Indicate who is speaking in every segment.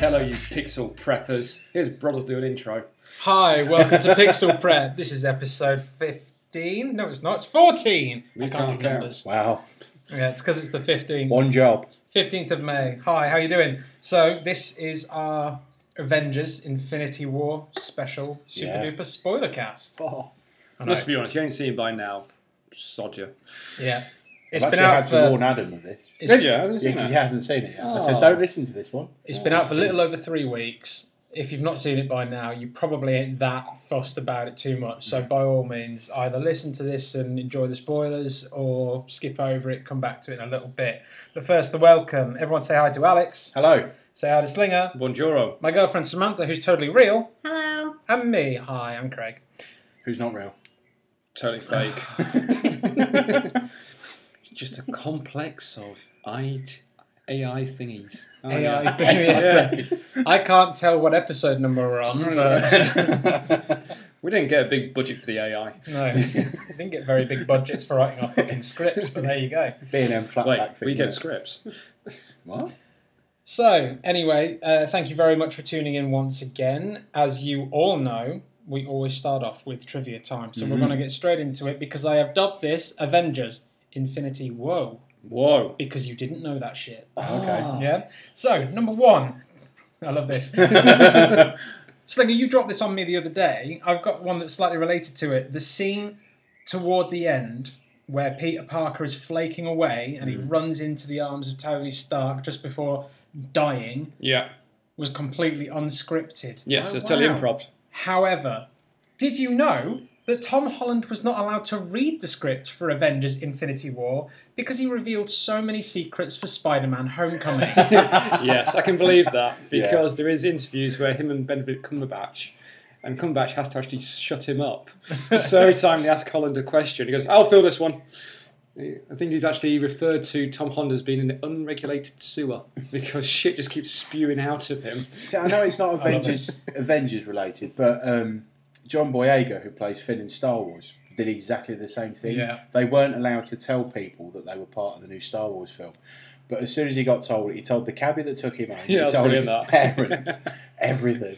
Speaker 1: you pixel preppers. Here's Brod will do an intro.
Speaker 2: Hi, welcome to Pixel Prep. This is episode 15. No, it's not. It's 14.
Speaker 1: We
Speaker 2: I
Speaker 1: can't
Speaker 2: can't,
Speaker 1: count.
Speaker 2: remember. numbers.
Speaker 3: Wow.
Speaker 2: Yeah, it's because it's the 15th.
Speaker 3: One job.
Speaker 2: 15th of May. Hi, how you doing? So this is our Avengers Infinity War special super
Speaker 3: Yeah.
Speaker 2: duper spoiler cast.
Speaker 1: Oh,
Speaker 2: I know.
Speaker 1: let's be honest, you ain't seen by now. Sodger.
Speaker 2: Yeah.
Speaker 3: I've
Speaker 2: It's
Speaker 3: actually
Speaker 2: been out
Speaker 3: had to
Speaker 2: for
Speaker 3: warn Adam of this.
Speaker 2: it's,
Speaker 1: Did you? I haven't
Speaker 3: Yeah,
Speaker 1: seen
Speaker 3: because he
Speaker 1: that.
Speaker 3: hasn't seen it yet. I
Speaker 1: Oh.
Speaker 3: said, don't listen to this one.
Speaker 2: it's been out for a little over three weeks. If you've not seen it by now, you probably ain't that fussed about it too much. So by all means, either listen to this and enjoy the spoilers or skip over it, come back to it in a little bit. But first the welcome. Everyone say hi to Alex.
Speaker 3: Hello.
Speaker 2: Say hi to Slinger.
Speaker 1: Buongiorno.
Speaker 2: My girlfriend Samantha, who's totally real,
Speaker 4: Hello.
Speaker 2: and me. Hi, I'm Craig.
Speaker 3: Who's not real?
Speaker 1: Totally fake. Just a complex of AI, AI thingies. Oh,
Speaker 2: AI
Speaker 1: yeah.
Speaker 2: thing.
Speaker 1: Yeah.
Speaker 2: I can't tell what episode number we're on, but
Speaker 1: We didn't get a big budget for the AI.
Speaker 2: no, I didn't get very big budgets for writing our fucking scripts. But there you go.
Speaker 3: B&M flat
Speaker 1: Wait,
Speaker 3: back thing.
Speaker 1: we
Speaker 3: yeah.
Speaker 1: get scripts.
Speaker 3: What?
Speaker 2: So anyway, uh, thank you very much for tuning in once again. As you all know, we always start off with trivia time, so we're going to get straight into it because I have dubbed this Avengers Infinity Woe
Speaker 1: Whoa.
Speaker 2: because you didn't know that shit.
Speaker 3: Oh. Okay.
Speaker 2: Yeah. So number one, I love this. Slinger, you dropped this on me the other day. I've got one that's slightly related to it. The scene toward the end where Peter Parker is flaking away and he runs into the arms of Tony Stark just before dying
Speaker 1: Yeah.
Speaker 2: was completely unscripted.
Speaker 1: Yes,
Speaker 2: Oh,
Speaker 1: it's totally
Speaker 2: wow.
Speaker 1: improv.
Speaker 2: However, did you know that Tom Holland was not allowed to read the script for Avengers Infinity War because he revealed so many secrets for Spider Man Homecoming?
Speaker 1: yes, I can believe that because there is interviews where him and Benedict Cumberbatch, and Cumberbatch has to actually shut him up. so every time they ask Holland a question, he goes, "I'll fill this one." I think he's actually referred to Tom Holland as being an unregulated sewer because shit just keeps spewing out of him.
Speaker 3: So I know it's not Avengers Avengers related, but um, John Boyega, who plays Finn in Star Wars, did exactly the same thing.
Speaker 2: Yeah.
Speaker 3: They weren't allowed to tell people that they were part of the new Star Wars film. But as soon as he got told, he told the cabbie that took him home,
Speaker 1: Yeah, I
Speaker 3: he
Speaker 1: was
Speaker 3: told
Speaker 1: brilliant
Speaker 3: his
Speaker 1: that.
Speaker 3: parents, everything.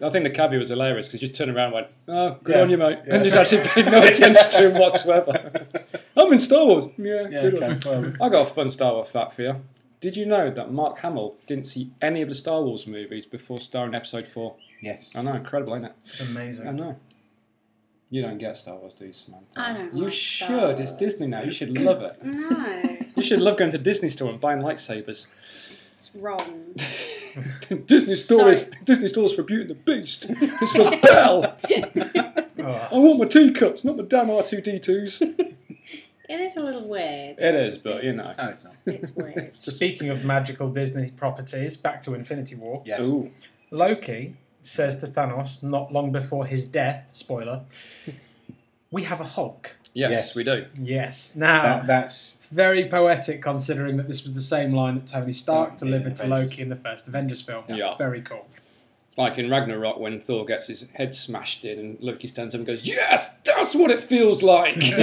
Speaker 1: I think the cabbie was hilarious because you just turned around and went, "Oh, good
Speaker 3: Yeah.
Speaker 1: on you, mate," and
Speaker 3: Yeah.
Speaker 1: just actually paid no attention to him whatsoever. I'm in Star Wars. Yeah,
Speaker 3: Yeah,
Speaker 1: good on
Speaker 3: okay.
Speaker 1: you. I
Speaker 3: well,
Speaker 1: got a fun Star Wars fact for you. Did you know that Mark Hamill didn't see any of the Star Wars movies before starring Episode Four?
Speaker 3: yes.
Speaker 1: I know, incredible, ain't it?
Speaker 2: It's amazing.
Speaker 1: I know. You don't get Star Wars, do you, Samantha?
Speaker 4: I don't
Speaker 1: You
Speaker 4: like
Speaker 1: should.
Speaker 4: Star Wars.
Speaker 1: It's Disney now. You should love it.
Speaker 4: No,
Speaker 1: You should love going to Disney Store and buying lightsabers.
Speaker 4: it's wrong.
Speaker 1: Disney Store is
Speaker 4: Sorry.
Speaker 1: Disney Store's for Beauty and the Beast. It's for Belle.
Speaker 2: Oh,
Speaker 1: I want my teacups, not my damn R two D twos. It
Speaker 4: It is a little weird.
Speaker 1: is, but you know.
Speaker 4: It's-
Speaker 3: No, it's not.
Speaker 4: It's weird.
Speaker 2: Speaking of magical Disney properties, back to Infinity War.
Speaker 3: Yeah.
Speaker 1: Ooh,
Speaker 2: Loki says to Thanos not long before his death, spoiler, we have a Hulk.
Speaker 1: yes,
Speaker 3: Yes.
Speaker 1: we do.
Speaker 2: Yes. Now,
Speaker 3: That, that's
Speaker 2: it's very poetic considering that this was the same line that Tony Stark
Speaker 3: Stark did in
Speaker 2: delivered to
Speaker 3: Avengers.
Speaker 2: Loki in the first Avengers film.
Speaker 1: Yeah.
Speaker 2: Very cool.
Speaker 1: Like in Ragnarok, when Thor gets his head smashed in, and Loki stands up and goes, "Yes, that's what it feels like." I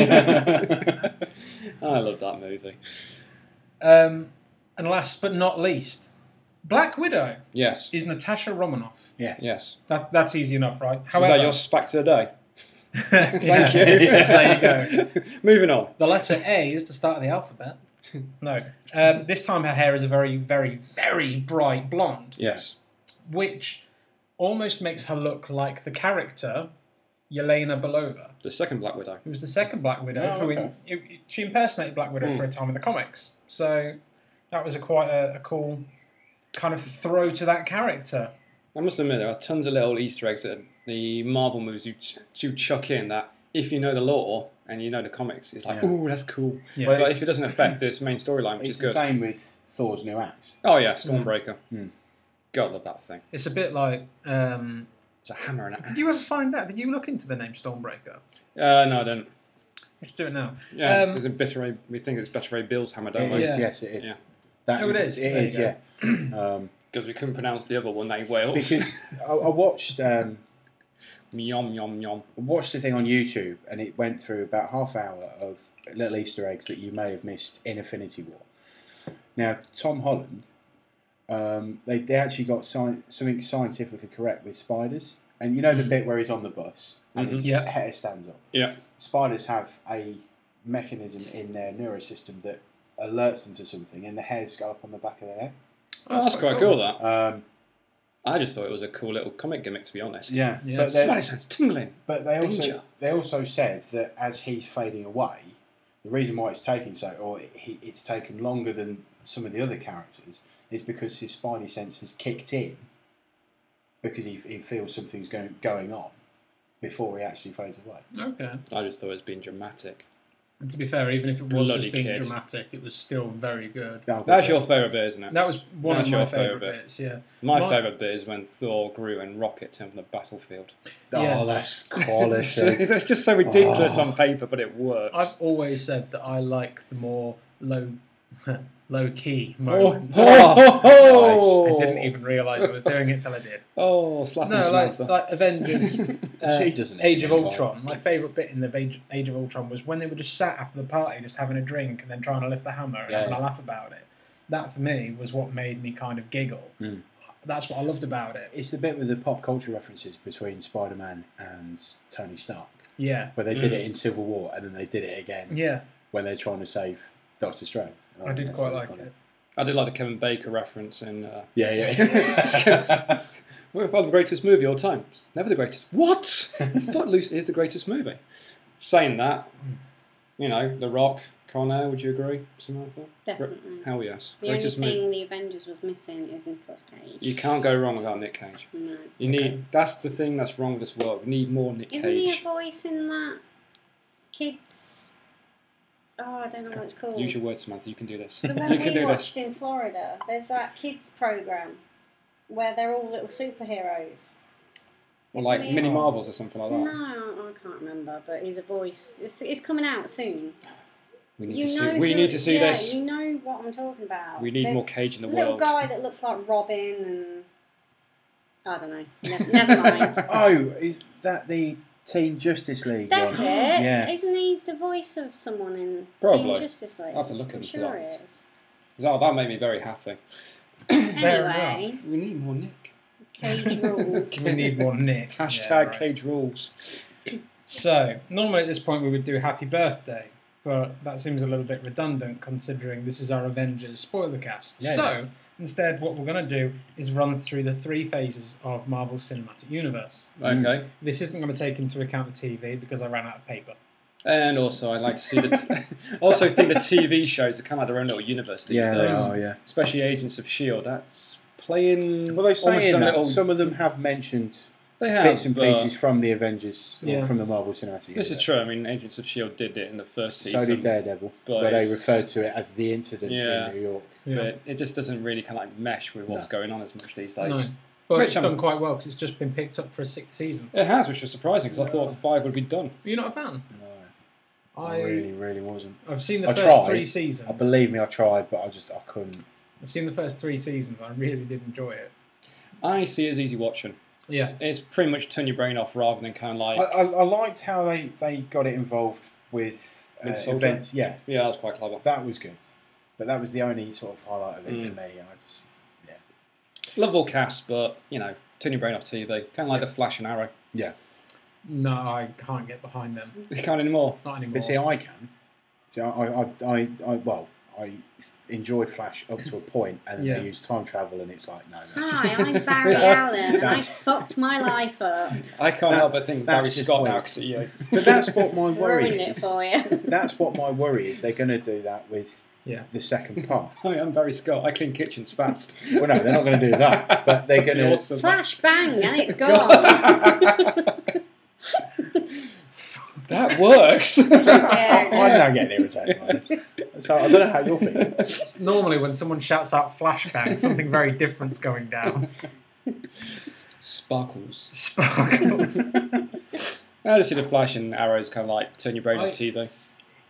Speaker 1: love that movie.
Speaker 2: Um, and last but not least, Black Widow
Speaker 1: Yes,
Speaker 2: is Natasha Romanoff.
Speaker 3: yes.
Speaker 1: yes.
Speaker 2: That, that's easy enough, right?
Speaker 1: Is
Speaker 2: However,
Speaker 1: that your fact of the day?
Speaker 2: Yeah.
Speaker 1: Thank you.
Speaker 2: There you go.
Speaker 1: Moving on.
Speaker 2: The letter A is the start of the alphabet. No. Um, this time her hair is a very, very, very bright blonde,
Speaker 1: Yes.
Speaker 2: which almost makes her look like the character Yelena Belova,
Speaker 1: The second Black Widow.
Speaker 2: who was the second Black Widow.
Speaker 3: Oh,
Speaker 2: who in,
Speaker 3: okay. Hmm.
Speaker 2: it- she impersonated Black Widow for a time in the comics. So that was a quite a, a cool kind of throw to that character.
Speaker 1: I must admit, there are tons of little Easter eggs that the Marvel movies you, ch- you chuck in that if you know the lore and you know the comics, it's like,
Speaker 3: Yeah.
Speaker 1: ooh, that's cool.
Speaker 2: Yeah.
Speaker 3: Well,
Speaker 1: But
Speaker 3: it's-
Speaker 1: if it doesn't affect this main storyline, which
Speaker 3: It's
Speaker 1: is
Speaker 3: the
Speaker 1: good.
Speaker 3: same with Thor's new axe.
Speaker 1: Oh, yeah, Stormbreaker. God, love that thing.
Speaker 2: It's a bit like. Um,
Speaker 1: It's a hammer and a.
Speaker 2: did you ever find out? Did you look into the name Stormbreaker?
Speaker 1: Uh, no, I don't.
Speaker 2: Let's do it now.
Speaker 1: Yeah,
Speaker 2: Um,
Speaker 1: it's a better Ray, we think it's better Ray Bill's hammer, don't
Speaker 3: It
Speaker 1: we?
Speaker 3: is,
Speaker 2: Yeah.
Speaker 3: yes, it is.
Speaker 1: Yeah.
Speaker 3: That,
Speaker 2: Oh, it is.
Speaker 3: It
Speaker 2: There
Speaker 3: is,
Speaker 2: you
Speaker 3: yeah. um,
Speaker 1: Because we couldn't pronounce the other one, they Wales.
Speaker 3: because I, I watched um,
Speaker 1: Yom, yom, yom.
Speaker 3: watched the thing on YouTube, and it went through about half hour of little Easter eggs that you may have missed in Affinity War. Now, Tom Holland um, they, they actually got sci- something scientifically correct with spiders. And you know the bit where he's on the bus and
Speaker 1: Mhm.
Speaker 3: his
Speaker 2: Yeah.
Speaker 3: hair stands up?
Speaker 1: Mm. Yeah.
Speaker 3: Spiders have a mechanism in their neurosystem that alerts them to something and the hairs go up on the back of their neck.
Speaker 1: Oh, that's, quite cool. That
Speaker 3: Um,
Speaker 1: I just thought it was a cool little comic gimmick, to be honest.
Speaker 3: yeah.
Speaker 2: Yeah.
Speaker 3: But, they-
Speaker 1: Spider sense tingling.
Speaker 3: but they
Speaker 1: Danger.
Speaker 3: also they also said that as he's fading away, the reason why it's taking so or he, it's taken longer than some of the other characters is because his spidey sense has kicked in because he, he feels something's going going on before he actually fades away.
Speaker 2: Okay.
Speaker 1: I just thought it was being dramatic.
Speaker 2: And to be fair, even if it was
Speaker 1: Bloody
Speaker 2: just being
Speaker 1: kid.
Speaker 2: dramatic, it was still very good.
Speaker 1: That's your favourite bit, isn't it?
Speaker 2: That was one
Speaker 1: That's
Speaker 2: of my
Speaker 1: your favourite
Speaker 2: favourite
Speaker 1: bit.
Speaker 2: bits. Yeah.
Speaker 1: My
Speaker 2: My-
Speaker 1: favourite bit is when Thor, grew and Rocket turned on the battlefield.
Speaker 3: oh,
Speaker 2: yeah.
Speaker 3: that's
Speaker 1: It's,
Speaker 3: quality.
Speaker 1: it's just so ridiculous
Speaker 3: Oh.
Speaker 1: on paper, but it works.
Speaker 2: I've always said that I like the more low, low key
Speaker 1: Oh,
Speaker 2: moments.
Speaker 1: oh, oh,
Speaker 2: I didn't even realise I was doing it till I did.
Speaker 1: Oh, slap
Speaker 2: No,
Speaker 1: and
Speaker 2: like,
Speaker 1: Samantha.
Speaker 2: like Avengers, uh,
Speaker 3: She doesn't
Speaker 2: Age
Speaker 3: even
Speaker 2: of
Speaker 3: invite.
Speaker 2: Ultron. My favourite bit in the Age, Age of Ultron was when they were just sat after the party, just having a drink and then trying to lift the hammer and
Speaker 3: Yeah,
Speaker 2: having
Speaker 3: yeah.
Speaker 2: a laugh about it. That for me was what made me kind of giggle.
Speaker 3: Mm.
Speaker 2: That's what I loved about it.
Speaker 3: It's the bit with the pop culture references between Spider Man and Tony Stark,
Speaker 2: Yeah,
Speaker 3: where they did
Speaker 1: Mm.
Speaker 3: it in Civil War and then they did it again
Speaker 2: yeah,
Speaker 3: when they're trying to save Doctor Strange.
Speaker 2: I did
Speaker 3: Oh, That's
Speaker 2: quite
Speaker 3: really
Speaker 2: like
Speaker 3: funny.
Speaker 2: it.
Speaker 1: I did like the Kevin Baker reference in uh,
Speaker 3: Yeah, yeah.
Speaker 1: Well, if I'm the greatest movie of all time. It's Never the greatest. What? Footloose is the greatest movie. Saying that, you know, The Rock, Con Air, would you agree, Samantha?
Speaker 4: Definitely.
Speaker 1: Hell yes.
Speaker 4: The only
Speaker 1: greatest movie.
Speaker 4: thing the Avengers was missing is Nicolas Cage.
Speaker 1: You can't go wrong without Nick Cage.
Speaker 4: No.
Speaker 1: You need. That's the thing that's wrong with this world. We need more Nick
Speaker 4: Isn't he a
Speaker 1: Cage.
Speaker 4: voice in that kids? Oh, I don't know what it's called.
Speaker 1: Use your words, Samantha. You can do this.
Speaker 4: The one
Speaker 1: you can
Speaker 4: we
Speaker 1: do
Speaker 4: watched
Speaker 1: this.
Speaker 4: in Florida, there's that kids program where they're all little superheroes.
Speaker 1: Or like
Speaker 4: Isn't he-
Speaker 1: mini Marvels or something like that.
Speaker 4: No, I can't remember, but he's a voice. It's, it's coming out soon.
Speaker 1: We need
Speaker 4: You
Speaker 1: to
Speaker 4: know
Speaker 1: see. We
Speaker 4: who-
Speaker 1: need to see
Speaker 4: yeah,
Speaker 1: this.
Speaker 4: You know what I'm talking about.
Speaker 1: We need
Speaker 4: The
Speaker 1: more Cage in the
Speaker 4: little
Speaker 1: world.
Speaker 4: guy that looks like Robin and I don't know. Never, never mind.
Speaker 3: oh, is that the Teen Justice League?
Speaker 4: That's it.
Speaker 3: one?
Speaker 4: Isn't
Speaker 3: Yeah.
Speaker 4: he the voice of someone in Team
Speaker 1: Probably.
Speaker 4: Justice League?
Speaker 1: I'll have to look
Speaker 4: I'm
Speaker 1: into
Speaker 4: sure
Speaker 1: that.
Speaker 4: it is.
Speaker 1: So that made me very happy.
Speaker 2: Fair
Speaker 4: Anyway,
Speaker 2: enough.
Speaker 1: We need more Nick.
Speaker 4: Cage rules.
Speaker 2: We need more Nick. Yeah,
Speaker 1: Hashtag
Speaker 2: right.
Speaker 1: Cage rules.
Speaker 2: So normally at this point we would do Happy Birthday, but that seems a little bit redundant considering this is our Avengers spoiler cast.
Speaker 3: Yeah.
Speaker 2: so instead, what we're going to do is run through the three phases of Marvel's cinematic universe.
Speaker 1: Okay.
Speaker 2: This isn't going to take into account the TV because I ran out of paper.
Speaker 1: And also, I like to see the. T- also, think the TV shows are kind of like their own little universe these
Speaker 3: Yeah, they
Speaker 1: days.
Speaker 3: are, yeah.
Speaker 1: Especially Agents of Shield. E That's playing.
Speaker 3: Well, they
Speaker 1: almost
Speaker 3: say in
Speaker 1: some
Speaker 3: that
Speaker 1: little-
Speaker 3: some of them have mentioned
Speaker 1: they have
Speaker 3: bits and
Speaker 1: but
Speaker 3: pieces from the Avengers, or
Speaker 2: Yeah.
Speaker 3: from the Marvel Cinematic
Speaker 1: This is
Speaker 3: Universe.
Speaker 1: true. I mean, Agents of Shield did it in the first season,
Speaker 3: So did Daredevil,
Speaker 1: but
Speaker 3: where they
Speaker 1: it's-
Speaker 3: referred to it as the incident
Speaker 1: Yeah.
Speaker 3: in New York.
Speaker 1: but it just doesn't really kind of like mesh with what's going on as much these days.
Speaker 2: No. But
Speaker 1: Which
Speaker 2: it's
Speaker 1: I'm-
Speaker 2: done quite well because it's just been picked up for a sixth season.
Speaker 1: It has, which was surprising because I thought five would be done.
Speaker 2: You're not a fan?
Speaker 3: No, I,
Speaker 2: I,
Speaker 3: really, really wasn't.
Speaker 2: I've seen the
Speaker 3: I
Speaker 2: first
Speaker 3: tried.
Speaker 2: three seasons.
Speaker 3: I believe me, I tried, but I just I couldn't.
Speaker 2: I've seen the first three seasons. I really did enjoy it.
Speaker 1: I see it as easy watching.
Speaker 2: Yeah.
Speaker 1: It's pretty much turn your brain off rather than kind of
Speaker 3: I,
Speaker 1: like.
Speaker 3: I, I liked how they they got it involved with uh,
Speaker 1: With Soldier?
Speaker 3: events. Yeah,
Speaker 1: yeah, that was quite clever.
Speaker 3: that was good, but that was the only sort of highlight of it for
Speaker 1: Mm.
Speaker 3: me. I just
Speaker 1: Lovable cast, but you know, turn your brain off TV. Kind of like the Flash and Arrow.
Speaker 3: yeah.
Speaker 2: No, I can't get behind them.
Speaker 1: You can't anymore.
Speaker 2: Not anymore.
Speaker 3: But see, I can. See, I, I, I, I well, I enjoyed Flash up to a point, and then
Speaker 2: Yeah.
Speaker 3: they use time travel, and it's like, no, that's just,
Speaker 4: Hi, I'm Barry
Speaker 1: That's-
Speaker 4: Allen, and I
Speaker 3: that's-
Speaker 4: fucked my life up.
Speaker 1: I can't
Speaker 3: That-
Speaker 1: help but think
Speaker 3: that's
Speaker 1: Barry
Speaker 3: just
Speaker 1: Scott
Speaker 3: weird.
Speaker 1: now because yeah,
Speaker 3: but that's what my worry
Speaker 4: Ruined it
Speaker 3: is.
Speaker 4: for you.
Speaker 3: That's what my worry is. They're going to do that with
Speaker 2: Yeah.
Speaker 3: the second part.
Speaker 1: Hi, I'm Barry Scott. I clean kitchens fast.
Speaker 3: Well, no, they're not going to do that, but they're going to.
Speaker 1: Awesome.
Speaker 4: Flash bang, and it's gone.
Speaker 1: That works.
Speaker 3: I'm now getting irritated by this. So I don't know how you're feeling.
Speaker 2: Normally, when someone shouts out flashbang, something very different's going down.
Speaker 1: Sparkles.
Speaker 2: Sparkles.
Speaker 1: I just see the flash and arrows kind of like turn your brain
Speaker 2: I-
Speaker 1: off TV.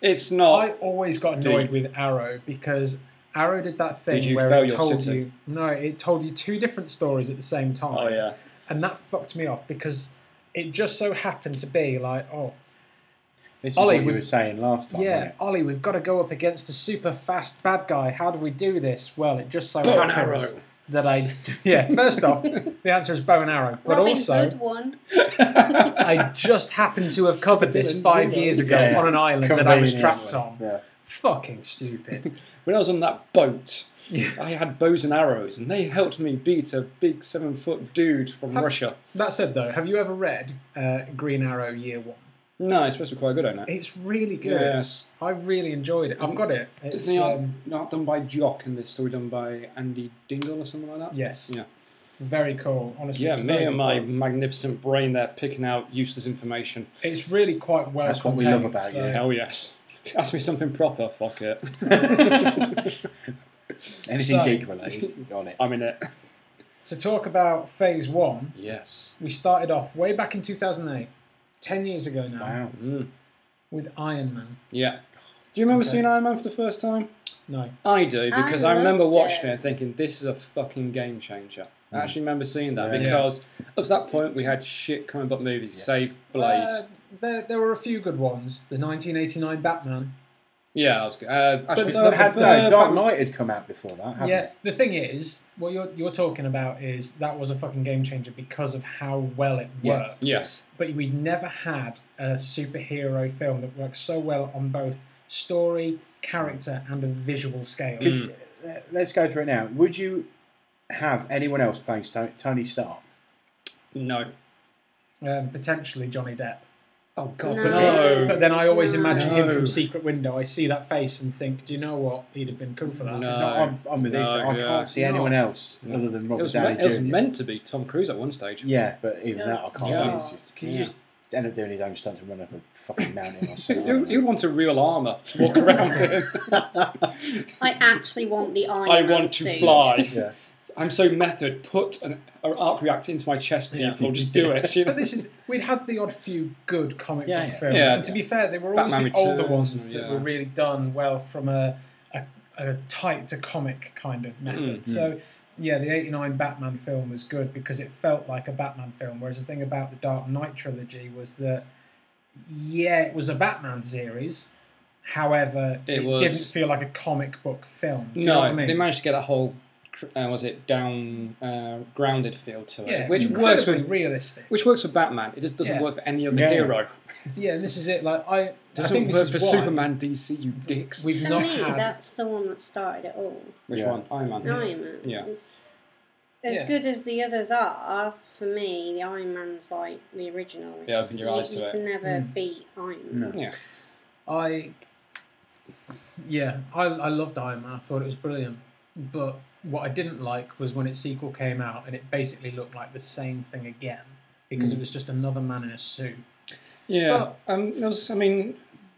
Speaker 1: It's not.
Speaker 2: I always got annoyed with Arrow because Arrow did that thing
Speaker 1: Did you
Speaker 2: where
Speaker 1: fail
Speaker 2: it
Speaker 1: your
Speaker 2: told
Speaker 1: city?
Speaker 2: you no, it told you two different stories at the same time.
Speaker 1: oh yeah.
Speaker 2: And that fucked me off because it just so happened to be like, oh,
Speaker 3: This is
Speaker 2: Ollie,
Speaker 3: what you
Speaker 2: we've-
Speaker 3: were saying last time.
Speaker 2: yeah,
Speaker 3: wasn't
Speaker 2: Ollie, we've got to go up against a super fast bad guy. How do we do this? Well, it just so
Speaker 1: Bow and
Speaker 2: happens that I yeah. First off, the answer is bow and arrow, but
Speaker 4: Robin
Speaker 2: also
Speaker 4: Hood one.
Speaker 2: I just happened to have covered this five years ago
Speaker 3: Yeah, yeah.
Speaker 2: on an island that I was
Speaker 3: Convenient.
Speaker 2: trapped on.
Speaker 3: Yeah.
Speaker 2: Fucking stupid.
Speaker 1: When I was on that boat,
Speaker 2: Yeah.
Speaker 1: I had bows and arrows, and they helped me beat a big seven foot dude from
Speaker 2: Have-
Speaker 1: Russia.
Speaker 2: that said, though, have you ever read uh, Green Arrow Year One?
Speaker 1: No, it's supposed to be quite good, I know.
Speaker 2: It's really good.
Speaker 1: Yes.
Speaker 2: I really enjoyed it.
Speaker 3: Um,
Speaker 2: I've got it. It's,
Speaker 1: Isn't the art
Speaker 2: um,
Speaker 1: not done by Jock and this story done by Andy Dingle or something like that?
Speaker 2: yes,
Speaker 1: Yeah.
Speaker 2: very cool. Honestly,
Speaker 1: Yeah,
Speaker 2: it's a
Speaker 1: me
Speaker 2: very
Speaker 1: and
Speaker 2: good
Speaker 1: my
Speaker 2: book.
Speaker 1: magnificent brain there picking out useless information.
Speaker 2: It's really quite well.
Speaker 3: That's what we
Speaker 2: contained,
Speaker 3: love about
Speaker 2: so-
Speaker 3: you.
Speaker 1: Hell yes. Ask me something proper, fuck it.
Speaker 3: Anything
Speaker 2: So-
Speaker 3: geek related on it.
Speaker 1: I'm in it.
Speaker 2: So talk about phase one.
Speaker 1: Yes.
Speaker 2: We started off way back in 2008, 10 years ago now,
Speaker 3: Wow.
Speaker 1: Mm.
Speaker 2: with Iron Man.
Speaker 1: Yeah. Do you remember
Speaker 2: Okay.
Speaker 1: seeing Iron Man for the first time?
Speaker 2: No,
Speaker 1: I do
Speaker 4: I
Speaker 1: because I, remember
Speaker 4: loved
Speaker 1: watching
Speaker 4: it.
Speaker 1: it and thinking this is a fucking game changer. I
Speaker 3: Mm.
Speaker 1: actually remember seeing that
Speaker 3: Yeah.
Speaker 1: because up to that point we had shit comic book movies,
Speaker 3: Yes.
Speaker 1: save Blade.
Speaker 2: Uh, there, there were a few good ones. The 1989 Batman.
Speaker 1: yeah, that was good. Uh, actually,
Speaker 3: But they had,
Speaker 1: the
Speaker 3: no,
Speaker 1: third
Speaker 3: Dark
Speaker 1: Batman-
Speaker 3: Knight had come out before that, hadn't
Speaker 2: yeah.
Speaker 3: it?
Speaker 2: The thing is, what you're you're talking about is that was a fucking game changer because of how well it
Speaker 3: Yes.
Speaker 2: worked.
Speaker 1: Yes.
Speaker 2: But we never had a superhero film that worked so well on both story, character, and a visual scale.
Speaker 3: Because uh, let's go through it now. Would you have anyone else playing Sto- Tony Stark?
Speaker 1: No.
Speaker 2: Um, potentially Johnny Depp.
Speaker 1: Oh god,
Speaker 4: No.
Speaker 1: but no.
Speaker 2: But then I always
Speaker 4: No.
Speaker 2: imagine him
Speaker 1: No.
Speaker 2: from Secret Window. I see that face and think, do you know what? He'd have been cool for that.
Speaker 1: No.
Speaker 3: So I'm, I'm with this.
Speaker 1: no,
Speaker 3: I
Speaker 1: yeah.
Speaker 3: can't see anyone else other than
Speaker 1: It
Speaker 3: Robert
Speaker 1: was,
Speaker 3: Downey
Speaker 1: me- it was
Speaker 3: Jr.
Speaker 1: meant to be Tom Cruise at one stage.
Speaker 3: Yeah, but even that I can't
Speaker 1: Yeah.
Speaker 3: see. It's just 'cause he
Speaker 1: Yeah.
Speaker 3: just end up doing his own stunts and run up a fucking mountain or something.
Speaker 1: Who who would want a real armour to walk around in?
Speaker 4: I actually want the Iron
Speaker 1: I
Speaker 4: Man
Speaker 1: want to
Speaker 4: suit.
Speaker 1: fly.
Speaker 3: yeah.
Speaker 1: I'm so method. Put an, an arc reactor into my chest, people. Just do it. You know?
Speaker 2: But this is we'd had the odd few good comic
Speaker 3: Yeah,
Speaker 2: book
Speaker 3: yeah.
Speaker 2: films,
Speaker 1: Yeah.
Speaker 2: and to be fair, they were always
Speaker 1: Batman
Speaker 2: the older
Speaker 1: Returns
Speaker 2: ones
Speaker 1: and-
Speaker 2: that
Speaker 1: yeah.
Speaker 2: were really done well from a a, a tight to comic kind of method.
Speaker 1: Mhm.
Speaker 2: So. Yeah, the '89 Batman film was good because it felt like a Batman film. Whereas the thing about the Dark Knight trilogy was that, yeah, it was a Batman series. However,
Speaker 1: It
Speaker 2: it,
Speaker 1: was-
Speaker 2: didn't feel like a comic book film. Do you know
Speaker 1: no,
Speaker 2: what I mean?
Speaker 1: they managed to get that whole, cr- uh, was it down uh, grounded feel to it,
Speaker 2: yeah,
Speaker 1: which
Speaker 2: it's
Speaker 1: works
Speaker 2: incredibly
Speaker 1: for
Speaker 2: realistic.
Speaker 1: which works for Batman. It just doesn't
Speaker 2: Yeah.
Speaker 1: work for any other
Speaker 3: Yeah.
Speaker 1: hero.
Speaker 2: yeah, and this is it. Like I, I
Speaker 1: Doesn't
Speaker 2: think this
Speaker 1: work
Speaker 2: is
Speaker 1: for
Speaker 2: why
Speaker 1: Superman DC. You dicks.
Speaker 2: We've
Speaker 4: For
Speaker 2: not
Speaker 4: me,
Speaker 2: had
Speaker 4: that's the one that started it all.
Speaker 1: Which
Speaker 3: Yeah.
Speaker 1: one? Iron Man.
Speaker 4: Iron Man.
Speaker 1: Yeah.
Speaker 4: It's- as
Speaker 2: Yeah.
Speaker 4: good as the others are, for me, the Iron Man's like the original.
Speaker 1: Yeah,
Speaker 4: It's-
Speaker 1: open your
Speaker 4: you,
Speaker 1: eyes to
Speaker 4: you
Speaker 1: it.
Speaker 4: can never beat Iron Man.
Speaker 3: No.
Speaker 1: Yeah.
Speaker 2: I, yeah, I, I loved Iron Man. I thought it was brilliant. But what I didn't like was when its sequel came out and it basically looked like the same thing again because
Speaker 1: Hmm.
Speaker 2: it was just another man in a suit.
Speaker 1: Yeah, um, there was, I mean,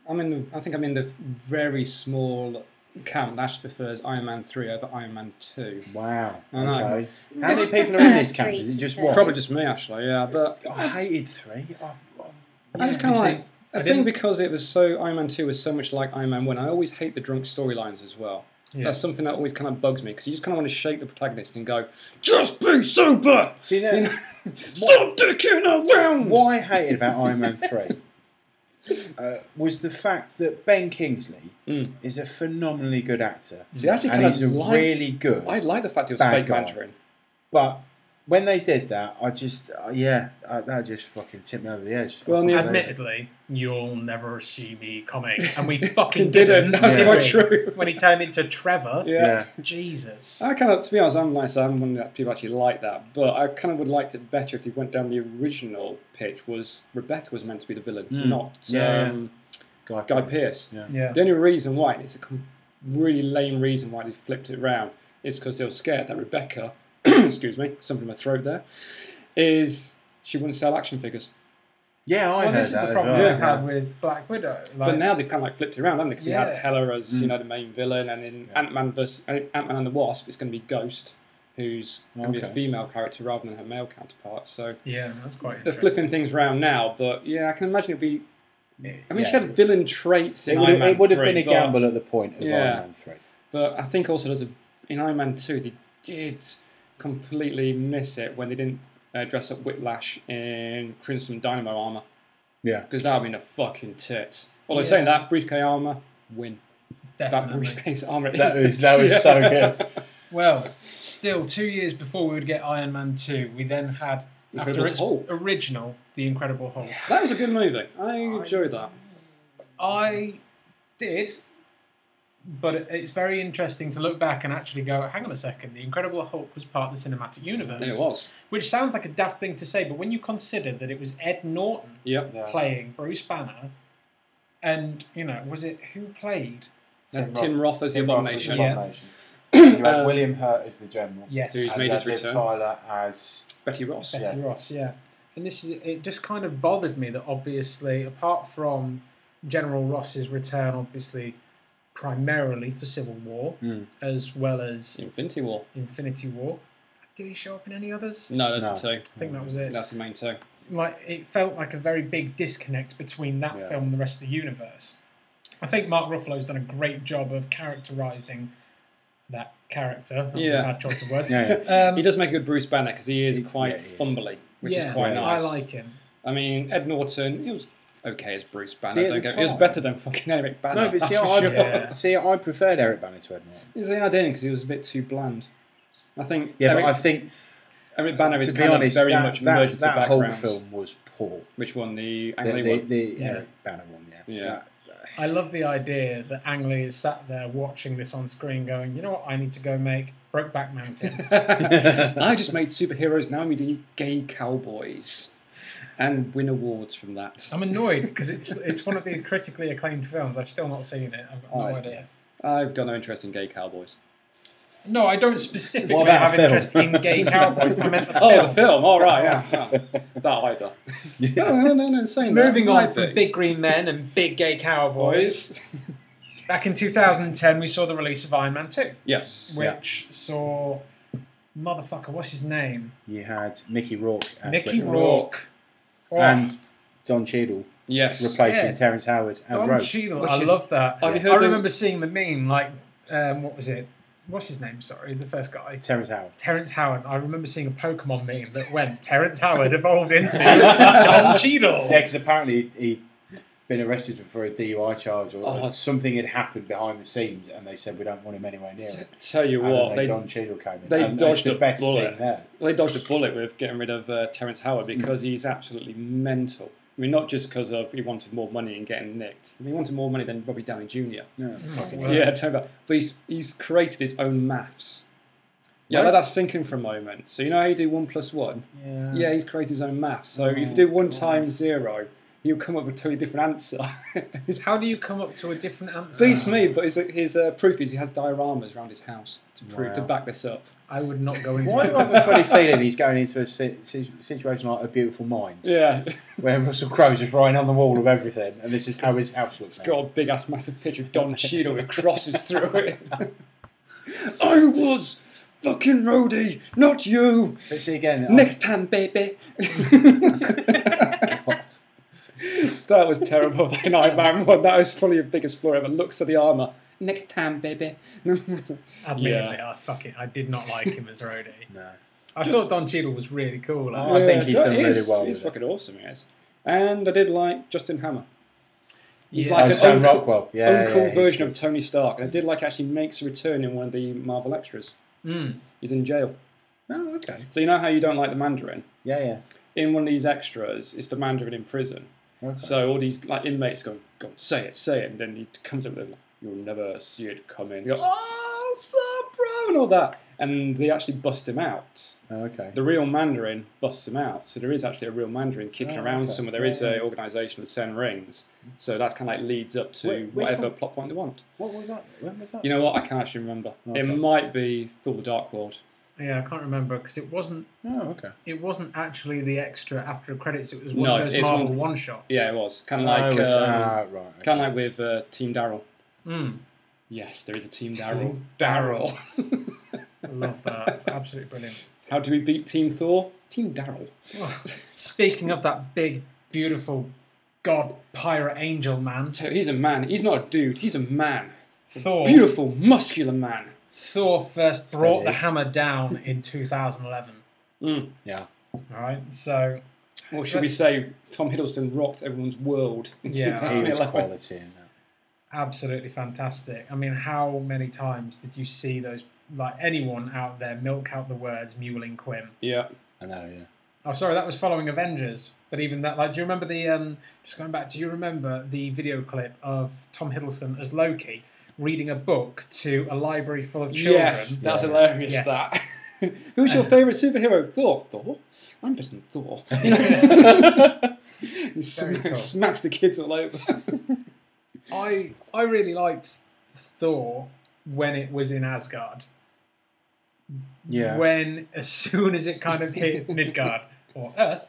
Speaker 1: I'm in. The, I think I'm in the very small camp that actually prefers Iron Man three over Iron Man two.
Speaker 3: Wow.
Speaker 1: I know.
Speaker 3: Okay. How many
Speaker 4: Just
Speaker 3: people
Speaker 4: the
Speaker 3: are in this
Speaker 4: first
Speaker 3: camp?
Speaker 4: three
Speaker 3: Is it just
Speaker 4: to-
Speaker 3: one?
Speaker 1: Probably just me, actually. Yeah, but
Speaker 3: I hated three. I,
Speaker 1: I just
Speaker 2: Yeah,
Speaker 1: kind of
Speaker 2: you see,
Speaker 1: like. I,
Speaker 2: I
Speaker 1: think
Speaker 2: didn't-
Speaker 1: because it was so Iron Man two was so much like Iron Man one. I always hate the drunk storylines as well.
Speaker 2: Yeah.
Speaker 1: That's something that always kind of bugs me because you just kind of want to shake the protagonist and go, "Just be sober."
Speaker 3: See that?
Speaker 1: You know? Stop dicking around.
Speaker 3: What I hated about Iron Man 3 uh, was the fact that Ben Kingsley
Speaker 1: Mm.
Speaker 3: is a phenomenally good actor.
Speaker 1: See, I actually
Speaker 3: and
Speaker 1: kind of
Speaker 3: he's a
Speaker 1: liked,
Speaker 3: really good.
Speaker 1: I like the fact it was
Speaker 3: bad
Speaker 1: fake
Speaker 3: guy.
Speaker 1: Mandarin.
Speaker 3: but when they did that, I just, uh, yeah, uh, that just fucking tipped me over the edge.
Speaker 1: Well,
Speaker 3: I
Speaker 1: yeah.
Speaker 2: Admittedly, you'll never see me coming. And we fucking
Speaker 1: It didn't.
Speaker 2: didn't.
Speaker 1: That's
Speaker 3: Yeah.
Speaker 2: did
Speaker 1: quite
Speaker 2: we?
Speaker 1: true.
Speaker 2: When he turned into Trevor,
Speaker 1: Yeah.
Speaker 3: Yeah.
Speaker 2: Jesus.
Speaker 1: I kind of, to be honest, I'm nice. I'm one that people actually like that, but I kind of would liked it better if they went down the original pitch. Was Rebecca was meant to be the villain,
Speaker 3: Mm.
Speaker 1: not
Speaker 3: Yeah,
Speaker 1: um,
Speaker 3: Guy,
Speaker 1: Guy Pearce.
Speaker 3: Yeah.
Speaker 2: Yeah.
Speaker 1: The only reason why and it's a com- really lame reason why they flipped it round is because they were scared that Rebecca, excuse me, something in my throat there, is she wouldn't sell action figures.
Speaker 3: Yeah, I
Speaker 2: Well,
Speaker 3: heard
Speaker 2: this is
Speaker 3: that
Speaker 2: the
Speaker 3: as
Speaker 2: problem
Speaker 3: well,
Speaker 2: we've
Speaker 3: yeah.
Speaker 2: had with Black Widow. Like,
Speaker 1: But now they've kind of like flipped it around, haven't they? Because they
Speaker 2: Yeah.
Speaker 1: had Hela as you
Speaker 3: Mm.
Speaker 1: know the main villain, and in
Speaker 3: Yeah.
Speaker 1: Ant Man versus Ant Man and the Wasp, it's going to be Ghost, who's going to be a
Speaker 3: Okay.
Speaker 1: female character rather than her male counterpart. So
Speaker 2: yeah, that's quite
Speaker 1: they're
Speaker 2: interesting.
Speaker 1: flipping things around now. But yeah, I can imagine it'd be. I mean, she
Speaker 3: Yeah.
Speaker 1: had villain traits in
Speaker 3: It would,
Speaker 1: Iron
Speaker 3: have,
Speaker 1: Man
Speaker 3: it would have
Speaker 1: 3,
Speaker 3: been a
Speaker 1: but-
Speaker 3: gamble at the point of
Speaker 1: Yeah.
Speaker 3: Iron Man 3.
Speaker 1: But I think also there's a in Iron Man two they did completely miss it when they didn't uh, dress up Whiplash in Crimson Dynamo armor
Speaker 3: Yeah.
Speaker 1: because that would have been a fucking tits. Although
Speaker 2: Yeah.
Speaker 1: saying that briefcase armor win that
Speaker 2: Definitely.
Speaker 1: briefcase armor
Speaker 3: That
Speaker 1: is
Speaker 3: was,
Speaker 1: the
Speaker 3: that was so
Speaker 1: shit.
Speaker 3: good.
Speaker 2: Well, still two years before we would get Iron Man two, we then had
Speaker 1: Incredible
Speaker 2: after its
Speaker 1: Hulk.
Speaker 2: original, The Incredible Hulk.
Speaker 1: That was a good movie. I enjoyed that.
Speaker 2: I did, but it- it's very interesting to look back and actually go, hang on a second, The Incredible Hulk was part of the cinematic universe.
Speaker 1: It was.
Speaker 2: Which sounds like a daft thing to say, but when you consider that it was Ed Norton
Speaker 1: Yep.
Speaker 3: Yeah.
Speaker 2: playing Bruce Banner, and, you know, was it who played?
Speaker 3: Tim
Speaker 1: Tim,
Speaker 3: Roth-
Speaker 1: Roth as the
Speaker 3: Tim Roth was the
Speaker 1: Abomination.
Speaker 2: Yeah.
Speaker 3: Abomination. you had
Speaker 1: Um,
Speaker 3: William Hurt as the general.
Speaker 2: Yes.
Speaker 1: Who's He's
Speaker 3: and
Speaker 1: made
Speaker 3: you
Speaker 1: his
Speaker 3: had Liv
Speaker 1: return.
Speaker 3: Tyler as
Speaker 1: Betty Ross.
Speaker 2: Betty Ross, yeah. And this is it just kind of bothered me that obviously, apart from General Ross's return, obviously primarily for Civil War,
Speaker 1: Hmm.
Speaker 3: Mm.
Speaker 2: as well as
Speaker 1: Infinity War.
Speaker 2: Infinity War. Did he show up in any others?
Speaker 1: No, that's the
Speaker 2: I think that was it.
Speaker 1: two. That's the main two.
Speaker 2: Like it felt like a very big disconnect between that
Speaker 3: Yeah.
Speaker 2: film and the rest of the universe. I think Mark Ruffalo's done a great job of characterizing that character. That was
Speaker 1: Yeah.
Speaker 2: a bad choice of words.
Speaker 3: Yeah,
Speaker 2: Um,
Speaker 1: He does make a good Bruce Banner because he is
Speaker 3: He-
Speaker 1: quite
Speaker 3: yeah, he is.
Speaker 1: fumbly, which
Speaker 2: yeah,
Speaker 1: is quite
Speaker 3: Yeah.
Speaker 1: nice.
Speaker 2: I like him.
Speaker 1: I mean, Ed Norton, he was okay as Bruce Banner.
Speaker 3: See, at
Speaker 1: don't
Speaker 3: the
Speaker 1: go, he was
Speaker 3: time-
Speaker 1: better than fucking Eric Banner.
Speaker 3: No, but
Speaker 1: that's
Speaker 3: see,
Speaker 1: for
Speaker 3: I,
Speaker 1: sure.
Speaker 2: Yeah.
Speaker 3: see, I preferred Eric Banner to Ed Norton.
Speaker 1: He's the idea because he was a bit too bland. I think
Speaker 3: Yeah,
Speaker 1: Eric,
Speaker 3: but I think
Speaker 1: Eric Banner
Speaker 3: to
Speaker 1: is
Speaker 3: be
Speaker 1: kind
Speaker 3: honest,
Speaker 1: of very
Speaker 3: that,
Speaker 1: much emerged
Speaker 3: that,
Speaker 1: to the
Speaker 3: that whole
Speaker 1: background.
Speaker 3: film was poor.
Speaker 1: Which one? The
Speaker 3: The,
Speaker 1: Angley
Speaker 3: the,
Speaker 1: one?
Speaker 3: the
Speaker 2: Yeah.
Speaker 3: Eric Banner one, yeah.
Speaker 1: Yeah.
Speaker 3: That-
Speaker 2: I love the idea that Ang Lee is sat there watching this on screen, going, "You know what? I need to go make Brokeback Mountain."
Speaker 1: I just made superheroes. Now we do gay cowboys, and win awards from that.
Speaker 2: I'm annoyed because it's it's one of these critically acclaimed films. I've still not seen it. I've got no
Speaker 3: Oh,
Speaker 2: idea.
Speaker 1: I've got no interest in gay cowboys.
Speaker 2: No, I don't specifically
Speaker 3: What about
Speaker 2: have
Speaker 3: a film?
Speaker 2: interest in gay cowboys. I meant the
Speaker 1: Oh,
Speaker 2: film.
Speaker 1: the film. All right, yeah, yeah. that either. No, no, no, no, saying that,
Speaker 2: Moving on
Speaker 1: might
Speaker 2: from
Speaker 1: be.
Speaker 2: Big Green Men and Big Gay Cowboys. Back in 2010, we saw the release of Iron Man 2,
Speaker 1: Yes.
Speaker 2: which saw motherfucker. What's his name?
Speaker 3: You had Mickey Rourke as
Speaker 2: Mickey
Speaker 3: Whitman.
Speaker 2: Rourke. Oh,
Speaker 3: and Don Cheadle
Speaker 1: Yes.
Speaker 3: replacing
Speaker 2: Yeah.
Speaker 3: Terrence Howard and
Speaker 2: Don
Speaker 3: Rogue.
Speaker 2: Cheadle.
Speaker 1: Which
Speaker 2: I
Speaker 1: is-
Speaker 2: love that.
Speaker 1: Have you
Speaker 2: I
Speaker 1: heard? of,
Speaker 2: remember seeing the meme, like, um, what was it? What's his name? Sorry, the first guy.
Speaker 3: Terrence Howard.
Speaker 2: Terrence Howard. I remember seeing a Pokemon meme that went Terrence Howard evolved into Don Cheadle.
Speaker 3: Yeah, because apparently he'd been arrested for a DUI charge or,
Speaker 1: Oh.
Speaker 3: or something had happened behind the scenes, and they said we don't want him anywhere near.
Speaker 1: T-
Speaker 3: it.
Speaker 1: tell you
Speaker 3: And
Speaker 1: what,
Speaker 3: then they,
Speaker 1: they
Speaker 3: Don Cheadle came in.
Speaker 1: they
Speaker 3: and
Speaker 1: dodged
Speaker 3: that's the
Speaker 1: a
Speaker 3: best
Speaker 1: bullet.
Speaker 3: thing there.
Speaker 1: they dodged a bullet with getting rid of uh, Terence Howard
Speaker 3: Hmm.
Speaker 1: because he's absolutely mental. I mean, not just because of he wanted more money and getting nicked. I mean, he wanted more money than Robbie Downey Jr.
Speaker 3: No,
Speaker 2: Oh
Speaker 3: fucking
Speaker 2: Wow.
Speaker 1: Yeah, tell me about. But he's he's created his own maths. Yeah,
Speaker 3: Well,
Speaker 1: let that
Speaker 3: that's-
Speaker 1: sink in for a moment. So you know how you do one plus one.
Speaker 3: Yeah.
Speaker 1: Yeah, he's created his own maths. So if you
Speaker 3: Hmm. Oh,
Speaker 1: do one
Speaker 3: God.
Speaker 1: times zero, you'll come up with a totally different answer. it's
Speaker 2: How do you come up to a different
Speaker 3: Ah.
Speaker 2: answer?
Speaker 1: beats me, but his his uh, proof is he has dioramas around his house to prove to
Speaker 3: Wow.
Speaker 1: back this up.
Speaker 2: I would not go into
Speaker 3: Why do I have a funny feeling he's going into a si- si- situation like A Beautiful Mind,
Speaker 1: Yeah,
Speaker 3: where Russell Crowe's just writing on the wall of everything, and this is how his house looks
Speaker 1: it's
Speaker 3: now.
Speaker 1: got a big ass massive picture of Don Cheadle with crosses through it. I was fucking Roddy, not you.
Speaker 3: But see again, I-
Speaker 1: Next time, baby. That was terrible. That Iron Man one. That was probably the biggest flaw ever. Looks at the armor. Next time, baby.
Speaker 2: Admittedly, I fucking I did not like him as Rhodey.
Speaker 3: No.
Speaker 2: I thought Don Cheadle was really cool.
Speaker 3: I
Speaker 2: I-
Speaker 3: Oh. think he's
Speaker 1: that
Speaker 3: done really
Speaker 1: is-
Speaker 3: well
Speaker 1: He's
Speaker 3: with it.
Speaker 1: fucking awesome, he is. And I did like Justin Hammer. He's
Speaker 2: Yeah.
Speaker 1: like
Speaker 3: oh,
Speaker 1: an
Speaker 3: Sam
Speaker 1: uncool,
Speaker 3: Rockwell. Yeah, yeah,
Speaker 1: uncool
Speaker 3: he's
Speaker 1: version
Speaker 3: good.
Speaker 1: of Tony Stark. And I did like actually makes a return in one of the Marvel extras.
Speaker 2: Mm.
Speaker 1: He's in jail.
Speaker 3: Oh, okay.
Speaker 1: So you know how you don't like the Mandarin?
Speaker 3: Yeah, yeah.
Speaker 1: In one of these extras, it's the Mandarin in prison.
Speaker 3: Okay.
Speaker 1: So all these like inmates go, go on, say it, say it, and then he comes up with them, like, you'll never see it coming. They go, oh, sup, bro, and all that, and they actually bust him out.
Speaker 3: Oh, okay.
Speaker 1: The real Mandarin busts him out, so there is actually a real Mandarin kicking
Speaker 3: Oh,
Speaker 1: around
Speaker 3: okay.
Speaker 1: somewhere. There is
Speaker 3: Yeah,
Speaker 1: a
Speaker 3: yeah.
Speaker 1: organisation with Sen Rings, so that's kind of like leads up to
Speaker 3: Wait, which
Speaker 1: whatever
Speaker 3: one?
Speaker 1: plot point they want.
Speaker 3: What was that? When was that?
Speaker 1: You know what? I can't actually remember. It
Speaker 3: Okay.
Speaker 1: might be Thor: The Dark World.
Speaker 2: Yeah, I can't remember because it wasn't
Speaker 3: Oh, okay.
Speaker 2: it wasn't actually the extra after credits. It was one
Speaker 1: No,
Speaker 2: of those
Speaker 1: it's
Speaker 2: Marvel
Speaker 1: one-
Speaker 2: one shots.
Speaker 1: Yeah, it was kind of like
Speaker 3: oh, it's-
Speaker 1: um,
Speaker 3: ah, right. Okay.
Speaker 1: kind of like with uh, Team Daryl.
Speaker 2: Mm.
Speaker 1: Yes, there is a Team
Speaker 2: Team
Speaker 1: Daryl.
Speaker 2: Daryl.
Speaker 1: Daryl.
Speaker 2: I love that. It's absolutely brilliant.
Speaker 1: How do we beat Team Thor? Team Daryl.
Speaker 2: Speaking of that big, beautiful god pirate angel man,
Speaker 1: So he's a man. He's not a dude. He's a man.
Speaker 2: Thor.
Speaker 1: Beautiful, muscular man.
Speaker 2: Thor first brought the
Speaker 3: Steady.
Speaker 2: hammer down in 2011.
Speaker 1: Mm.
Speaker 3: yeah.
Speaker 2: All right, so
Speaker 1: Or should we say Tom Hiddleston rocked everyone's world in
Speaker 2: Yeah, he was
Speaker 3: He was
Speaker 1: 2011?
Speaker 3: quality in that.
Speaker 2: absolutely fantastic. I mean, how many times did you see those like anyone out there milk out the words Mewling Quim.
Speaker 1: Yeah.
Speaker 3: I know, yeah.
Speaker 2: Oh, sorry, that was following Avengers. But even that, like, do you remember the? Um, just going back, do you remember the video clip of Tom Hiddleston as Loki reading a book to a library full of children?
Speaker 1: Yes, that's
Speaker 3: Yeah.
Speaker 1: hilarious.
Speaker 2: Yes.
Speaker 1: That. Who's your favourite superhero? Thor. Thor. I'm better than Thor. You know? He smack-
Speaker 2: cool.
Speaker 1: smacks the kids all over.
Speaker 2: I I really liked Thor when it was in Asgard.
Speaker 3: Yeah.
Speaker 2: When as soon as it kind of hit Midgard or Earth,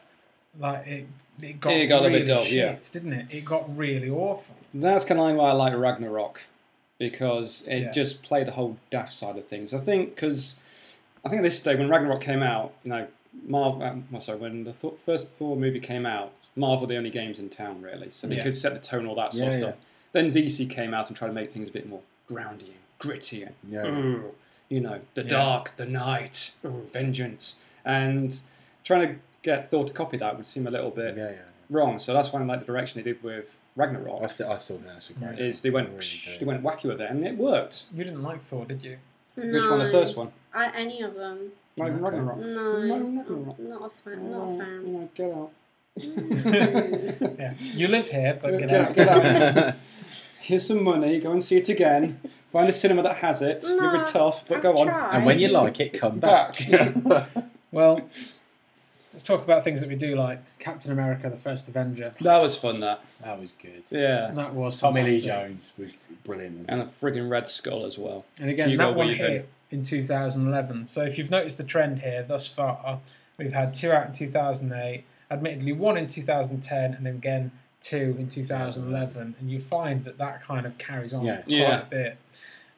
Speaker 2: like it, it got,
Speaker 1: It got a bit
Speaker 2: really
Speaker 1: dull,
Speaker 2: shit,
Speaker 1: yeah.
Speaker 2: didn't it? It got really awful.
Speaker 1: That's kind of why I like Ragnarok because it
Speaker 2: Yeah.
Speaker 1: just played the whole daft side of things. I think because I think at this stage when Ragnarok came out, you know, Marvel. Um, well, sorry, when the Thor, first Thor movie came out, Marvel were the only games in town really, so they
Speaker 2: Yeah.
Speaker 1: could set the tone, all that sort of
Speaker 3: Yeah, yeah.
Speaker 1: stuff. Then DC came out and tried to make things a bit more groundy and gritty and
Speaker 3: Yeah.
Speaker 1: ooh, you know, the
Speaker 2: Yeah.
Speaker 1: dark, the night, ooh, vengeance, and trying to get Thor to copy that would seem a little
Speaker 3: Yeah,
Speaker 1: bit
Speaker 3: yeah.
Speaker 1: wrong. So that's why I like the direction they did with Ragnarok
Speaker 3: I, st- I still think that's a great.
Speaker 1: is they went
Speaker 3: Really
Speaker 1: psh,
Speaker 3: good.
Speaker 1: they went wacky with it and it worked.
Speaker 2: You didn't like Thor, did you?
Speaker 1: Which one? The first one?
Speaker 4: I, any of them.
Speaker 1: Not even
Speaker 3: Okay.
Speaker 1: Ragnarok.
Speaker 4: No.
Speaker 1: No,
Speaker 4: I'm
Speaker 1: not
Speaker 4: not, a fan. Not a
Speaker 1: You
Speaker 4: fan.
Speaker 1: know, get out.
Speaker 4: Mm.
Speaker 2: Yeah, you live here, but get
Speaker 1: Get
Speaker 2: out.
Speaker 1: out. Here's some money. Go and see it again. Find a cinema that has it.
Speaker 4: No,
Speaker 1: You're a tough, but
Speaker 4: I've
Speaker 1: go on.
Speaker 4: tried.
Speaker 3: and when you like it, come
Speaker 1: Back.
Speaker 3: back.
Speaker 2: Well, let's talk about things that we do like. Captain America: The First Avenger.
Speaker 1: That was fun. That
Speaker 3: that was good.
Speaker 1: yeah,
Speaker 2: And that was
Speaker 3: Tommy Lee
Speaker 2: fantastic.
Speaker 3: Jones was brilliant.
Speaker 1: and a friggin' Red Skull as well.
Speaker 2: And again,
Speaker 1: Hugo
Speaker 2: that one
Speaker 1: Weaving.
Speaker 2: hit in 2011. So if you've noticed the trend here thus far, we've had two out in 2008, admittedly one in 2010, and then again two in 2011. And you find that that kind of carries on
Speaker 3: Yeah.
Speaker 2: quite
Speaker 1: Yeah.
Speaker 2: a bit.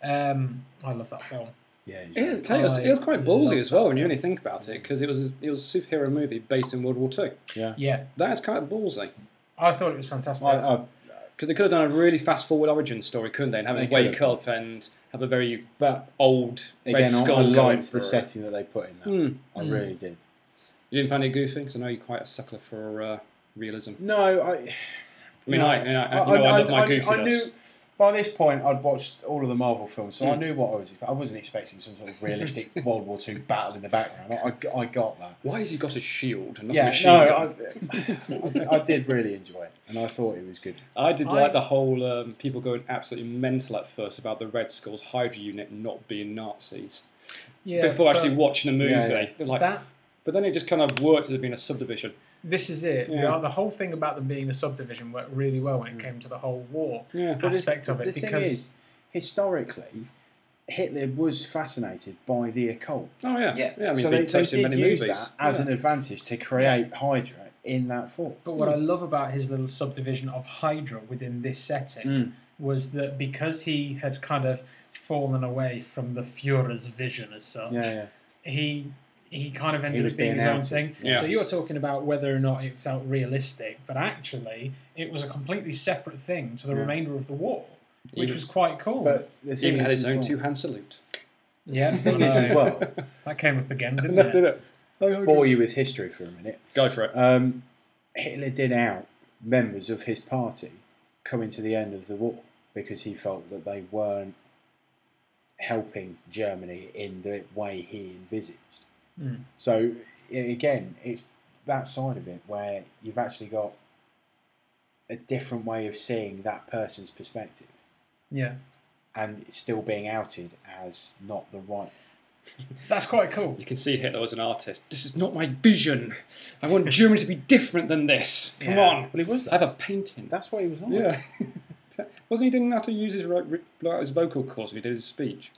Speaker 2: Um, I love that film.
Speaker 3: yeah, he's
Speaker 1: It,
Speaker 3: good.
Speaker 1: tell you, it was- it was quite ballsy
Speaker 2: love
Speaker 1: as well when you really think about it, because it was it was a superhero movie based in World War Two.
Speaker 3: yeah.
Speaker 2: Yeah,
Speaker 1: That is kind of ballsy
Speaker 2: I thought it was fantastic.
Speaker 3: I, I,
Speaker 1: because they could have done a really fast forward origin story, couldn't they? And have
Speaker 3: They
Speaker 1: it
Speaker 3: could
Speaker 1: wake
Speaker 3: have.
Speaker 1: up and have a very
Speaker 3: but
Speaker 1: old Red
Speaker 3: again, I,
Speaker 1: Skull
Speaker 3: I
Speaker 1: going
Speaker 3: liked
Speaker 1: for
Speaker 3: the
Speaker 1: it.
Speaker 3: setting that they put in that.
Speaker 1: Mm.
Speaker 3: I really did.
Speaker 1: You didn't find it goofy because I know you're quite a sucker for uh, realism.
Speaker 3: No, I.
Speaker 1: I mean,
Speaker 3: No.
Speaker 1: I, I, I, you know, Uh, I, love my goofiness.
Speaker 3: I knew by this point I'd watched all of the Marvel films,
Speaker 1: Hmm.
Speaker 3: so I knew what I was. I wasn't expecting some sort of realistic World War II battle in the background. I, I, I got that.
Speaker 1: Why has he got a shield and not a
Speaker 3: Yeah,
Speaker 1: machine gun?
Speaker 3: no, I, I did really enjoy it, and I thought it was good.
Speaker 1: I, did
Speaker 2: I-
Speaker 1: like the whole um, people going absolutely mental at first about the Red Skull's Hydra unit not being Nazis
Speaker 2: yeah,
Speaker 1: before
Speaker 2: but
Speaker 1: actually watching the movie.
Speaker 3: Yeah, yeah.
Speaker 1: They're like,
Speaker 2: that
Speaker 1: but then it just kind of worked as being a subdivision.
Speaker 2: this is it.
Speaker 1: Yeah.
Speaker 2: The, the whole thing about them being a subdivision worked really well when it came to the whole war
Speaker 1: Yeah.
Speaker 3: Mm. But the-
Speaker 2: aspect of
Speaker 3: the
Speaker 2: it
Speaker 3: thing
Speaker 2: because
Speaker 3: is, historically, Hitler was fascinated by the occult.
Speaker 1: Oh yeah, yeah. I mean,
Speaker 3: so
Speaker 1: they,
Speaker 3: they, they
Speaker 1: touched in
Speaker 3: did
Speaker 1: many
Speaker 3: use
Speaker 1: movies.
Speaker 3: that as
Speaker 1: yeah.
Speaker 3: an advantage to create Hydra in that form.
Speaker 2: But what I love about his little subdivision of Hydra within this setting
Speaker 3: Mm.
Speaker 2: was that because he had kind of fallen away from the Fuhrer's vision as such,
Speaker 3: Yeah, yeah.
Speaker 2: he he kind of ended
Speaker 3: was
Speaker 2: up being
Speaker 3: being
Speaker 2: his own
Speaker 3: outed,
Speaker 2: thing.
Speaker 1: yeah.
Speaker 2: So you're talking about whether or not it felt realistic, but actually it was a completely separate thing to the
Speaker 3: Yeah.
Speaker 2: remainder of the war, which
Speaker 1: Even-
Speaker 2: was quite cool.
Speaker 3: But the
Speaker 1: He
Speaker 3: thing
Speaker 1: even had
Speaker 3: is
Speaker 1: his
Speaker 3: as
Speaker 1: own
Speaker 3: well-
Speaker 1: two hand salute.
Speaker 2: yeah,
Speaker 3: The thing is
Speaker 2: I know.
Speaker 3: as well,
Speaker 2: that came up again, didn't
Speaker 1: Did
Speaker 2: it?
Speaker 1: it?
Speaker 3: bore you with history for a minute.
Speaker 1: Go for it.
Speaker 3: Um, Hitler did out members of his party coming to the end of the war because he felt that they weren't helping Germany in the way he envisaged. Hmm.
Speaker 2: Mm.
Speaker 3: So i- again, it's that side of it where you've actually got a different way of seeing that person's perspective
Speaker 2: Yeah,
Speaker 3: and it's still being outed as not the right.
Speaker 2: that's quite cool.
Speaker 1: You can see Hitler was an artist. This is not my vision. I want Germany to be different than this. Come
Speaker 2: Yeah.
Speaker 1: on.
Speaker 3: Well, he was
Speaker 1: I have a painting.
Speaker 3: That's what he was like.
Speaker 1: Yeah. Wasn't he didn't have to use his ro- ri- like his vocal cords when he did his speech?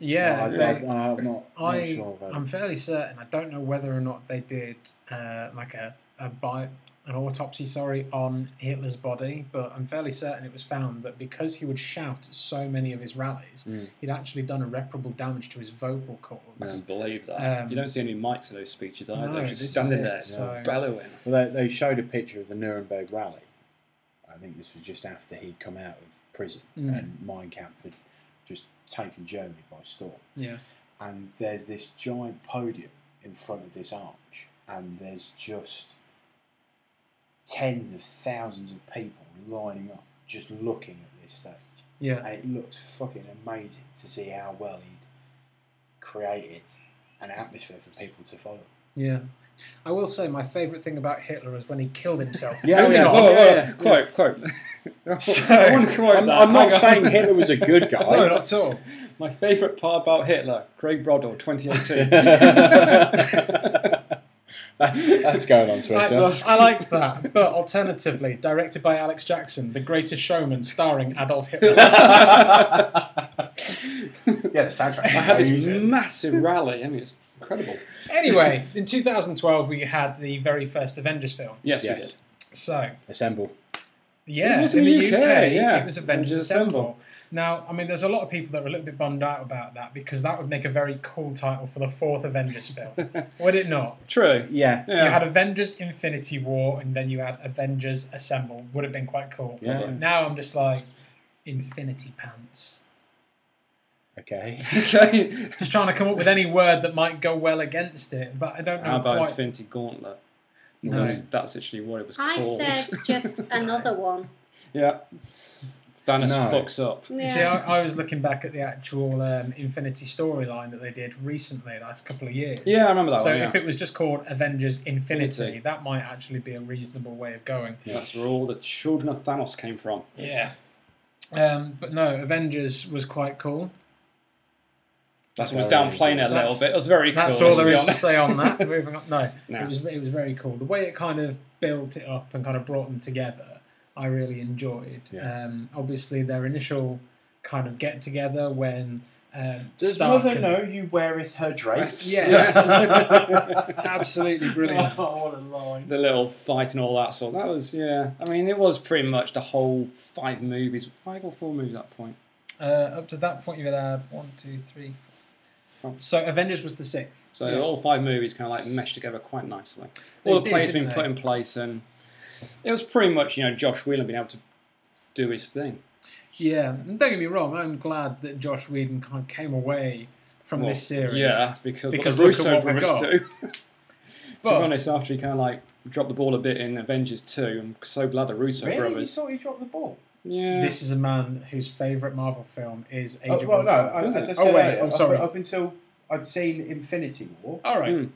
Speaker 2: Yeah,
Speaker 3: I,
Speaker 2: they-
Speaker 3: am not, not
Speaker 2: I,
Speaker 3: sure about
Speaker 2: I'm fairly certain. I don't know whether or not they did uh, like a, a bi- an autopsy, sorry, on Hitler's body, but I'm fairly certain it was found that because he would shout at so many of his rallies,
Speaker 3: Mm.
Speaker 2: he'd actually done irreparable damage to his vocal
Speaker 1: I
Speaker 2: cords.
Speaker 1: can't believe that.
Speaker 2: Um,
Speaker 1: you don't see any mics in those speeches either.
Speaker 2: No,
Speaker 1: They're
Speaker 2: this
Speaker 1: just
Speaker 2: is
Speaker 1: standing
Speaker 2: it,
Speaker 1: there
Speaker 2: so-
Speaker 1: bellowing.
Speaker 3: Well, they, they showed a picture of the Nuremberg rally. I think this was just after he'd come out of prison
Speaker 2: Mm.
Speaker 3: and Mein Kampf had just taken Germany by storm.
Speaker 2: Yeah.
Speaker 3: And there's this giant podium in front of this arch, and there's just tens of thousands of people lining up just looking at this stage.
Speaker 2: Yeah.
Speaker 3: And it looked fucking amazing to see how well he'd created an atmosphere for people to follow.
Speaker 2: Yeah. I will say my favourite thing about Hitler is when he killed himself.
Speaker 3: Yeah,
Speaker 1: Moving
Speaker 3: yeah,
Speaker 1: on. Oh, Whoa,
Speaker 3: yeah,
Speaker 1: whoa,
Speaker 3: yeah,
Speaker 1: Quote, quote.
Speaker 2: So-
Speaker 1: I want to quote
Speaker 3: I'm,
Speaker 1: that.
Speaker 3: I'm not
Speaker 1: Hang on.
Speaker 3: saying Hitler was a good guy.
Speaker 2: No, not at all.
Speaker 1: My favourite part about Hitler, Greg Brodel, 2018.
Speaker 3: That- That's going on
Speaker 2: I,
Speaker 3: Twitter.
Speaker 2: Uh, I like that. But alternatively, directed by Alex Jackson, The Greatest Showman, starring Adolf Hitler.
Speaker 3: Yeah, the soundtrack.
Speaker 1: I had this
Speaker 3: amazing.
Speaker 1: massive rally. I mean, it's incredible.
Speaker 2: anyway, in 2012, we had the very first Avengers film.
Speaker 1: Yes,
Speaker 3: Yes.
Speaker 1: we did.
Speaker 2: So,
Speaker 3: Assemble.
Speaker 2: yeah,
Speaker 1: It was
Speaker 2: in
Speaker 1: in
Speaker 2: the
Speaker 1: UK,
Speaker 2: UK,
Speaker 1: yeah.
Speaker 2: it was Avengers
Speaker 1: Avengers
Speaker 2: Assemble.
Speaker 1: Assemble.
Speaker 2: Now, I mean, there's a lot of people that were a little bit bummed out about that because that would make a very cool title for the fourth Avengers film, would it not?
Speaker 1: True.
Speaker 3: Yeah.
Speaker 1: Yeah.
Speaker 2: You had Avengers Infinity War and then you had Avengers Assemble. Would have been quite cool.
Speaker 3: Yeah.
Speaker 2: Now I'm just like, Infinity Pants.
Speaker 3: Okay.
Speaker 1: okay.
Speaker 2: Just trying to come up with any word that might go well against it, but I don't know
Speaker 1: How about
Speaker 2: quite.
Speaker 1: Infinity Gauntlet?
Speaker 2: No.
Speaker 1: That's, that's actually what it was
Speaker 4: I
Speaker 1: called.
Speaker 4: said just another one.
Speaker 1: yeah. Thanos
Speaker 3: No.
Speaker 1: fucks up.
Speaker 4: Yeah.
Speaker 2: You see, I, I was looking back at the actual um, Infinity storyline that they did recently, last couple of years.
Speaker 1: Yeah, I remember that
Speaker 2: So
Speaker 1: one. Yeah.
Speaker 2: if it was just called Avengers Infinity,
Speaker 1: Infinity.
Speaker 2: that might actually be a reasonable way of going.
Speaker 1: That's where all the children of Thanos came from.
Speaker 2: Yeah. Um, but no, Avengers was quite cool.
Speaker 1: That's,
Speaker 3: That's-
Speaker 1: why I was downplaying it a little
Speaker 2: That's-
Speaker 1: bit. It was very cool.
Speaker 2: That's all
Speaker 1: let's
Speaker 2: there
Speaker 1: be
Speaker 2: is to
Speaker 1: honest.
Speaker 2: say on that. Moving on, no,
Speaker 1: No.
Speaker 2: it was it was very cool. The way it kind of built it up and kind of brought them together, I really enjoyed.
Speaker 3: Yeah.
Speaker 2: Um, obviously, their initial kind of get together when um,
Speaker 3: Does
Speaker 2: Stark
Speaker 3: mother
Speaker 2: and-
Speaker 3: know you weareth her drapes?
Speaker 2: Yes.
Speaker 3: Yes.
Speaker 2: Absolutely brilliant.
Speaker 1: Oh,
Speaker 3: what a line.
Speaker 1: the little fight and all that sort. That was yeah. I mean, it was pretty much the whole five movies, five or four movies at that point.
Speaker 2: Uh, up to that point, you had uh, one, two, three. four. So Avengers was the sixth.
Speaker 1: Oh. So
Speaker 2: Yeah.
Speaker 1: all five movies kind of like meshed together quite nicely.
Speaker 2: They
Speaker 1: All the
Speaker 2: did,
Speaker 1: players been
Speaker 2: didn't
Speaker 1: put
Speaker 2: they?
Speaker 1: in place, and it was pretty much you know Josh Wheeler being able to do his thing.
Speaker 2: Yeah, and don't get me wrong, I'm glad that Josh Whedon kind of came away from
Speaker 1: Well,
Speaker 2: this series.
Speaker 1: yeah, because,
Speaker 2: Because
Speaker 1: what the
Speaker 2: look at
Speaker 1: Russo
Speaker 2: what we
Speaker 1: brothers
Speaker 2: got.
Speaker 1: do. to be
Speaker 2: But-
Speaker 1: honest, after he kind of like dropped the ball a bit in Avengers Two, I'm so glad the Russo
Speaker 3: Really? You
Speaker 1: brothers.
Speaker 3: thought you dropped the ball?
Speaker 1: Yeah,
Speaker 2: This is a man whose favourite Marvel film is Age
Speaker 3: Oh,
Speaker 2: of
Speaker 3: well, no.
Speaker 2: Ultron.
Speaker 3: I, as I
Speaker 1: Is
Speaker 3: said,
Speaker 1: it?
Speaker 2: Oh, wait,
Speaker 3: earlier,
Speaker 2: I'm
Speaker 3: up-
Speaker 2: sorry.
Speaker 3: Up, until I'd seen Infinity War.
Speaker 2: All right,
Speaker 1: Mm.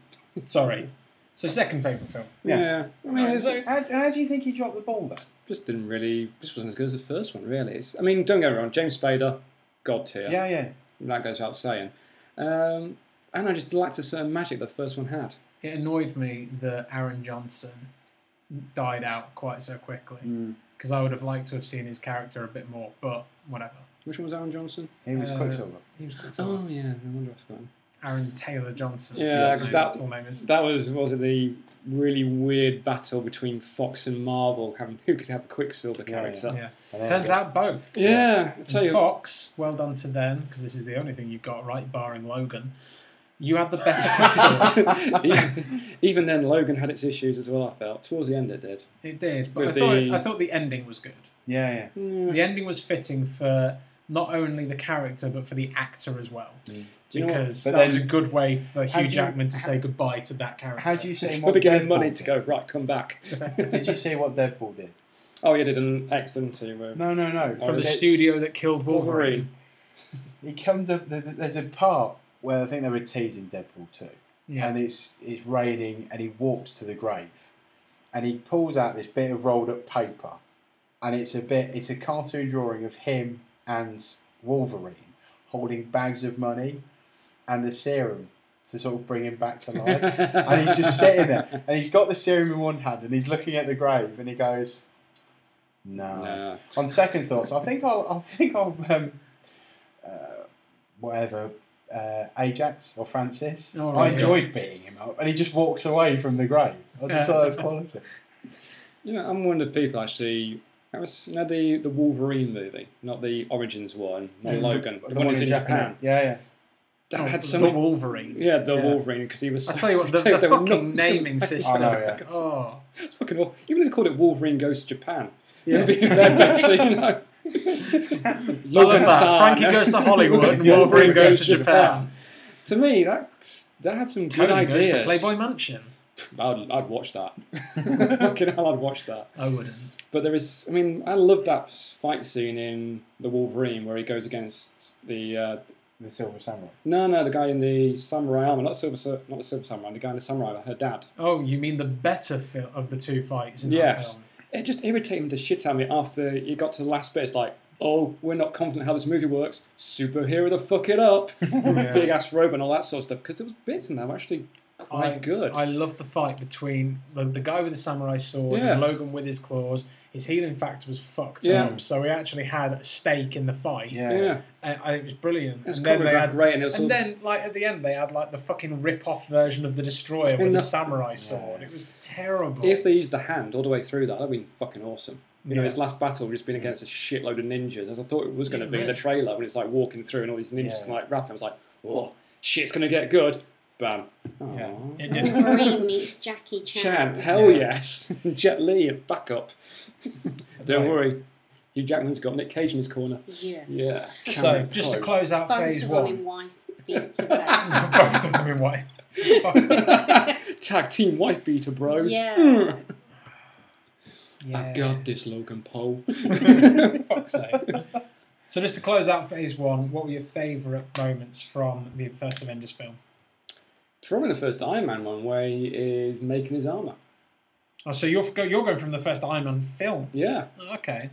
Speaker 2: sorry. So second favourite film.
Speaker 1: yeah.
Speaker 3: Yeah.
Speaker 1: I mean, it's-
Speaker 2: So-
Speaker 3: How, how do you think he dropped the ball then?
Speaker 1: just didn't really. This wasn't as good as the first one, really. It's, I mean, don't get me wrong, James Spader, god tier.
Speaker 3: Yeah, yeah.
Speaker 1: That goes without saying. Um, and I just liked a certain magic that the first one had.
Speaker 2: It annoyed me that Aaron Johnson died out quite so quickly
Speaker 1: Hmm.
Speaker 2: because I would have liked to have seen his character a bit more, but whatever.
Speaker 1: Which one was Aaron Johnson?
Speaker 3: He was
Speaker 2: Uh,
Speaker 3: Quicksilver.
Speaker 2: He was good.
Speaker 1: Oh yeah, no wonder I forgot. him.
Speaker 2: Aaron Taylor Johnson.
Speaker 1: Oh. Yeah,
Speaker 2: his
Speaker 1: 'cause
Speaker 2: name-
Speaker 1: that-
Speaker 2: full name is.
Speaker 1: That was was it the really weird battle between Fox and Marvel, having who could have the Quicksilver
Speaker 3: Yeah, yeah.
Speaker 1: character.
Speaker 2: yeah.
Speaker 3: And there
Speaker 2: Turns
Speaker 3: you go.
Speaker 2: out both.
Speaker 1: Yeah, I tell you.
Speaker 2: Fox, well done to them, because this is the only thing you got right, barring Logan. You had the better Quicksilver.
Speaker 1: even, even then, Logan had its issues as well. I felt towards the end it did.
Speaker 2: it did, but I
Speaker 1: With
Speaker 2: thought,
Speaker 1: the-
Speaker 2: I thought the ending was good.
Speaker 3: Yeah, yeah.
Speaker 1: Mm.
Speaker 2: The ending was fitting for not only the character, but for the actor as well.
Speaker 1: Do you know what?
Speaker 2: because
Speaker 3: But
Speaker 2: that was a
Speaker 3: then-
Speaker 2: good way for
Speaker 3: How
Speaker 2: Hugh
Speaker 3: do you-
Speaker 2: Jackman to say goodbye to that character.
Speaker 3: How do you say
Speaker 1: Until
Speaker 3: what
Speaker 1: they gave
Speaker 3: Deadpool
Speaker 1: him money to
Speaker 3: did?
Speaker 1: go right, come back.
Speaker 3: Did you see what Deadpool did?
Speaker 1: oh, yeah, did an X, didn't he? Where
Speaker 3: No, no, no.
Speaker 1: From
Speaker 2: From the
Speaker 1: They-
Speaker 2: studio that killed
Speaker 1: Wolverine.
Speaker 2: Wolverine.
Speaker 3: He comes up. th- th- There's a part where I think they were teasing Deadpool too,
Speaker 2: Yeah.
Speaker 3: and it's it's raining, and he walks to the grave, and he pulls out this bit of rolled up paper, and it's a bit. It's a cartoon drawing of him and Wolverine holding bags of money, and a serum to sort of bring him back to life. and he's just sitting there, and he's got the serum in one hand, and he's looking at the grave, and he goes,
Speaker 1: Nah.
Speaker 3: on second thoughts, I think I'll, I think I'll, um, uh, whatever, uh, Ajax or Francis.
Speaker 2: All
Speaker 3: I
Speaker 2: right,
Speaker 3: enjoyed beating him up, and he just walks away from the grave. I just thought that was quality.
Speaker 1: You know, I'm one of the people actually. I was, you know, the, the Wolverine movie, not the Origins one, not Logan, the, one, that's in Japan.
Speaker 3: Yeah, yeah.
Speaker 1: That had so
Speaker 2: Oh, the
Speaker 1: much.
Speaker 2: Wolverine.
Speaker 1: Yeah, the
Speaker 3: Yeah.
Speaker 1: Wolverine, because he was.
Speaker 2: I
Speaker 1: so-
Speaker 2: tell you what, the,
Speaker 1: they were
Speaker 2: the
Speaker 1: not
Speaker 2: fucking
Speaker 1: doing
Speaker 2: naming
Speaker 1: that.
Speaker 2: system.
Speaker 3: know, yeah.
Speaker 2: Oh,
Speaker 1: It's fucking awful. Even if they called it Wolverine Goes to Japan,
Speaker 2: Yeah.
Speaker 1: it'd be their better, you know. Logan
Speaker 2: that.
Speaker 1: San.
Speaker 2: Frankie goes to Hollywood and
Speaker 3: Yeah,
Speaker 2: Wolverine goes to Japan.
Speaker 1: To me, that's, that had some good
Speaker 2: Tony
Speaker 1: ideas.
Speaker 2: goes to Playboy Mansion.
Speaker 1: I'd, I'd watch that. fucking hell, I'd watch that.
Speaker 2: I wouldn't.
Speaker 1: But there is, I mean, I love that fight scene in The Wolverine where he goes against the uh,
Speaker 3: The Silver Samurai.
Speaker 1: No, no, the guy in the samurai armor, not silver, Sa- not the silver samurai, the guy in the samurai, her dad.
Speaker 2: Oh, you mean the better fil- of the two fights in
Speaker 1: Yes.
Speaker 2: that film?
Speaker 1: It just irritated the shit out of me after you got to the last bit. It's like, oh, we're not confident how this movie works. Superhero the fuck it up. Big ass robe and all that sort of stuff. Because there was bits in there were actually quite
Speaker 2: I,
Speaker 1: good.
Speaker 2: I love the fight between the, the guy with the samurai sword
Speaker 1: Yeah.
Speaker 2: and Logan with his claws. His healing factor was fucked
Speaker 1: Yeah.
Speaker 2: up, so he actually had a stake in the fight.
Speaker 3: Yeah.
Speaker 1: yeah.
Speaker 2: And I think it was brilliant.
Speaker 1: It was
Speaker 2: and then they
Speaker 1: choreographed
Speaker 2: had,
Speaker 1: great and it was
Speaker 2: and
Speaker 1: sort of-
Speaker 2: then like at the end they had like the fucking rip off version of the destroyer with
Speaker 1: And
Speaker 2: the
Speaker 1: the-
Speaker 2: samurai sword. It was terrible.
Speaker 1: If they used the hand all the way through that, that'd been fucking awesome. You know,
Speaker 2: Yeah.
Speaker 1: his last battle just been against a shitload of ninjas, as I thought it was going to
Speaker 2: Yeah,
Speaker 1: be in the
Speaker 2: right.
Speaker 1: trailer when it's like walking through and all these ninjas
Speaker 3: Yeah.
Speaker 1: can like wrap him. I was like, oh, shit's going to get good. Bam.
Speaker 2: yeah,
Speaker 1: Aw.
Speaker 2: it did.
Speaker 4: Wolverine meets Jackie Chan.
Speaker 1: Chan, hell
Speaker 2: Yeah.
Speaker 1: yes. Jet Li, back up. Don't
Speaker 2: Right.
Speaker 1: worry. Hugh Jackman's got Nick Cage in his corner.
Speaker 4: Yes.
Speaker 1: Yeah.
Speaker 2: so just to
Speaker 1: Chan.
Speaker 2: close out
Speaker 4: Both
Speaker 2: phase
Speaker 4: of
Speaker 2: one.
Speaker 4: them in wife beater vests.
Speaker 2: Both of them in white.
Speaker 1: Tag team wife beater bros.
Speaker 4: Yeah.
Speaker 1: I've got this Logan Paul.
Speaker 2: Fuck's sake. So just to close out phase one, what were your favourite moments from the first Avengers film?
Speaker 1: Probably the first Iron Man one where he is making his armour.
Speaker 2: Oh, so you're go- you're going from the first Iron Man film. Oh,
Speaker 1: Yeah.
Speaker 2: Okay.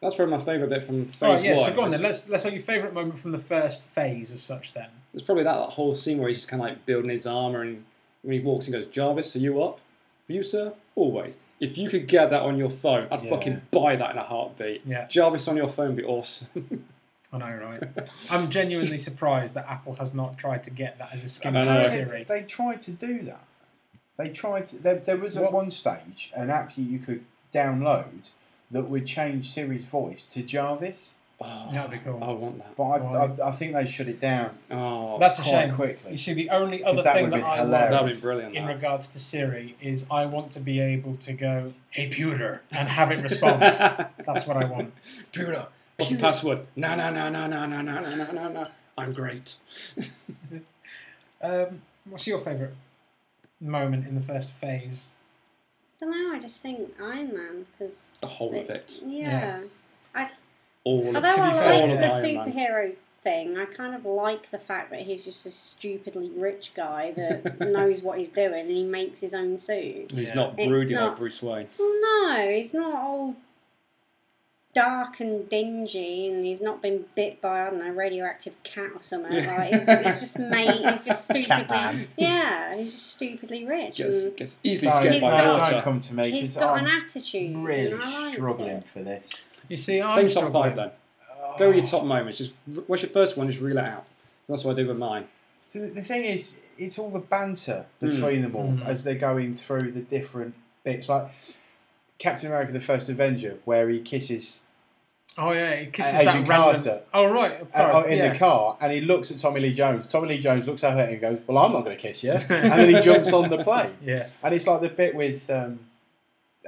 Speaker 1: That's probably my favourite bit from
Speaker 2: All
Speaker 1: phase
Speaker 2: right. Oh, Yeah.
Speaker 1: one.
Speaker 2: So go on then.
Speaker 1: It's-
Speaker 2: Let's let's have your favourite moment from the first phase, as such. Then.
Speaker 1: It's probably that, that whole scene where he's just kind of like building his armour and when he walks and goes, Jarvis, are you up? For you, sir? Always. If you could get that on your phone, I'd
Speaker 3: Yeah.
Speaker 1: fucking buy that in a heartbeat.
Speaker 2: Yeah.
Speaker 1: Jarvis on your phone would be awesome.
Speaker 2: I know, right? I'm genuinely surprised that Apple has not tried to get that as a skin
Speaker 1: I
Speaker 4: Uh,
Speaker 1: know.
Speaker 2: color
Speaker 3: They,
Speaker 2: series.
Speaker 3: they tried to do that. They tried to. There, there was at
Speaker 2: What-
Speaker 3: one stage an app you could download that would change Siri's voice to Jarvis,
Speaker 1: oh,
Speaker 2: That'd be cool.
Speaker 1: I want that.
Speaker 3: but I,
Speaker 2: Right.
Speaker 3: I, I think they shut it down
Speaker 1: Oh,
Speaker 2: That's a
Speaker 3: quite
Speaker 2: shame.
Speaker 3: quickly.
Speaker 2: You see, the only other
Speaker 3: that
Speaker 2: thing
Speaker 3: would
Speaker 2: that
Speaker 3: be
Speaker 2: I
Speaker 3: hilarious.
Speaker 1: that'd
Speaker 2: love
Speaker 1: be brilliant.
Speaker 2: in
Speaker 1: that.
Speaker 2: regards to Siri is I want to be able to go, "Hey, pewter," and have it respond. That's what I want.
Speaker 1: Pewter. What's the password? No, no, no, no, no, no, no, no, no, no, no. I'm great.
Speaker 2: Um, what's your favourite moment in the first phase?
Speaker 4: don't know. I just think Iron Man because
Speaker 1: The whole of it.
Speaker 4: yeah.
Speaker 1: All of
Speaker 4: Although
Speaker 1: it.
Speaker 2: be
Speaker 4: I
Speaker 2: fair-
Speaker 1: All
Speaker 4: like
Speaker 1: of
Speaker 4: the
Speaker 1: Iron Man.
Speaker 4: superhero thing, I kind of like the fact that he's just a stupidly rich guy that knows what he's doing and he makes his own suit.
Speaker 1: He's
Speaker 2: Yeah.
Speaker 1: not
Speaker 4: It's
Speaker 1: broody like
Speaker 4: not-
Speaker 1: Bruce Wayne.
Speaker 4: Well, no, he's not all dark and dingy, and he's not been bit by I don't know radioactive cat or something.
Speaker 1: Yeah.
Speaker 4: Like, he's, he's just made. He's just
Speaker 3: Cat
Speaker 4: stupidly.
Speaker 3: man.
Speaker 4: Yeah, he's just stupidly rich.
Speaker 1: Gets,
Speaker 4: and
Speaker 1: gets easily
Speaker 3: No,
Speaker 1: scared
Speaker 4: he's
Speaker 1: by
Speaker 4: got-
Speaker 1: water.
Speaker 3: Don't come to me
Speaker 4: he's
Speaker 3: because
Speaker 4: got an
Speaker 3: I'm
Speaker 4: attitude. and I
Speaker 3: really
Speaker 4: liked
Speaker 3: struggling
Speaker 4: it.
Speaker 3: for this.
Speaker 2: You see, I'm
Speaker 1: Think top
Speaker 2: struggling.
Speaker 1: five then. Go with your top moments. Just what's your first one? Just reel it out. That's what I did with mine.
Speaker 3: So the, the thing is, it's all the banter between them all
Speaker 2: Mm.
Speaker 3: as they're going through the different bits. Like Captain America: The First Avenger, where he kisses
Speaker 2: Oh yeah, it kisses
Speaker 3: Agent
Speaker 2: that random.
Speaker 3: Carter.
Speaker 2: Oh right, sorry.
Speaker 3: uh, in
Speaker 2: yeah.
Speaker 3: the car, and he looks at Tommy Lee Jones. Tommy Lee Jones looks at her and goes, "Well, I'm not going to kiss you," and then he jumps on the plane.
Speaker 2: Yeah.
Speaker 3: And it's like the bit with um,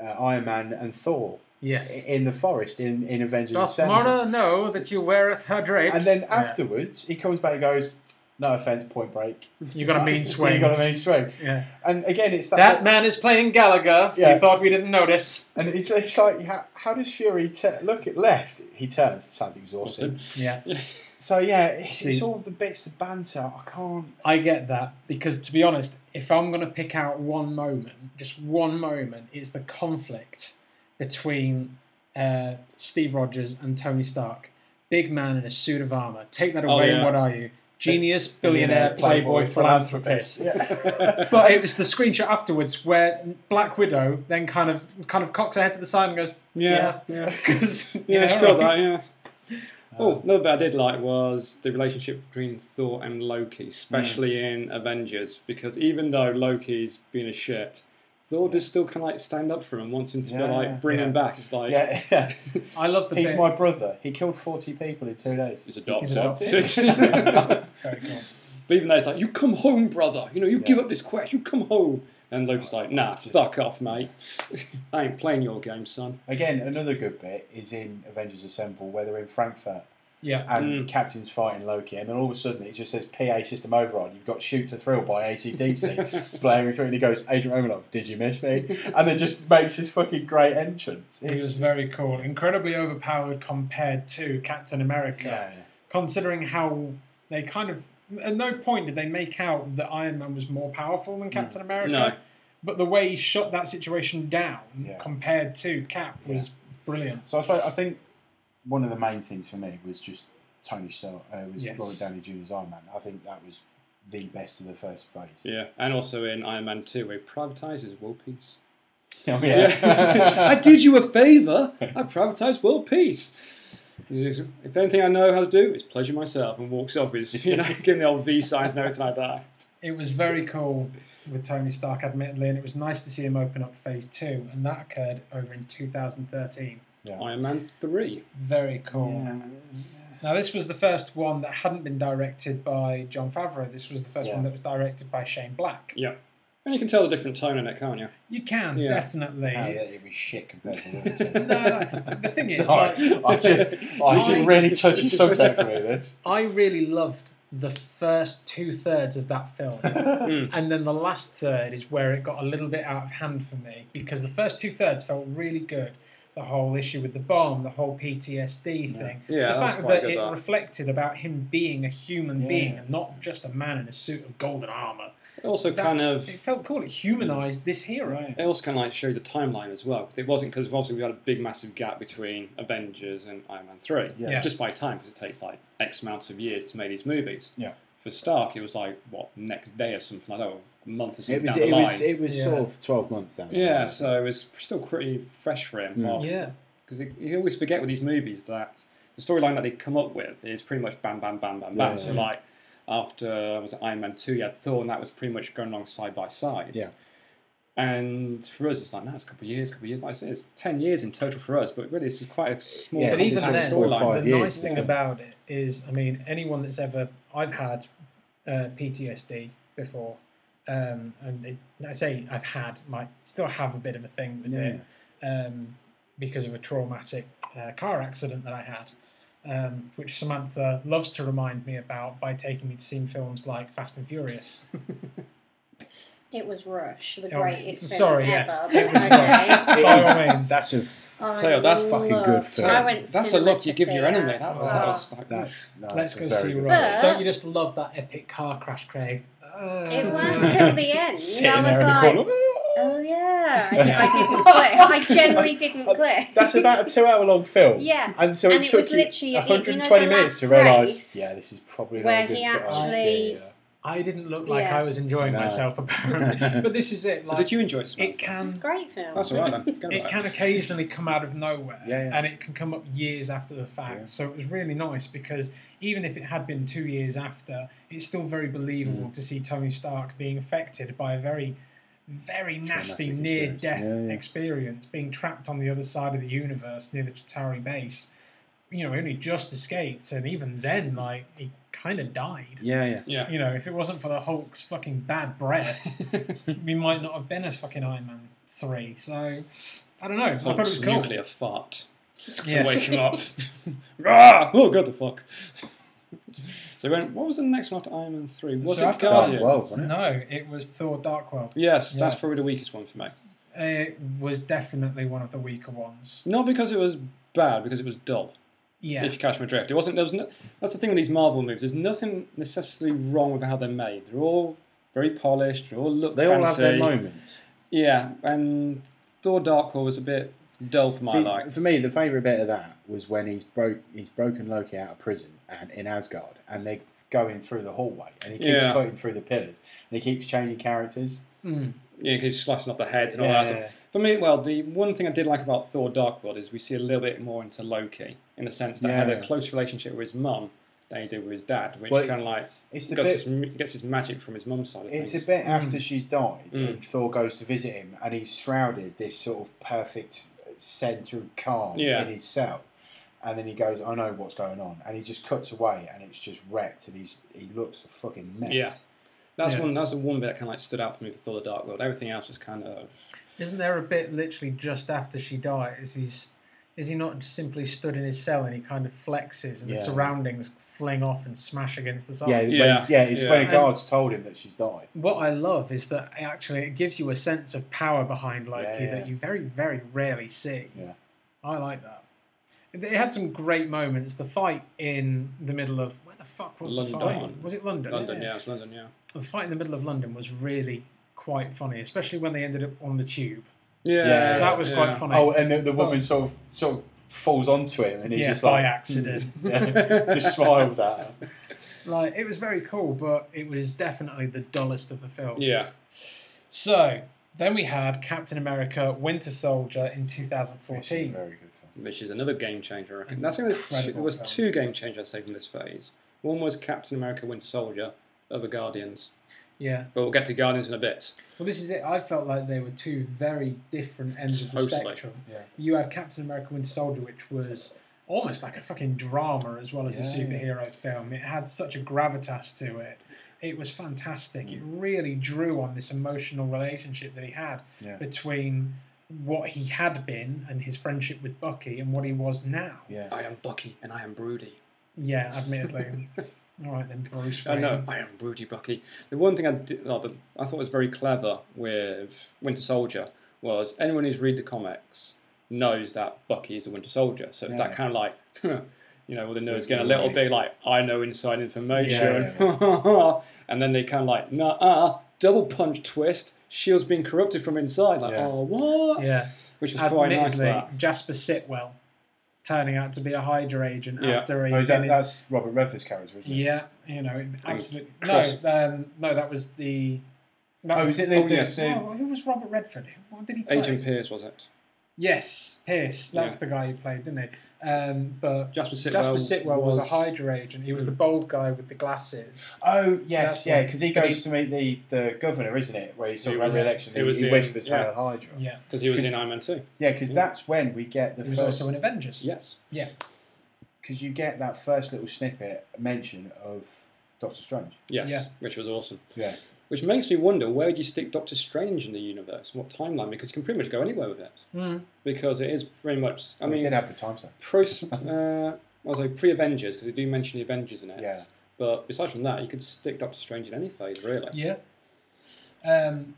Speaker 3: uh, Iron Man and Thor
Speaker 2: Yes.
Speaker 3: i- in the forest in in Avengers
Speaker 2: Doth
Speaker 3: Assemble.
Speaker 2: Mara know that you weareth her drapes?
Speaker 3: And then
Speaker 2: Yeah.
Speaker 3: afterwards, he comes back and goes, "No offense, Point Break."
Speaker 2: you got a mean swing.
Speaker 3: You got a mean swing.
Speaker 2: yeah.
Speaker 3: And again, it's that.
Speaker 2: That man is playing Gallagher.
Speaker 3: Yeah.
Speaker 2: You thought we didn't notice.
Speaker 3: And it's, it's like, how, how does Fury tur- look at left? He turns. It sounds exhausting.
Speaker 2: Yeah.
Speaker 3: So yeah, it's,
Speaker 2: See.
Speaker 3: it's all the bits of banter. I can't.
Speaker 2: I get that because, to be honest, if I'm going to pick out one moment, just one moment, it's the conflict between uh, Steve Rogers and Tony Stark. Big man in a suit of armor. Take that away,
Speaker 1: Oh,
Speaker 2: and
Speaker 1: yeah.
Speaker 2: what are you? Genius, billionaire, playboy, philanthropist.
Speaker 3: Yeah.
Speaker 2: But it was the screenshot afterwards where Black Widow then kind of kind of cocks her head to the side and goes,
Speaker 1: Yeah,
Speaker 2: yeah,
Speaker 1: yeah.
Speaker 2: 'Cause, you
Speaker 1: Yeah,
Speaker 2: know,
Speaker 1: it's got
Speaker 2: right.
Speaker 1: that. Yeah.
Speaker 3: Uh,
Speaker 1: Oh, another bit I did like was the relationship between Thor and Loki, especially
Speaker 3: Hmm.
Speaker 1: in Avengers, because even though Loki's been a shit, Thor does still kind of like stand up for him, and wants him to be
Speaker 3: Yeah,
Speaker 1: like bring
Speaker 2: yeah.
Speaker 1: him back. It's like
Speaker 3: yeah, yeah.
Speaker 2: I love the
Speaker 3: He's
Speaker 2: bit.
Speaker 3: my brother. He killed forty people in two days.
Speaker 1: he's
Speaker 2: He's
Speaker 1: adopted.
Speaker 2: adopted. Very cool.
Speaker 1: but even though it's like, you come home, brother. You know, you give
Speaker 3: Yeah. Oh,
Speaker 1: up this quest. You come home. And Loki's like, nah,
Speaker 3: Just-
Speaker 1: fuck off, mate. I ain't playing your game, son.
Speaker 3: Again, another good bit is in Avengers Assemble where they're in Frankfurt
Speaker 2: Yeah.
Speaker 3: and Captain's fighting Loki, and then all of a sudden it just says PA system override. You've got Shoot to Thrill by ACDC blaring through, and he goes, Agent Romanov, did you miss me? And it just makes this fucking great entrance.
Speaker 2: He
Speaker 3: It's
Speaker 2: was
Speaker 3: just-
Speaker 2: very cool. Incredibly overpowered compared to Captain America.
Speaker 3: Yeah,
Speaker 2: Considering how they kind of at no point did they make out that Iron Man was more powerful
Speaker 3: Hmm.
Speaker 2: than Captain America.
Speaker 1: No.
Speaker 2: But the way he shut that situation down
Speaker 3: Yeah.
Speaker 2: compared to Cap was brilliant.
Speaker 3: So I suppose I think one of the main things for me was just Tony Stark uh, was
Speaker 2: Yes.
Speaker 3: Robert Downey Jr.'s Iron Man. I think that was the best of the first phase.
Speaker 1: Yeah, and also in Iron Man 2, where he privatises world peace.
Speaker 3: Oh,
Speaker 1: Yeah. I did you a favour. I privatised world peace. He says, If anything I know how to do is pleasure myself, and walks off. Is you know giving the old V signs and everything like that.
Speaker 2: It was very cool with Tony Stark, admittedly, and it was nice to see him open up Phase Two, and that occurred over in 2013.
Speaker 1: Iron Man three.
Speaker 2: Very cool.
Speaker 3: Yeah.
Speaker 2: Now, this was the first one that hadn't been directed by John Favreau. This was the first
Speaker 3: Yeah.
Speaker 2: one that was directed by Shane Black.
Speaker 1: Yeah, and you can tell the different tone in it, can't you?
Speaker 2: You can
Speaker 1: Yeah.
Speaker 2: definitely.
Speaker 3: Ah, yeah, it was shit compared to the
Speaker 2: No, no, the thing is,
Speaker 3: Sorry,
Speaker 2: like,
Speaker 3: I should, I should really touch your
Speaker 1: Mm,
Speaker 3: subject for me. This
Speaker 2: I really loved the first two thirds of that film.
Speaker 1: Mm.
Speaker 2: and then the last third is where it got a little bit out of hand for me because the first two thirds felt really good. The whole issue with the bomb, the whole PTSD thing.
Speaker 1: Yeah,
Speaker 2: the
Speaker 1: that was
Speaker 2: fact
Speaker 1: quite
Speaker 2: that
Speaker 1: good,
Speaker 2: it
Speaker 1: that.
Speaker 2: reflected about him being a human
Speaker 3: Yeah.
Speaker 2: being and not just a man in a suit of golden armor.
Speaker 1: It also
Speaker 2: That-
Speaker 1: kind of
Speaker 2: It felt cool. It humanized this hero.
Speaker 3: Right.
Speaker 1: It also kind of like showed the timeline as well. 'cause It wasn't because obviously we had a big massive gap between Avengers and Iron Man 3.
Speaker 3: Yeah.
Speaker 2: Yeah.
Speaker 1: Just by time, because it takes like X amount of years to make these movies.
Speaker 3: Yeah.
Speaker 1: For Stark, it was like, what, next day or something like that, or a month or something
Speaker 3: It was
Speaker 1: down
Speaker 3: it
Speaker 1: the line.
Speaker 3: was it was
Speaker 2: Yeah.
Speaker 3: sort of twelve months down. the
Speaker 1: yeah,
Speaker 3: line.
Speaker 1: so it was still pretty fresh for him.
Speaker 3: Mm.
Speaker 2: Yeah.
Speaker 1: Because you always forget with these movies that the storyline that they come up with is pretty much bam, bam, bam, bam,
Speaker 3: Yeah,
Speaker 1: bam. So,
Speaker 3: yeah.
Speaker 1: like, after was it Iron Man 2, you had Thor, and that was pretty much going along side by side.
Speaker 3: Yeah.
Speaker 1: And for us, it's like, no, it's a couple of years, couple of years. Like I said, it's 10 years in total for us, but really, this is quite a small
Speaker 3: Yeah,
Speaker 2: But
Speaker 3: it's
Speaker 2: even
Speaker 3: like
Speaker 1: consistent
Speaker 2: then,
Speaker 3: four or
Speaker 1: storyline.
Speaker 3: five
Speaker 2: the
Speaker 3: years,
Speaker 2: nice thing
Speaker 3: isn't it?
Speaker 2: about it is, I mean, anyone that's ever I've had uh, PTSD before, um, and it, I say I've had, might still have a bit of a thing with it um, because of a traumatic uh, car accident that I had, um, which Samantha loves to remind me about by taking me to see films like Fast and Furious.
Speaker 4: It was Rush, the
Speaker 2: Oh,
Speaker 4: greatest film
Speaker 2: sorry, yeah.
Speaker 4: ever.
Speaker 2: It was Rush.
Speaker 4: but
Speaker 2: By
Speaker 3: It is-
Speaker 2: all means.
Speaker 3: That's a
Speaker 4: I
Speaker 1: Tell you, that's
Speaker 4: loved-
Speaker 3: fucking good film.
Speaker 4: I went
Speaker 1: That's a
Speaker 4: cinema
Speaker 1: look
Speaker 4: to
Speaker 1: you give
Speaker 4: see
Speaker 1: your enemy. That was, that
Speaker 4: Oh.
Speaker 1: was like,
Speaker 3: that's no,
Speaker 2: Let's
Speaker 3: it's a
Speaker 2: go
Speaker 3: very
Speaker 2: see
Speaker 3: good-
Speaker 2: Rush.
Speaker 4: But-
Speaker 2: Don't you just love that epic car crash, Craig? Uh,
Speaker 4: It was until the end.
Speaker 3: Sitting
Speaker 4: I was
Speaker 3: there in the
Speaker 4: like,
Speaker 3: corner.
Speaker 4: oh yeah. I, I didn't click. I generally didn't click.
Speaker 3: That's about a two-hour-long film.
Speaker 4: Yeah.
Speaker 3: And so
Speaker 4: And
Speaker 3: it
Speaker 4: it
Speaker 3: took
Speaker 4: was
Speaker 3: you
Speaker 4: literally at the- you know,
Speaker 3: 120
Speaker 4: the
Speaker 3: minutes to
Speaker 4: last
Speaker 3: realise.
Speaker 4: race
Speaker 3: Yeah, this is probably not
Speaker 4: where
Speaker 3: a good
Speaker 4: he
Speaker 3: idea.
Speaker 4: actually-
Speaker 2: I didn't look like
Speaker 4: Yeah.
Speaker 2: I was enjoying
Speaker 3: No.
Speaker 2: myself, apparently. but this is it. Like,
Speaker 1: did you enjoy it? Samantha?
Speaker 2: it
Speaker 4: It's a
Speaker 2: can
Speaker 4: great film.
Speaker 1: Um, That's all right then. Forget
Speaker 2: it
Speaker 1: about
Speaker 2: can occasionally come out of nowhere
Speaker 3: Yeah, yeah.
Speaker 2: and it can come up years after the fact
Speaker 3: Yeah.
Speaker 2: so it was really nice because even if it had been two years after it's still very believable
Speaker 3: Mm.
Speaker 2: to see tony stark being affected by a very very nasty
Speaker 3: Traumatic
Speaker 2: near
Speaker 3: experience.
Speaker 2: death
Speaker 3: Yeah, yeah.
Speaker 2: experience being trapped on the other side of the universe near the Chitauri base you know he only just escaped and even then like he kind of died
Speaker 3: Yeah, yeah.
Speaker 1: Yeah.
Speaker 2: you know if it wasn't for the hulk's fucking bad breath we might not have been a fucking Iron Man three. So I don't know. I thought it was cool.
Speaker 1: nuclear fart.
Speaker 2: Yes.
Speaker 1: to wake him up. Rah! Oh god, the fuck. So when what was the next one after Iron Man three? Was
Speaker 2: So
Speaker 1: it
Speaker 2: after
Speaker 1: Guardian?
Speaker 3: Dark World, wasn't it?
Speaker 2: No, it was Thor: Dark World.
Speaker 1: Yes, that's
Speaker 2: Yeah.
Speaker 1: probably the weakest one for me.
Speaker 2: It was definitely one of the weaker ones.
Speaker 1: Not because it was bad, because it was dull.
Speaker 2: Yeah,
Speaker 1: If you catch my drift, it wasn't. There was no, that's the thing with these Marvel movies. There's nothing necessarily wrong with how they're made. They're all very polished. They all look.
Speaker 3: They all have their
Speaker 1: fancy.
Speaker 3: moments.
Speaker 1: Yeah, and Thor: Dark World was a bit dull for my
Speaker 3: See,
Speaker 1: life.
Speaker 3: for me, the favourite bit of that was when he's broke, he's broken Loki out of prison and in Asgard, and they're going through the hallway, and he keeps
Speaker 1: Yeah.
Speaker 3: cutting through the pillars, and he keeps changing characters.
Speaker 2: Mm.
Speaker 1: Yeah, because slicing up the heads and all that. sort of-
Speaker 3: Yeah.
Speaker 1: For me, well, the one thing I did like about Thor Dark World is we see a little bit more into Loki in the sense that he had a
Speaker 3: Yeah.
Speaker 1: close relationship with his mum than he did with his dad, which
Speaker 3: Well,
Speaker 1: kind of like
Speaker 3: It's the
Speaker 1: gets
Speaker 3: bit.
Speaker 1: his, m- gets his magic from his mum's side of
Speaker 3: It's a
Speaker 1: things.
Speaker 3: bit after she's died,
Speaker 1: Mm.
Speaker 3: and Thor goes to visit him, and he's shrouded this sort of perfect centre of calm
Speaker 1: Yeah.
Speaker 3: in his cell. And then he goes, "I know what's going on," and he just cuts away, and it's just wrecked, and he's he looks a fucking mess.
Speaker 1: Yeah. that's
Speaker 2: yeah.
Speaker 1: one. That's the one bit that kind of like stood out for me for Thor the Dark World. Everything else was kind of
Speaker 2: isn't there a bit literally just after she dies? He's is he not just simply stood in his cell and he kind of flexes and the
Speaker 3: Yeah.
Speaker 2: surroundings fling off and smash against the side?
Speaker 3: Yeah, when-
Speaker 1: Yeah.
Speaker 3: yeah, It's
Speaker 1: Yeah.
Speaker 3: when a
Speaker 2: And-
Speaker 3: guard's told him that she's died.
Speaker 2: What I love is that it actually it gives you a sense of power behind Loki
Speaker 3: Yeah, yeah.
Speaker 2: that you very very rarely see.
Speaker 3: Yeah.
Speaker 2: I like that. It had some great moments. The fight in the middle of where the fuck was the
Speaker 1: London.
Speaker 2: fight? Was it London?
Speaker 1: London, yeah, it's London, yeah.
Speaker 2: The fight in the middle of London was really quite funny, especially when they ended up on the tube.
Speaker 1: Yeah,
Speaker 3: Yeah,
Speaker 2: that was quite funny.
Speaker 3: Oh, and the, the woman sort of sort of falls onto him, and he's
Speaker 2: yeah,
Speaker 3: just
Speaker 2: by
Speaker 3: like hmm.
Speaker 2: accident.
Speaker 3: yeah, just smiles at her.
Speaker 2: Like it was very cool, but it was definitely the dullest of the films.
Speaker 1: Yeah.
Speaker 2: So then we had Captain America: Winter Soldier in
Speaker 3: It's a
Speaker 2: 2014.
Speaker 3: very good film.
Speaker 1: Which is another game changer, I reckon. And I think there's two,
Speaker 2: Incredible
Speaker 1: there was
Speaker 2: film.
Speaker 1: two game changers I say from this phase. One was Captain America Winter Soldier, other Guardians.
Speaker 2: Yeah.
Speaker 1: But we'll get to Guardians in a bit.
Speaker 2: Well, this is it. I felt like they were two very different ends of the
Speaker 1: Totally.
Speaker 2: spectrum.
Speaker 3: Yeah.
Speaker 2: You had Captain America: Winter Soldier, which was almost like a fucking drama as well as a
Speaker 3: Yeah.
Speaker 2: superhero film. It had such a gravitas to it. It was fantastic. It
Speaker 3: Mm.
Speaker 2: really drew on this emotional relationship that he had
Speaker 3: Yeah.
Speaker 2: between what he had been and his friendship with Bucky and what he was now.
Speaker 3: Yeah.
Speaker 1: I am Bucky and I am Broody.
Speaker 2: Yeah, admittedly. All right then, Bruce
Speaker 1: I
Speaker 2: Wayne.
Speaker 1: know, I am Broody Bucky. The one thing I, did, no, the- I thought was very clever with Winter Soldier was anyone who's read the comics knows that Bucky is the Winter Soldier. So it's that
Speaker 3: Yeah.
Speaker 1: kind of like, you know, all the nerds
Speaker 3: With
Speaker 1: get a
Speaker 3: the
Speaker 1: little
Speaker 3: light.
Speaker 1: bit like, I know inside information.
Speaker 3: Yeah, yeah,
Speaker 1: and then they kind of like, nah, double punch twist. Shield's been corrupted from inside. Like,
Speaker 3: Yeah.
Speaker 1: oh, what?
Speaker 2: Yeah,
Speaker 1: Which was quite
Speaker 2: admittedly,
Speaker 1: nice. That.
Speaker 2: Jasper Sitwell turning out to be a Hydra agent
Speaker 1: Yeah.
Speaker 2: after a
Speaker 3: Oh, is that,
Speaker 2: villain-
Speaker 3: that's Oh, Robert Redford's character, isn't it?
Speaker 2: yeah, you know, absolutely.
Speaker 1: Chris-
Speaker 2: No, um, no, that was the. That
Speaker 3: Oh,
Speaker 2: was
Speaker 3: is it
Speaker 2: the,
Speaker 3: the-
Speaker 2: oh, yes,
Speaker 3: the-
Speaker 2: oh, who was Robert Redford? Who- What did he play?
Speaker 1: Agent Pierce, was it?
Speaker 2: Yes, Pierce. That's
Speaker 1: Yeah.
Speaker 2: the guy who played, didn't he? Um, but
Speaker 1: Jasper Sitwell.
Speaker 2: Jasper Sitwell was, a
Speaker 1: was-
Speaker 2: Hydra agent. He was the
Speaker 3: Hmm.
Speaker 2: bold guy with the glasses.
Speaker 3: Oh
Speaker 2: That's
Speaker 3: yes, yeah,
Speaker 2: one.
Speaker 3: because he
Speaker 2: But
Speaker 3: goes to meet the, the governor, isn't it? Where he's
Speaker 1: It
Speaker 3: talking about
Speaker 1: was-
Speaker 3: re-election.
Speaker 1: it
Speaker 3: He,
Speaker 1: was
Speaker 3: he
Speaker 1: in-
Speaker 3: whispers
Speaker 1: yeah.
Speaker 3: Hail Hydra.
Speaker 2: Yeah,
Speaker 1: Because he was in Iron Man 2.
Speaker 3: Yeah, because that's when we get the
Speaker 2: he was
Speaker 3: first.
Speaker 2: also in Avengers.
Speaker 1: Yes.
Speaker 2: yeah.
Speaker 3: Because you get that first little snippet mention of Doctor Strange.
Speaker 1: Yes.
Speaker 2: Yeah.
Speaker 1: Which was awesome.
Speaker 3: Yeah.
Speaker 1: Which makes me wonder where do you stick Doctor Strange in the universe? What timeline? Because you can pretty much go anywhere with it.
Speaker 2: Mm.
Speaker 1: Because it is pretty much. I
Speaker 3: we
Speaker 1: mean,
Speaker 3: did have the time stamp.
Speaker 1: pros, uh, I was like pre Avengers because they do mention the Avengers in it.
Speaker 3: Yeah.
Speaker 1: But besides from that, you could stick Doctor Strange in any phase, really.
Speaker 2: Yeah. Um,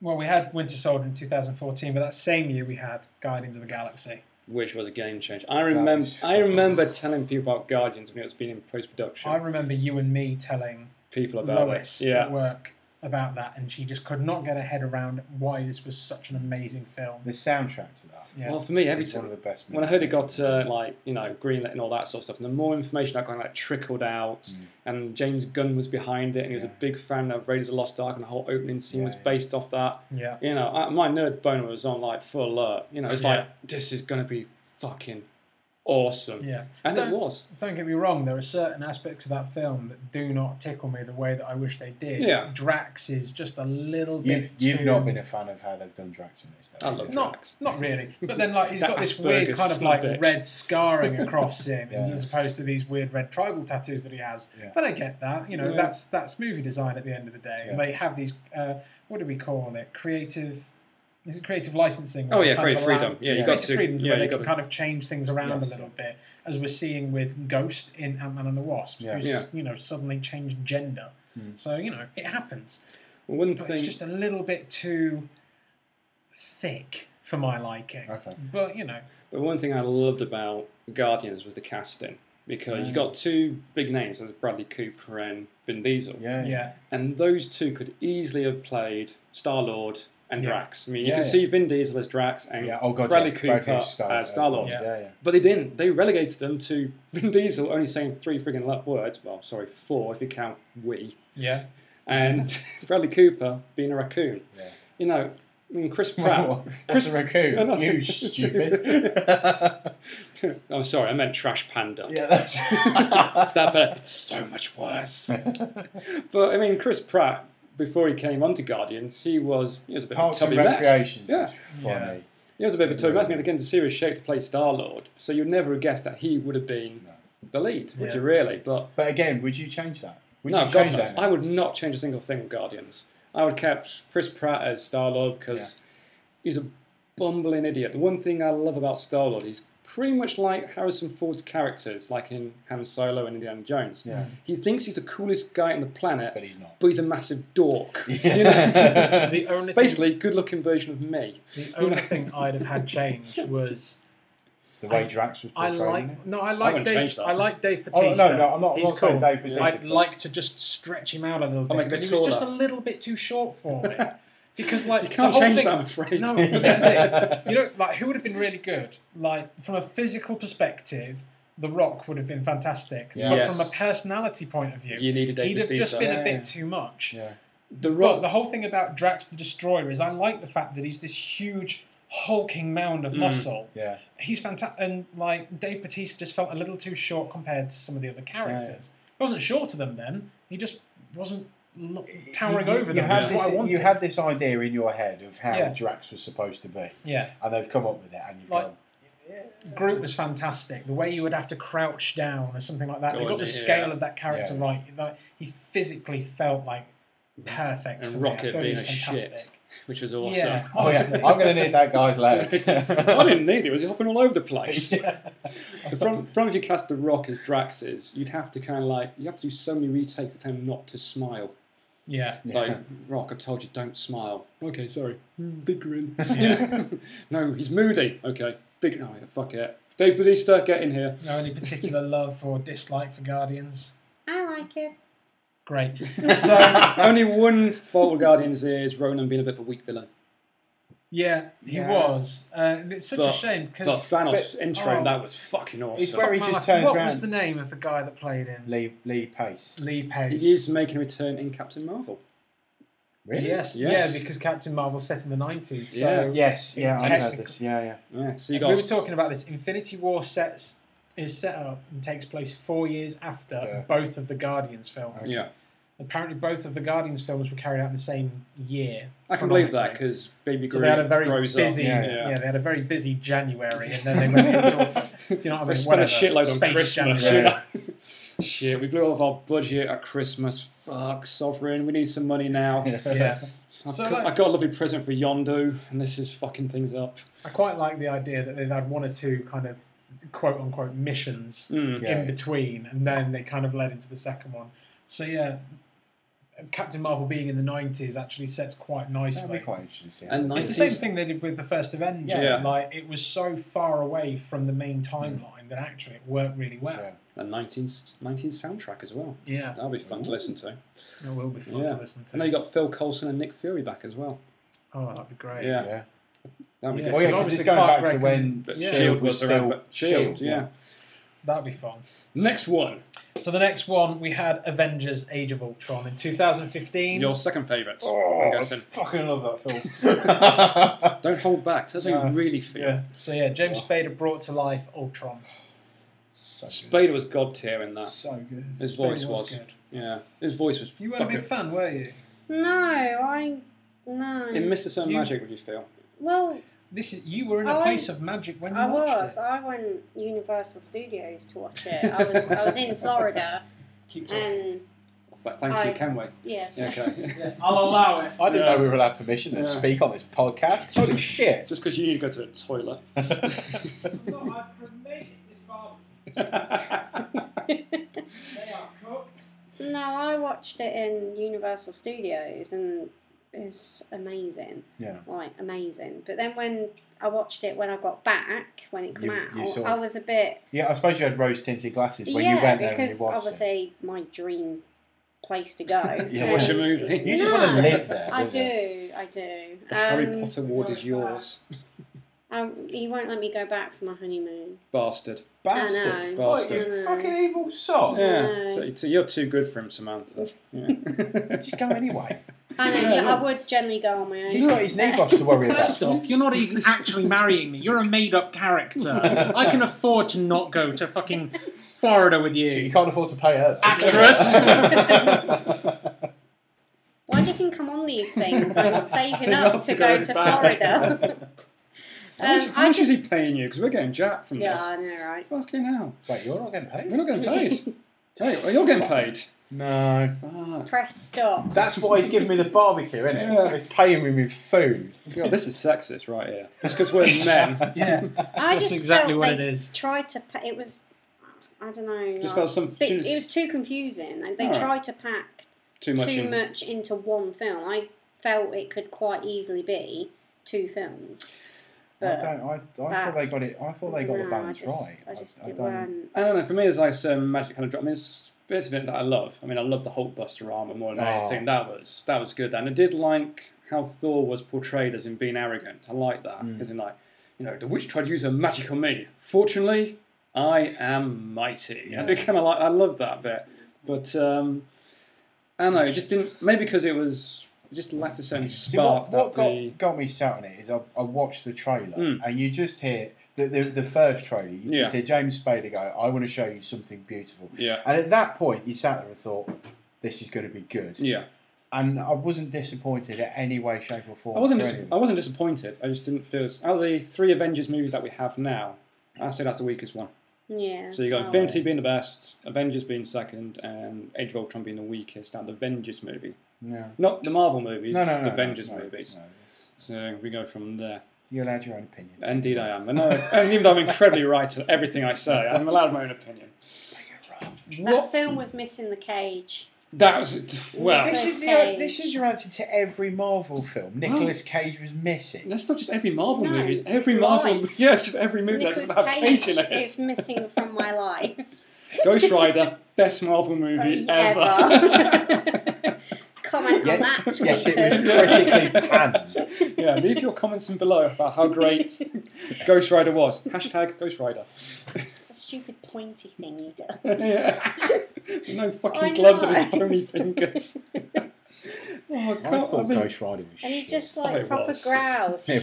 Speaker 2: well, we had Winter Soldier in 2014, but that same year we had Guardians of the Galaxy.
Speaker 1: Which was a game change. I
Speaker 3: was
Speaker 1: remember. I
Speaker 3: fucking-
Speaker 1: remember telling people about Guardians when it was being in post
Speaker 2: I
Speaker 1: production.
Speaker 2: remember you and me telling
Speaker 1: People about
Speaker 2: Lois
Speaker 1: it. Yeah.
Speaker 2: at work about that, and she just could not get her head around why this was such an amazing film.
Speaker 3: The soundtrack to that.
Speaker 2: Yeah.
Speaker 1: Well, for me, every
Speaker 3: is one
Speaker 1: time
Speaker 3: of the best.
Speaker 1: when I heard it got uh, like you know greenlit and all that sort of stuff, and the more information I got like trickled out,
Speaker 2: Mm.
Speaker 1: and James Gunn was behind it, and he was
Speaker 3: Yeah.
Speaker 1: a big fan of Raiders of the Lost Ark, and the whole opening scene
Speaker 3: Yeah,
Speaker 1: was
Speaker 3: yeah.
Speaker 1: based off that.
Speaker 2: yeah.
Speaker 1: You know, I, my nerd boner was on like full alert. You know, it's
Speaker 2: Yeah.
Speaker 1: like this is gonna be fucking awesome,
Speaker 2: Yeah.
Speaker 1: and
Speaker 2: Don't-
Speaker 1: it was.
Speaker 2: Don't get me wrong, there are certain aspects of that film that do not tickle me the way that I wish they did.
Speaker 1: Yeah.
Speaker 2: Drax is just a little
Speaker 3: You've,
Speaker 2: bit.
Speaker 3: you've
Speaker 2: too-
Speaker 3: not been a fan of how they've done Drax in this. though.
Speaker 1: I love
Speaker 2: Not,
Speaker 1: Drax.
Speaker 2: not really. But then, like, he's
Speaker 1: That
Speaker 2: got this weird
Speaker 1: Asperger's
Speaker 2: kind of like
Speaker 1: son of a bitch.
Speaker 2: red scarring across him,
Speaker 3: Yeah.
Speaker 2: as opposed to these weird red tribal tattoos that he has.
Speaker 3: Yeah.
Speaker 2: But I get that. You know,
Speaker 1: Yeah.
Speaker 2: that's that's movie design at the end of the day. And
Speaker 3: Yeah.
Speaker 2: they have these. Uh, what do we call it? Creative. Is it creative licensing?
Speaker 1: Oh yeah,
Speaker 2: Kind
Speaker 1: great
Speaker 2: of
Speaker 1: freedom.
Speaker 2: allowing-
Speaker 1: Yeah, you got
Speaker 3: Yeah.
Speaker 2: creative
Speaker 1: to.
Speaker 2: freedoms
Speaker 1: yeah,
Speaker 2: where they
Speaker 1: you
Speaker 2: can
Speaker 1: got to.
Speaker 2: kind of change things around
Speaker 3: Yes.
Speaker 2: a little bit, as we're seeing with Ghost in Ant Man and the Wasp,
Speaker 3: Yeah.
Speaker 2: who's
Speaker 1: Yeah. Hmm.
Speaker 2: you know suddenly changed gender.
Speaker 3: Mm.
Speaker 2: So you know it happens,
Speaker 1: One
Speaker 2: but
Speaker 1: thing.
Speaker 2: it's just a little bit too thick for my liking.
Speaker 3: Okay.
Speaker 2: But you know,
Speaker 1: The one thing I loved about Guardians was the casting because you
Speaker 3: Mm.
Speaker 1: got two big names, there's Bradley Cooper and Vin Diesel,
Speaker 3: Yeah.
Speaker 2: yeah,
Speaker 1: and those two could easily have played Star Lord and
Speaker 2: Yeah.
Speaker 1: Drax. I mean, you
Speaker 3: Yeah,
Speaker 1: can
Speaker 3: yeah.
Speaker 1: see Vin Diesel as Drax, and
Speaker 3: Yeah. Oh god.
Speaker 1: Bradley
Speaker 3: yeah.
Speaker 1: Cooper uh,
Speaker 3: Both
Speaker 1: as
Speaker 3: Star-
Speaker 1: Star-Lord.
Speaker 3: Yeah. Yeah.
Speaker 1: but they didn't. They relegated them to Vin Diesel only saying three friggin' lo- words. Well, sorry, four if you count we.
Speaker 2: yeah,
Speaker 1: And Bradley Cooper being a raccoon.
Speaker 3: Yeah.
Speaker 1: You know, I mean Chris Pratt.
Speaker 3: That's a
Speaker 1: I know.
Speaker 3: raccoon. You stupid. yeah,
Speaker 1: I'm Oh, sorry, I meant trash panda.
Speaker 3: that's.
Speaker 1: it's that better. It's so much worse. but I mean, Chris Pratt before he came onto Guardians, he was he was a bit
Speaker 3: Parks
Speaker 1: of a
Speaker 3: and
Speaker 1: tubby mess.
Speaker 3: Recreation.
Speaker 1: Yeah.
Speaker 3: is Funny.
Speaker 1: He was a bit of a tubby
Speaker 3: Yeah.
Speaker 1: mess. and He had to get into serious shape to play Star Lord, so you'd never have guessed that he would have been
Speaker 3: No.
Speaker 1: the lead, would
Speaker 2: Yeah.
Speaker 1: you? Really? But
Speaker 3: But again, would you change that? Would
Speaker 1: no,
Speaker 3: you
Speaker 1: God,
Speaker 3: change
Speaker 1: no.
Speaker 3: that? now?
Speaker 1: I would not change a single thing with Guardians. I would kept Chris Pratt as Star Lord because he's a bumbling idiot. The one thing I love about Star Lord, he's pretty much like Harrison Ford's characters, like in Han Solo and Indiana Jones.
Speaker 3: Yeah.
Speaker 2: Mm.
Speaker 1: He thinks he's the coolest guy on the planet,
Speaker 3: But he's not.
Speaker 1: but he's a massive dork. You know, so
Speaker 3: Yeah.
Speaker 2: the only thing-
Speaker 1: basically, good looking version of me.
Speaker 2: The only thing I'd have had changed was
Speaker 3: the way Drax was
Speaker 2: I
Speaker 3: portrayed. in it.
Speaker 2: like no, I
Speaker 1: I
Speaker 2: like
Speaker 1: wouldn't change
Speaker 2: Dave.
Speaker 1: that.
Speaker 2: I like Dave
Speaker 3: Oh,
Speaker 2: Batista.
Speaker 3: no, no, I'm not, I'm
Speaker 2: He's
Speaker 3: not saying
Speaker 2: cool.
Speaker 3: Dave Bautista,
Speaker 2: I'd
Speaker 3: but-
Speaker 2: like to just stretch him out a little bit
Speaker 1: make him
Speaker 2: because he was just a
Speaker 1: taller.
Speaker 2: little bit too short for me. because like
Speaker 1: You can't
Speaker 2: the whole
Speaker 1: change
Speaker 2: thing,
Speaker 1: that, I'm afraid.
Speaker 2: No, this is it. You know, like who would have been really good? Like from a physical perspective, The Rock would have been fantastic.
Speaker 3: Yeah.
Speaker 2: But
Speaker 1: Yes.
Speaker 2: from a personality point of view,
Speaker 1: You need a Dave
Speaker 2: he'd have just
Speaker 1: Bautista.
Speaker 2: been a
Speaker 3: Yeah.
Speaker 2: bit too much.
Speaker 3: Yeah.
Speaker 1: The
Speaker 2: But
Speaker 1: Rock.
Speaker 2: the whole thing about Drax the Destroyer is I like the fact that he's this huge hulking mound
Speaker 1: Mm.
Speaker 2: of muscle.
Speaker 3: Yeah.
Speaker 2: He's fantastic, and like Dave Batista just felt a little too short compared to some of the other characters. He wasn't shorter than them. He just wasn't lo- towering
Speaker 3: you,
Speaker 2: over
Speaker 3: you
Speaker 2: them.
Speaker 3: Had
Speaker 2: That's
Speaker 3: this,
Speaker 2: what I wanted.
Speaker 3: you had this idea in your head of how
Speaker 2: Yeah.
Speaker 3: Drax was supposed to be,
Speaker 2: yeah,
Speaker 3: and they've come up with it, and you've
Speaker 2: Like-
Speaker 3: gone.
Speaker 2: Groot was fantastic. The way you would have to crouch down or something like that. they
Speaker 1: God,
Speaker 2: got the
Speaker 1: yeah.
Speaker 2: scale of that character
Speaker 3: Yeah.
Speaker 2: right. Like, he physically felt like perfect.
Speaker 1: And
Speaker 2: for me. I
Speaker 1: Rocket
Speaker 2: thought he
Speaker 1: being
Speaker 2: was
Speaker 1: a
Speaker 2: fantastic.
Speaker 1: shit. Which was awesome.
Speaker 2: Yeah.
Speaker 3: Oh yeah,
Speaker 2: Honestly.
Speaker 3: I'm going to need that guy's leg.
Speaker 1: I didn't need it. It was hopping all over the place.
Speaker 3: Yeah.
Speaker 1: The problem, problem if you cast The Rock as Drax is, you'd have to kind of like, you have to do so many retakes at time not to smile.
Speaker 2: Yeah.
Speaker 1: It's like, Rock, I told you don't smile. Okay, sorry. Mm, Big grin.
Speaker 2: Yeah.
Speaker 1: no, he's moody. Okay, big, no, fuck it. Dave Bautista, get in here.
Speaker 2: No any particular love or dislike for Guardians?
Speaker 4: I like it.
Speaker 2: Great. So
Speaker 1: um, Only one fault with Guardians is Ronan being a bit of a weak villain.
Speaker 2: yeah, he
Speaker 3: Yeah.
Speaker 2: was. Uh, and it's such a
Speaker 1: But-
Speaker 2: shame
Speaker 1: But
Speaker 2: because
Speaker 1: Thanos' intro,
Speaker 2: oh.
Speaker 1: that was fucking awesome.
Speaker 3: It's very- He just turns
Speaker 2: what
Speaker 3: round.
Speaker 2: was the name of the guy that played him?
Speaker 3: Lee Lee Pace.
Speaker 2: Lee Pace.
Speaker 1: He is making a return in Captain Marvel.
Speaker 2: Yes,
Speaker 1: Yes.
Speaker 2: yeah, because Captain Marvel's set in the nineties.
Speaker 1: Yeah.
Speaker 2: So
Speaker 3: Yes. Yeah. I heard
Speaker 2: Technical.
Speaker 3: this. Yeah. Yeah.
Speaker 1: Yeah, so you
Speaker 2: we
Speaker 1: got
Speaker 2: were talking about this. Infinity War sets is set up and takes place four years after
Speaker 3: Yeah.
Speaker 2: both of the Guardians films.
Speaker 1: Yeah,
Speaker 2: Apparently, both of the Guardians films were carried out in the same year.
Speaker 1: I can believe that
Speaker 2: chronologically.
Speaker 1: because Baby Groot
Speaker 2: So they had a very
Speaker 1: grows
Speaker 2: busy,
Speaker 1: up.
Speaker 3: yeah,
Speaker 2: yeah, they had a very busy January, and then they went into, a, do you know what I
Speaker 1: They
Speaker 2: mean?
Speaker 1: spent a
Speaker 2: Whatever.
Speaker 1: shitload on
Speaker 2: Space
Speaker 1: Christmas.
Speaker 2: January.
Speaker 1: you know? Shit, we blew all of our budget at Christmas. Fuck, sovereign. We need some money now.
Speaker 2: Yeah,
Speaker 1: I've,
Speaker 2: So,
Speaker 1: got,
Speaker 2: like-
Speaker 1: I've got a lovely present for Yondu, and this is fucking things up.
Speaker 2: I quite like the idea that they've had one or two kind of quote unquote missions
Speaker 1: Mm.
Speaker 3: Yeah.
Speaker 2: in between, and then they kind of led into the second one. So yeah, Captain Marvel being in the nineties actually sets quite
Speaker 3: That'd be
Speaker 2: nicely.
Speaker 3: quite interesting. to see.
Speaker 1: And
Speaker 2: It's the
Speaker 1: 90s.
Speaker 2: same thing they did with the first Avenger.
Speaker 1: Yeah. Hmm.
Speaker 2: Like it was so far away from the main timeline that actually it worked really well.
Speaker 3: Yeah.
Speaker 1: And 19s, 19s soundtrack as well.
Speaker 2: Yeah,
Speaker 1: That'll be fun to listen to.
Speaker 2: it will be fun
Speaker 1: Yeah.
Speaker 2: to listen to.
Speaker 1: I know you got Phil Coulson and Nick Fury back as well.
Speaker 2: Oh, that'd be great.
Speaker 1: Yeah,
Speaker 3: Yeah.
Speaker 1: that'd be
Speaker 2: Yeah.
Speaker 1: good.
Speaker 3: Oh yeah,
Speaker 2: 'cause
Speaker 3: because it's
Speaker 2: obviously
Speaker 3: going back
Speaker 2: Clark
Speaker 3: to when
Speaker 1: But
Speaker 2: Yeah.
Speaker 1: Shield was around, but Shield, yeah.
Speaker 2: That'd be fun.
Speaker 1: Next one,
Speaker 2: So the next one we had Avengers: Age of Ultron in 2015.
Speaker 1: your second favourite.
Speaker 2: Uh,
Speaker 3: Oh,
Speaker 1: I'm
Speaker 3: I
Speaker 1: guessing.
Speaker 3: fucking love that film.
Speaker 1: Don't hold back. That's how
Speaker 3: Yeah.
Speaker 1: you really feel.
Speaker 3: Yeah.
Speaker 2: So uh, yeah,
Speaker 1: Oh.
Speaker 2: James Spader brought to life Ultron.
Speaker 3: so good.
Speaker 1: Spader was god tier in that.
Speaker 3: So good.
Speaker 1: His voice
Speaker 2: Spader
Speaker 1: was. Yeah, his voice was.
Speaker 2: You weren't a
Speaker 1: fucking,
Speaker 2: big fan, were you?
Speaker 4: No, I no.
Speaker 1: It missed its own
Speaker 2: You-
Speaker 1: magic. Would you feel?
Speaker 4: well,
Speaker 2: This is you were in
Speaker 4: I
Speaker 2: a
Speaker 4: like-
Speaker 2: place of magic when you
Speaker 4: I
Speaker 2: watched
Speaker 4: was.
Speaker 2: it.
Speaker 4: I went Universal Studios to watch it. I was I was in Florida
Speaker 2: Keep talking.
Speaker 4: and
Speaker 1: Th- Thank
Speaker 4: I-
Speaker 1: you, Kenway.
Speaker 4: yeah.
Speaker 1: Yeah, okay.
Speaker 2: Yeah, I'll allow it.
Speaker 3: I didn't
Speaker 1: Yeah.
Speaker 3: know we were allowed permission to
Speaker 1: Yeah.
Speaker 3: speak on this podcast. Holy shit!
Speaker 1: Just because you need to go to the toilet.
Speaker 4: No, I watched it in Universal Studios and it's amazing.
Speaker 3: Yeah.
Speaker 4: Like amazing. But then when I watched it when I got back, when it came
Speaker 3: You-
Speaker 4: out,
Speaker 3: you sort
Speaker 4: I
Speaker 3: of-
Speaker 4: was a bit
Speaker 3: yeah, I suppose you had rose tinted glasses when
Speaker 4: yeah
Speaker 3: you went there and
Speaker 4: because
Speaker 3: you watched it.
Speaker 4: obviously my dream place to go to
Speaker 3: Yeah.
Speaker 1: Watch a movie.
Speaker 3: You just
Speaker 4: No.
Speaker 3: want to live there.
Speaker 4: I
Speaker 3: don't you?
Speaker 4: do, I do.
Speaker 1: The Harry
Speaker 4: Um,
Speaker 1: Potter ward is yours,
Speaker 4: Um, he won't let me go back for my honeymoon.
Speaker 1: bastard.
Speaker 4: I
Speaker 3: Bastard.
Speaker 4: know.
Speaker 3: What, you
Speaker 4: Bastard.
Speaker 3: fucking evil sod.
Speaker 1: Yeah,
Speaker 4: No.
Speaker 1: so, so you're too good for him, Samantha. Yeah.
Speaker 3: Just go anyway.
Speaker 4: I know,
Speaker 1: Yeah,
Speaker 4: yeah,
Speaker 1: yeah.
Speaker 4: I would generally go on my own.
Speaker 3: He's got his knee off to worry
Speaker 2: First
Speaker 3: about.
Speaker 2: off, you're not even actually marrying me. You're a made-up character. I can afford to not go to fucking Florida with
Speaker 3: You
Speaker 2: you.
Speaker 3: can't afford to pay her.
Speaker 2: Actress.
Speaker 4: Why do you think I'm on these things? I'm saving
Speaker 1: Saving
Speaker 4: up
Speaker 1: up
Speaker 4: to
Speaker 1: to
Speaker 4: go
Speaker 1: go
Speaker 4: to
Speaker 1: back.
Speaker 4: Florida.
Speaker 1: how much,
Speaker 4: Um,
Speaker 1: how
Speaker 4: I
Speaker 1: much is
Speaker 4: just
Speaker 1: he paying you? Because we're getting jacked from
Speaker 4: yeah,
Speaker 1: this.
Speaker 4: I know, right?
Speaker 1: Fucking hell.
Speaker 3: Wait, you're not getting
Speaker 1: We're
Speaker 3: paid?
Speaker 1: not getting paid. Tell you, well, you're getting paid.
Speaker 3: No.
Speaker 1: Ah,
Speaker 4: Press stop.
Speaker 3: That's why he's giving me the barbecue, isn't it?
Speaker 1: Yeah.
Speaker 3: He's paying me with food.
Speaker 1: God, this is sexist right here. It's because we're men.
Speaker 2: Yeah,
Speaker 4: I
Speaker 2: that's
Speaker 4: just
Speaker 2: exactly
Speaker 4: felt
Speaker 2: what
Speaker 4: they
Speaker 2: it is.
Speaker 4: Tried to. Pa- it was. I don't know.
Speaker 1: Just
Speaker 4: like,
Speaker 1: felt some
Speaker 4: but
Speaker 1: shouldn't-
Speaker 4: it was too confusing. Like, they
Speaker 1: Alright.
Speaker 4: tried to pack
Speaker 1: too
Speaker 4: too
Speaker 1: much.
Speaker 4: much,
Speaker 1: in-
Speaker 4: into one film. I felt it could quite easily be two films.
Speaker 3: I
Speaker 4: but
Speaker 3: don't. I, I
Speaker 4: that-
Speaker 3: thought they got it. I thought they got
Speaker 4: no,
Speaker 3: the balance
Speaker 4: I just,
Speaker 3: right.
Speaker 4: I just
Speaker 3: I
Speaker 4: it
Speaker 3: don't.
Speaker 4: weren't.
Speaker 1: I don't know. For me, it's like some magic kind of drop. I mean, it's bits of it that I love. I mean, I love the Hulkbuster armor more than
Speaker 3: Oh.
Speaker 1: anything. That was that was good. And I did like how Thor was portrayed as in being arrogant. I like that
Speaker 3: Mm.
Speaker 1: because in like, you know, the witch tried to use her magic on me. Fortunately, I am mighty. I did
Speaker 3: Yeah.
Speaker 1: kind of like. I love that bit, but um, I don't know. It just didn't. Maybe because it was it just lacked a certain
Speaker 3: See,
Speaker 1: spark
Speaker 3: what what
Speaker 1: that the
Speaker 3: got, got me set on it is I, I watched the trailer
Speaker 1: Mm.
Speaker 3: and you just hear the the, the first trailer. You just
Speaker 1: Yeah.
Speaker 3: hear James Spader go, "I want to show you something beautiful."
Speaker 1: yeah
Speaker 3: And at that point, you sat there and thought, "This is going to be good."
Speaker 1: yeah.
Speaker 3: And I wasn't disappointed in any way, shape, or form.
Speaker 1: I wasn't.
Speaker 3: for
Speaker 1: Dis-
Speaker 3: any of
Speaker 1: I
Speaker 3: it.
Speaker 1: wasn't disappointed. I just didn't feel. Out of the three Avengers movies that we have now, I say that's the weakest one.
Speaker 4: Yeah.
Speaker 1: So you got
Speaker 4: Oh,
Speaker 1: Infinity being the best, Avengers being second, and Age of Ultron being the weakest. Out of the Avengers movie,
Speaker 3: No.
Speaker 1: not the Marvel movies,
Speaker 3: No, no, no.
Speaker 1: the
Speaker 3: no,
Speaker 1: Avengers
Speaker 3: no,
Speaker 1: movies.
Speaker 3: no, it's-
Speaker 1: So we go from there.
Speaker 3: You're allowed your own opinion.
Speaker 1: Indeed, I am. I know, and even though I'm incredibly right at everything I say, I'm allowed my own opinion.
Speaker 4: That
Speaker 2: What?
Speaker 4: film was missing the cage.
Speaker 1: That was well.
Speaker 3: This
Speaker 4: Nicolas
Speaker 3: is, the,
Speaker 4: Cage.
Speaker 3: this is your answer to every Marvel film. Nicolas Cage was missing.
Speaker 1: That's not just every Marvel
Speaker 4: No,
Speaker 1: movie. It's every
Speaker 4: it's
Speaker 1: Marvel.
Speaker 4: life.
Speaker 1: Yeah, it's just every movie that
Speaker 4: Nicolas
Speaker 1: doesn't have Cage in it.
Speaker 4: is missing from my life.
Speaker 1: Ghost Rider, best Marvel movie
Speaker 4: Uh,
Speaker 1: ever.
Speaker 4: Comment on that,
Speaker 3: Yes, it was
Speaker 4: tweeters.
Speaker 3: critically panned.
Speaker 1: yeah, leave your comments in below about how great Ghost Rider was. Hashtag Ghost Rider.
Speaker 4: It's a stupid pointy thing he does.
Speaker 1: Yeah. no fucking
Speaker 4: I
Speaker 1: gloves on his
Speaker 4: know.
Speaker 1: bony fingers. Oh,
Speaker 3: I
Speaker 1: God, I
Speaker 3: thought
Speaker 1: mean,
Speaker 3: Ghost Rider was
Speaker 4: And he
Speaker 3: shit.
Speaker 4: just
Speaker 1: Oh,
Speaker 4: like
Speaker 1: it
Speaker 4: proper
Speaker 1: was.
Speaker 4: growls.
Speaker 3: Yeah,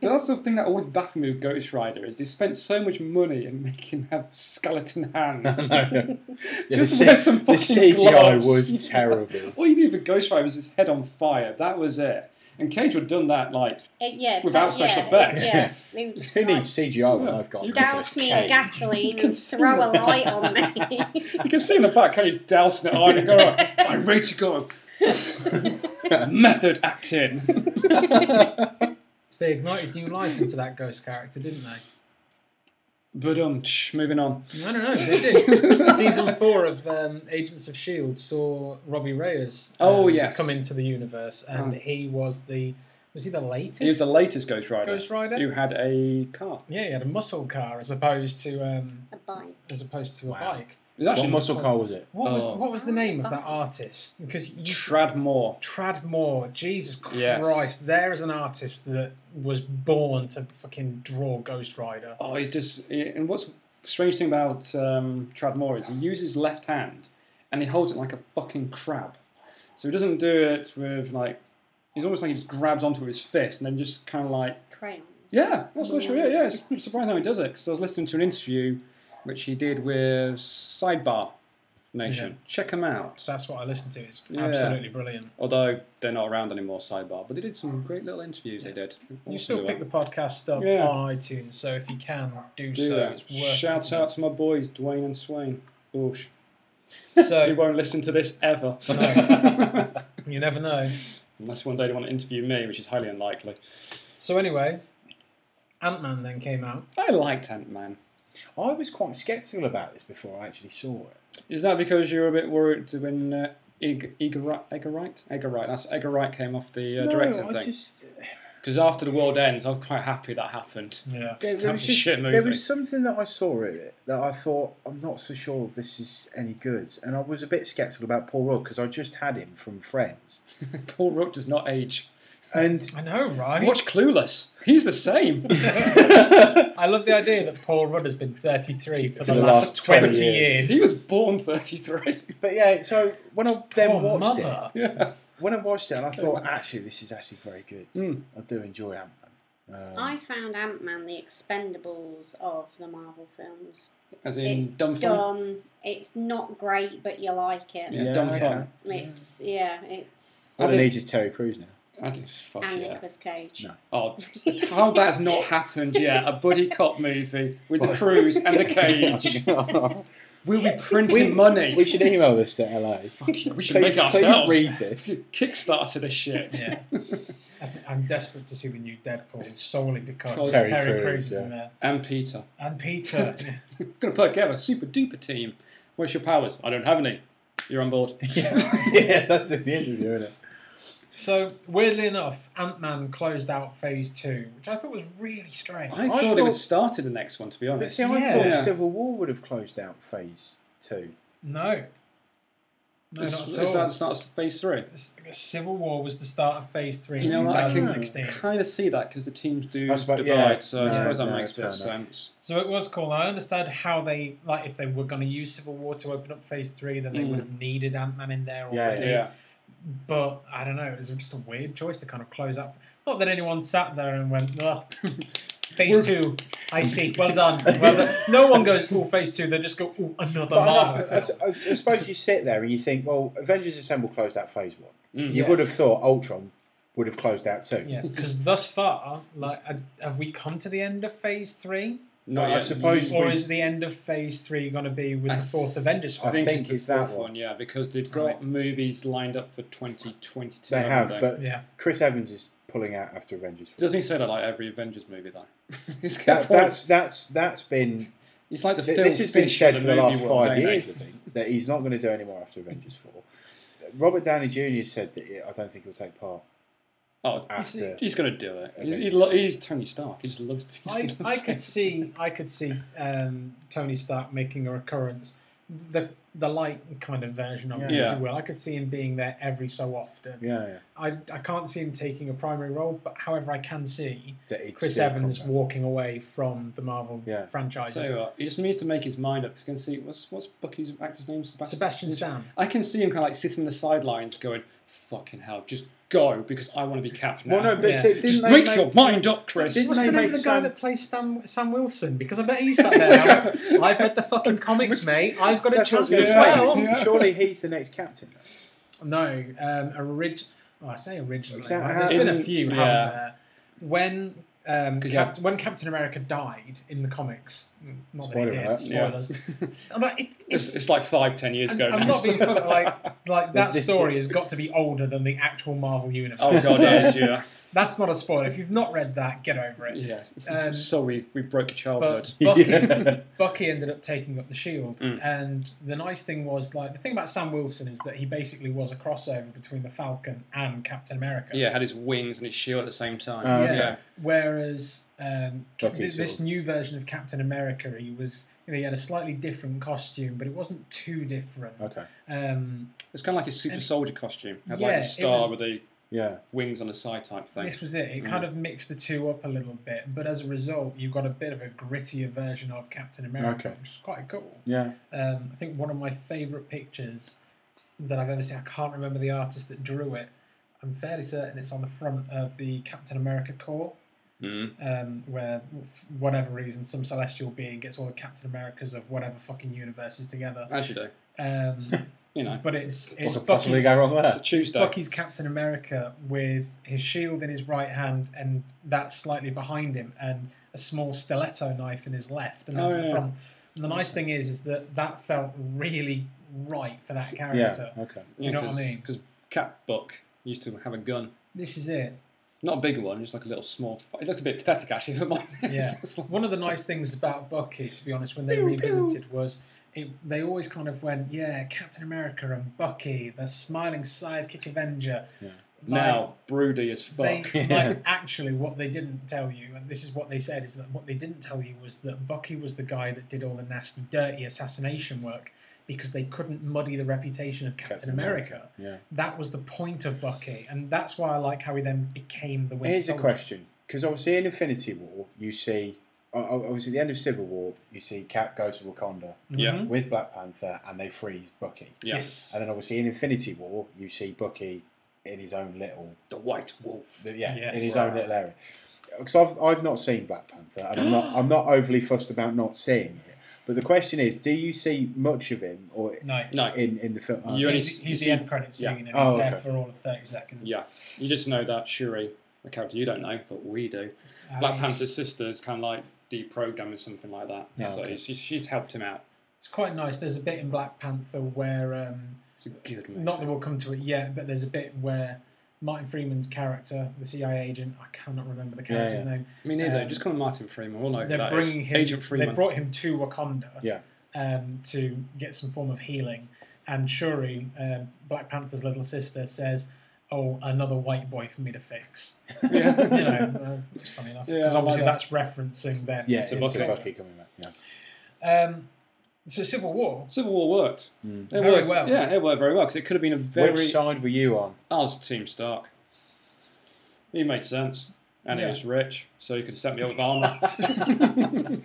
Speaker 3: but
Speaker 1: that's the thing that always baffled me with Ghost Rider is they spent so much money in making her skeleton hands.
Speaker 3: Yeah,
Speaker 1: Just
Speaker 3: the
Speaker 1: wear
Speaker 3: C-
Speaker 1: some
Speaker 3: The
Speaker 1: fucking
Speaker 3: CGI
Speaker 1: gloves.
Speaker 3: was terrible.
Speaker 1: All you did with Ghost Rider was his head on fire. That was it. And Cage would have done that like
Speaker 4: It- yeah,
Speaker 1: Without
Speaker 4: but-
Speaker 1: special
Speaker 4: yeah,
Speaker 1: effects.
Speaker 4: Yeah. They would just
Speaker 3: Who
Speaker 4: like,
Speaker 3: needs CGI when
Speaker 1: Yeah.
Speaker 3: I've got
Speaker 1: You
Speaker 3: this
Speaker 4: douse me in
Speaker 3: cage?
Speaker 1: You
Speaker 4: gasoline
Speaker 1: can
Speaker 4: and
Speaker 1: see
Speaker 4: throw a
Speaker 1: that.
Speaker 4: light on me.
Speaker 1: You can see in the back how he's dousing it on and going, I'm ready to go. Method acting.
Speaker 2: They ignited new life into that ghost character, didn't they?
Speaker 1: But um, tsh, moving on.
Speaker 2: I don't know. They did. Season four of um, Agents of Shield saw Robbie Reyes. um,
Speaker 1: Oh, yes.
Speaker 2: come into the universe, and
Speaker 1: Oh.
Speaker 2: he was the was he the latest?
Speaker 1: He was the latest Ghost Rider.
Speaker 2: Ghost Rider?
Speaker 1: Who had a car.
Speaker 2: Yeah, he had a muscle car as opposed to um,
Speaker 4: a bike.
Speaker 2: as opposed to
Speaker 3: Wow.
Speaker 2: a bike.
Speaker 1: It was actually
Speaker 3: What muscle car was it?
Speaker 2: What was
Speaker 1: Oh.
Speaker 2: what was the name of that artist? Because you
Speaker 1: Trad Moore.
Speaker 2: Trad Moore, Jesus Christ,
Speaker 1: Yes.
Speaker 2: there is an artist that was born to fucking draw Ghost Rider.
Speaker 1: Oh, he's just. And what's strange thing about um, Trad Moore is he uses left hand and he holds it like a fucking crab. So he doesn't do it with like. He's almost like he just grabs onto his fist and then just kind of like
Speaker 4: Crayons.
Speaker 1: Yeah, that's literally it. Yeah, it's surprising how he does it. Because I was listening to an interview which he did with Sidebar Nation. Check them out.
Speaker 2: That's what I listened to. It's
Speaker 1: Yeah.
Speaker 2: absolutely brilliant.
Speaker 1: Although they're not around anymore, Sidebar, but they did some great little interviews. They did.
Speaker 2: You still pick the podcast up
Speaker 1: Yeah.
Speaker 2: on iTunes, so if you can do,
Speaker 1: do
Speaker 2: so,
Speaker 1: that.
Speaker 2: it's worth.
Speaker 1: Shout out to my boys Dwayne and Swain. Bush. They
Speaker 2: So
Speaker 1: won't listen to this ever.
Speaker 2: No. you never know.
Speaker 1: Unless one day they want to interview me, which is highly unlikely.
Speaker 2: So anyway, Ant Man then came out.
Speaker 1: I liked Ant Man.
Speaker 3: I was quite sceptical about this before I actually saw it.
Speaker 1: Is that because you're a bit worried when uh, Edgar Wright? Edgar Wright. That's Edgar Wright came off the uh, directing
Speaker 3: I
Speaker 1: thing.
Speaker 3: just uh,
Speaker 1: Because after the world ends, I was quite happy that happened.
Speaker 2: Yeah.
Speaker 3: there,
Speaker 1: It's
Speaker 3: there
Speaker 1: a
Speaker 3: was
Speaker 1: shit
Speaker 3: just,
Speaker 1: movie.
Speaker 3: there was something that I saw in it that I thought I'm not so sure if this is any good, and I was a bit sceptical about Paul Rudd because I just had him from Friends,
Speaker 1: Paul Rudd does not age.
Speaker 3: and
Speaker 2: I know, right?
Speaker 1: Watch Clueless. He's the same.
Speaker 2: I love the idea that Paul Rudd has been 33 for,
Speaker 3: For
Speaker 2: the,
Speaker 3: the
Speaker 2: last,
Speaker 3: last
Speaker 2: 20
Speaker 3: 20
Speaker 2: years.
Speaker 1: he was born 33.
Speaker 3: but yeah, so when I
Speaker 2: Poor
Speaker 3: then watched it,
Speaker 2: mother.
Speaker 1: Yeah.
Speaker 3: when I watched it, and I thought actually this is actually very good.
Speaker 1: Mm.
Speaker 3: I do enjoy Ant Man. Um,
Speaker 4: I found Ant Man the Expendables of the Marvel films.
Speaker 1: As in
Speaker 4: It's
Speaker 1: dumb fun.
Speaker 4: dumb. It's not great, but you like it.
Speaker 1: Yeah,
Speaker 3: Yeah,
Speaker 1: dumb
Speaker 3: okay.
Speaker 1: fun.
Speaker 4: It's yeah, it's
Speaker 3: All I
Speaker 1: did-
Speaker 3: need is Terry Crews now.
Speaker 1: I did fuck
Speaker 4: and
Speaker 1: yeah.
Speaker 4: Nicolas Cage.
Speaker 3: No.
Speaker 1: Oh, how that's not happened yet. A buddy cop movie with the Cruise and the Cage. We'll be printing
Speaker 3: We-
Speaker 1: money.
Speaker 3: Oh we should email this to LA.
Speaker 1: Fuck yeah, we should
Speaker 3: Please-
Speaker 1: make it ourselves.
Speaker 3: Please read this.
Speaker 1: Kickstarter this shit.
Speaker 2: Yeah. I- I'm desperate to see the new Deadpool solely because
Speaker 1: Because
Speaker 2: Terry,
Speaker 3: Terry
Speaker 2: Crews
Speaker 3: Crews,
Speaker 2: is
Speaker 3: yeah.
Speaker 2: in there.
Speaker 1: And Peter.
Speaker 2: And Peter.
Speaker 1: We're going to put together a super duper team. What's your powers? I don't have any. You're on board.
Speaker 3: yeah, that's in the interview, isn't it?
Speaker 2: So weirdly enough, Ant Man closed out Phase Two, which I thought was really strange.
Speaker 1: I thought, it was started the next one, to be
Speaker 3: But
Speaker 1: honest.
Speaker 3: see, I
Speaker 2: Yeah.
Speaker 3: thought
Speaker 1: Yeah.
Speaker 3: Civil War would have closed out Phase Two.
Speaker 2: no, no,
Speaker 1: Is,
Speaker 2: not
Speaker 1: is
Speaker 2: at all.
Speaker 1: that the start of phase three?
Speaker 2: It's- Civil War was the start of Phase Three
Speaker 1: You
Speaker 2: in
Speaker 1: know what? I can
Speaker 2: 2016.
Speaker 1: kind of see that because the teams do
Speaker 3: I suppose-
Speaker 1: divide,
Speaker 3: yeah.
Speaker 1: so I
Speaker 3: No,
Speaker 1: suppose that
Speaker 3: no,
Speaker 1: makes
Speaker 3: fair
Speaker 1: better
Speaker 3: enough.
Speaker 1: sense.
Speaker 2: So it was cool. I understand how they like if they were going to use Civil War to open up Phase Three, then they
Speaker 1: Mm.
Speaker 2: would have needed Ant Man in there
Speaker 3: Yeah,
Speaker 2: already.
Speaker 1: Yeah,
Speaker 2: But I don't know. It was just a weird choice to kind of close up. Not that anyone sat there and went, "Ugh, Phase Two, I see. Well done, well done." No one goes, "Oh, Phase two. They just go, "Oh, another
Speaker 3: But
Speaker 2: Marvel."
Speaker 3: I,
Speaker 2: film."
Speaker 3: I, I suppose you sit there and you think, well, Avengers Assemble closed out Phase One.
Speaker 1: Mm.
Speaker 3: You would have
Speaker 2: Yes.
Speaker 3: thought Ultron would have closed out too.
Speaker 2: Yeah, because thus far, like, uh, have we come to the end of Phase Three,
Speaker 1: Not
Speaker 3: I
Speaker 1: yet.
Speaker 3: suppose-
Speaker 2: or
Speaker 3: We-
Speaker 2: is the end of Phase Three going to be with
Speaker 1: I
Speaker 2: the fourth Avengers
Speaker 3: I
Speaker 2: film?
Speaker 1: think,
Speaker 3: think
Speaker 1: it's, the
Speaker 3: it's that
Speaker 1: fourth
Speaker 3: one.
Speaker 1: one. Yeah, because they've got
Speaker 2: Right.
Speaker 1: movies lined up for 2022.
Speaker 3: They have,
Speaker 1: haven't
Speaker 3: but
Speaker 2: Yeah.
Speaker 3: Chris Evans is pulling out after Avengers. 4.
Speaker 1: doesn't he say that like every Avengers movie though? it's,
Speaker 3: That,
Speaker 1: kind of-
Speaker 3: that's that's that's been
Speaker 1: it's like the
Speaker 3: th-
Speaker 1: Phil
Speaker 3: this has been
Speaker 1: Fish
Speaker 3: said
Speaker 1: of
Speaker 3: for
Speaker 1: the
Speaker 3: the
Speaker 1: movie
Speaker 3: last
Speaker 1: world,
Speaker 3: five
Speaker 1: don't they?
Speaker 3: years. I think that he's not going to do any more after Avengers Four. Robert Downey Jr. said that he- I don't think he'll take part
Speaker 1: Oh, he's,
Speaker 3: after.
Speaker 1: he's gonna do it. He's, he
Speaker 3: Avengers.
Speaker 1: lo- he's Tony Stark. He just loves. He
Speaker 2: I,
Speaker 1: just
Speaker 2: I
Speaker 1: loves
Speaker 2: could see I could see um, Tony Stark making a recurrence, the the light kind of version of it,
Speaker 1: Yeah.
Speaker 2: if you will. I could see him being there every so often.
Speaker 3: Yeah, yeah.
Speaker 2: I, I can't see him taking a primary role, but however, I can see
Speaker 3: That he'd
Speaker 2: Chris
Speaker 3: still
Speaker 2: Evans
Speaker 3: come back.
Speaker 2: walking away from the Marvel
Speaker 3: Yeah.
Speaker 1: So
Speaker 2: franchises.
Speaker 1: uh, he just needs to make his mind up. He's gonna see what's what's Bucky's actor's name. Sebastian,
Speaker 2: Sebastian Stan.
Speaker 1: I can see him kind of like sitting on the sidelines, going, "Fucking hell, just go because I want to be captain."
Speaker 3: Well,
Speaker 1: now."
Speaker 3: no, but
Speaker 2: Yeah.
Speaker 3: see, didn't
Speaker 1: just
Speaker 3: they
Speaker 1: make
Speaker 3: make-
Speaker 1: your mind up, Chris.
Speaker 3: Didn't
Speaker 2: What's
Speaker 3: they
Speaker 2: the name
Speaker 3: make
Speaker 2: of the
Speaker 3: Sam-
Speaker 2: guy that plays Sam, Sam Wilson? Because I bet he's sat there now. I've read the fucking comics, mate. I've got a
Speaker 3: That's what I
Speaker 2: chance as
Speaker 3: was gonna
Speaker 1: say.
Speaker 2: well.
Speaker 1: Yeah.
Speaker 3: Surely he's the next captain.
Speaker 2: No, um, orig- oh, I say originally.
Speaker 3: Exactly.
Speaker 2: right? There's been a
Speaker 1: In-
Speaker 2: few,
Speaker 1: yeah.
Speaker 2: haven't there? When um,
Speaker 1: 'Cause
Speaker 2: Cap- when Captain America died in the comics, not that
Speaker 3: Spoiler
Speaker 2: he did,
Speaker 3: alert.
Speaker 2: spoilers. I'm like, it,
Speaker 1: It's,
Speaker 2: it's,
Speaker 1: it's like five, ten years
Speaker 2: I'm,
Speaker 1: ago.
Speaker 2: I'm
Speaker 1: now,
Speaker 2: not
Speaker 1: so-
Speaker 2: being funny. Like, like that
Speaker 3: This-
Speaker 2: story has got to be older than the actual Marvel universe.
Speaker 1: oh god,
Speaker 2: So
Speaker 1: yes, yeah,
Speaker 2: that's not a spoiler. If you've not read that, get over it.
Speaker 1: yeah. oh,
Speaker 2: Um,
Speaker 1: Sorry, we broke your childhood.
Speaker 2: But Bucky,
Speaker 3: Yeah.
Speaker 2: Bucky ended up taking up the shield,
Speaker 1: Mm.
Speaker 2: and the nice thing was like the thing about Sam Wilson is that he basically was a crossover between the Falcon and Captain America.
Speaker 1: yeah, had his wings and his shield at the same time.
Speaker 2: Um,
Speaker 3: Oh, okay.
Speaker 1: Yeah,
Speaker 2: Whereas um, ca-
Speaker 3: Bucky
Speaker 2: thi- this
Speaker 3: sort of-
Speaker 2: new version of Captain America, he was you know, he had a slightly different costume, but it wasn't too different.
Speaker 3: Okay.
Speaker 2: Um,
Speaker 1: it's kind of like his super
Speaker 2: And-
Speaker 1: soldier costume. Had
Speaker 2: Yeah,
Speaker 1: like
Speaker 2: it
Speaker 1: the star
Speaker 2: was-
Speaker 1: with the
Speaker 3: Yeah.
Speaker 1: wings on the side type thing.
Speaker 2: this was
Speaker 3: Mm.
Speaker 2: it. It kind of mixed the two up a little bit, but as a result, you got a bit of a grittier version of Captain America,
Speaker 3: Okay.
Speaker 2: which is quite cool.
Speaker 3: Yeah.
Speaker 2: um, I think one of my favourite pictures that I've ever seen. I can't remember the artist that drew it. I'm fairly certain it's on the front of the Captain America Corps,
Speaker 1: Mm.
Speaker 2: um, where, for whatever reason, some celestial being gets all the Captain Americas of whatever fucking universes together.
Speaker 1: As you do,
Speaker 2: Um,
Speaker 1: you know.
Speaker 2: but it's
Speaker 3: What
Speaker 2: it's
Speaker 3: could possibly
Speaker 2: Bucky's,
Speaker 3: go wrong
Speaker 1: It's a
Speaker 3: there?
Speaker 1: Tuesday.
Speaker 2: Bucky's Captain America with his shield in his right hand and that slightly behind him, and a small stiletto knife in his left, and that's
Speaker 1: Oh,
Speaker 2: the
Speaker 1: yeah.
Speaker 2: front. And the nice thing is, is that that felt really right for that
Speaker 3: Yeah.
Speaker 2: character.
Speaker 3: Okay.
Speaker 2: Do you know what I mean?
Speaker 1: Because Cat Buck used to have a gun.
Speaker 2: This is it.
Speaker 1: Not a big one, just like a little small. It looks a bit pathetic actually for mine.
Speaker 2: Yeah.
Speaker 1: It's like-
Speaker 2: One of the nice things about Bucky, to be honest, when they
Speaker 1: Pew, pew.
Speaker 2: revisited was it, they always kind of went, yeah, Captain America and Bucky, the smiling sidekick Avenger.
Speaker 3: Yeah.
Speaker 1: now, broody as fuck.
Speaker 2: They,
Speaker 3: Yeah.
Speaker 2: like, actually, what they didn't tell you, and this is what they said, is that what they didn't tell you was that Bucky was the guy that did all the nasty, dirty assassination work because they couldn't muddy the reputation of Captain,
Speaker 3: Captain
Speaker 2: America.
Speaker 3: America. Yeah.
Speaker 2: That was the point of Bucky, and that's why I like how he then became the Winter
Speaker 3: Here's a
Speaker 2: Soldier.
Speaker 3: question, because obviously in Infinity War, you see, o- o- obviously at the end of Civil War, you see Cap go to Wakanda
Speaker 1: Yeah.
Speaker 2: Mhm.
Speaker 3: with Black Panther, and they freeze Bucky.
Speaker 1: Yeah.
Speaker 2: Yes.
Speaker 3: And then obviously in Infinity War, you see Bucky in his own little,
Speaker 1: The White Wolf.
Speaker 3: the- yeah,
Speaker 2: Yes.
Speaker 3: in his own little area. Because I've, I've not seen Black Panther, and I'm not I'm not overly fussed about not seeing it. But the question is, do you see much of him or
Speaker 2: No.
Speaker 1: No,
Speaker 3: in in the film?
Speaker 1: You only
Speaker 2: he's,
Speaker 1: s-
Speaker 2: the- he's
Speaker 1: you
Speaker 2: the
Speaker 1: see-
Speaker 2: end credits
Speaker 1: yeah.
Speaker 2: scene, and
Speaker 3: Oh,
Speaker 2: he's there
Speaker 3: okay.
Speaker 2: for all of 30 seconds.
Speaker 1: yeah. You just know that Shuri, the character you don't know, but we do.
Speaker 2: Uh,
Speaker 1: Black
Speaker 2: he's-
Speaker 1: Panther's sister is kind of like deprogramming something like that.
Speaker 3: Yeah,
Speaker 1: so
Speaker 3: okay.
Speaker 1: she's, she's helped him out.
Speaker 2: It's quite nice. There's a bit in Black Panther where, um,
Speaker 1: It's a good movie.
Speaker 2: not that we'll come to it yet, but there's a bit where Martin Freeman's character, the CIA agent, I cannot remember the
Speaker 3: Yeah,
Speaker 2: character's
Speaker 3: yeah.
Speaker 2: name,
Speaker 1: Me neither.
Speaker 2: um,
Speaker 1: just call him Martin Freeman. We'll know who
Speaker 2: they're
Speaker 1: that is.
Speaker 2: bringing him,
Speaker 1: Agent
Speaker 2: They
Speaker 1: Freeman.
Speaker 2: brought him to Wakanda
Speaker 3: Yeah.
Speaker 2: um, to get some form of healing. And Shuri, um, Black Panther's little sister, says, oh, another white boy for me to fix.
Speaker 1: Yeah.
Speaker 2: You know, uh, it's funny enough.
Speaker 1: Yeah,
Speaker 2: Because
Speaker 1: I like
Speaker 2: obviously
Speaker 1: that.
Speaker 2: that's referencing them.
Speaker 3: Yeah,
Speaker 1: It's
Speaker 3: it's
Speaker 1: a
Speaker 3: a
Speaker 1: bucket.
Speaker 3: bucket coming back. Yeah.
Speaker 2: Um, so Civil War.
Speaker 1: Civil War worked. It
Speaker 2: Very
Speaker 1: worked,
Speaker 2: well.
Speaker 1: Yeah, it worked very well because it could have been a very.
Speaker 3: Which side were you on?
Speaker 1: I was Team Stark. He made sense, and
Speaker 2: Yeah.
Speaker 1: he was rich, so he could set me up with armor.
Speaker 2: You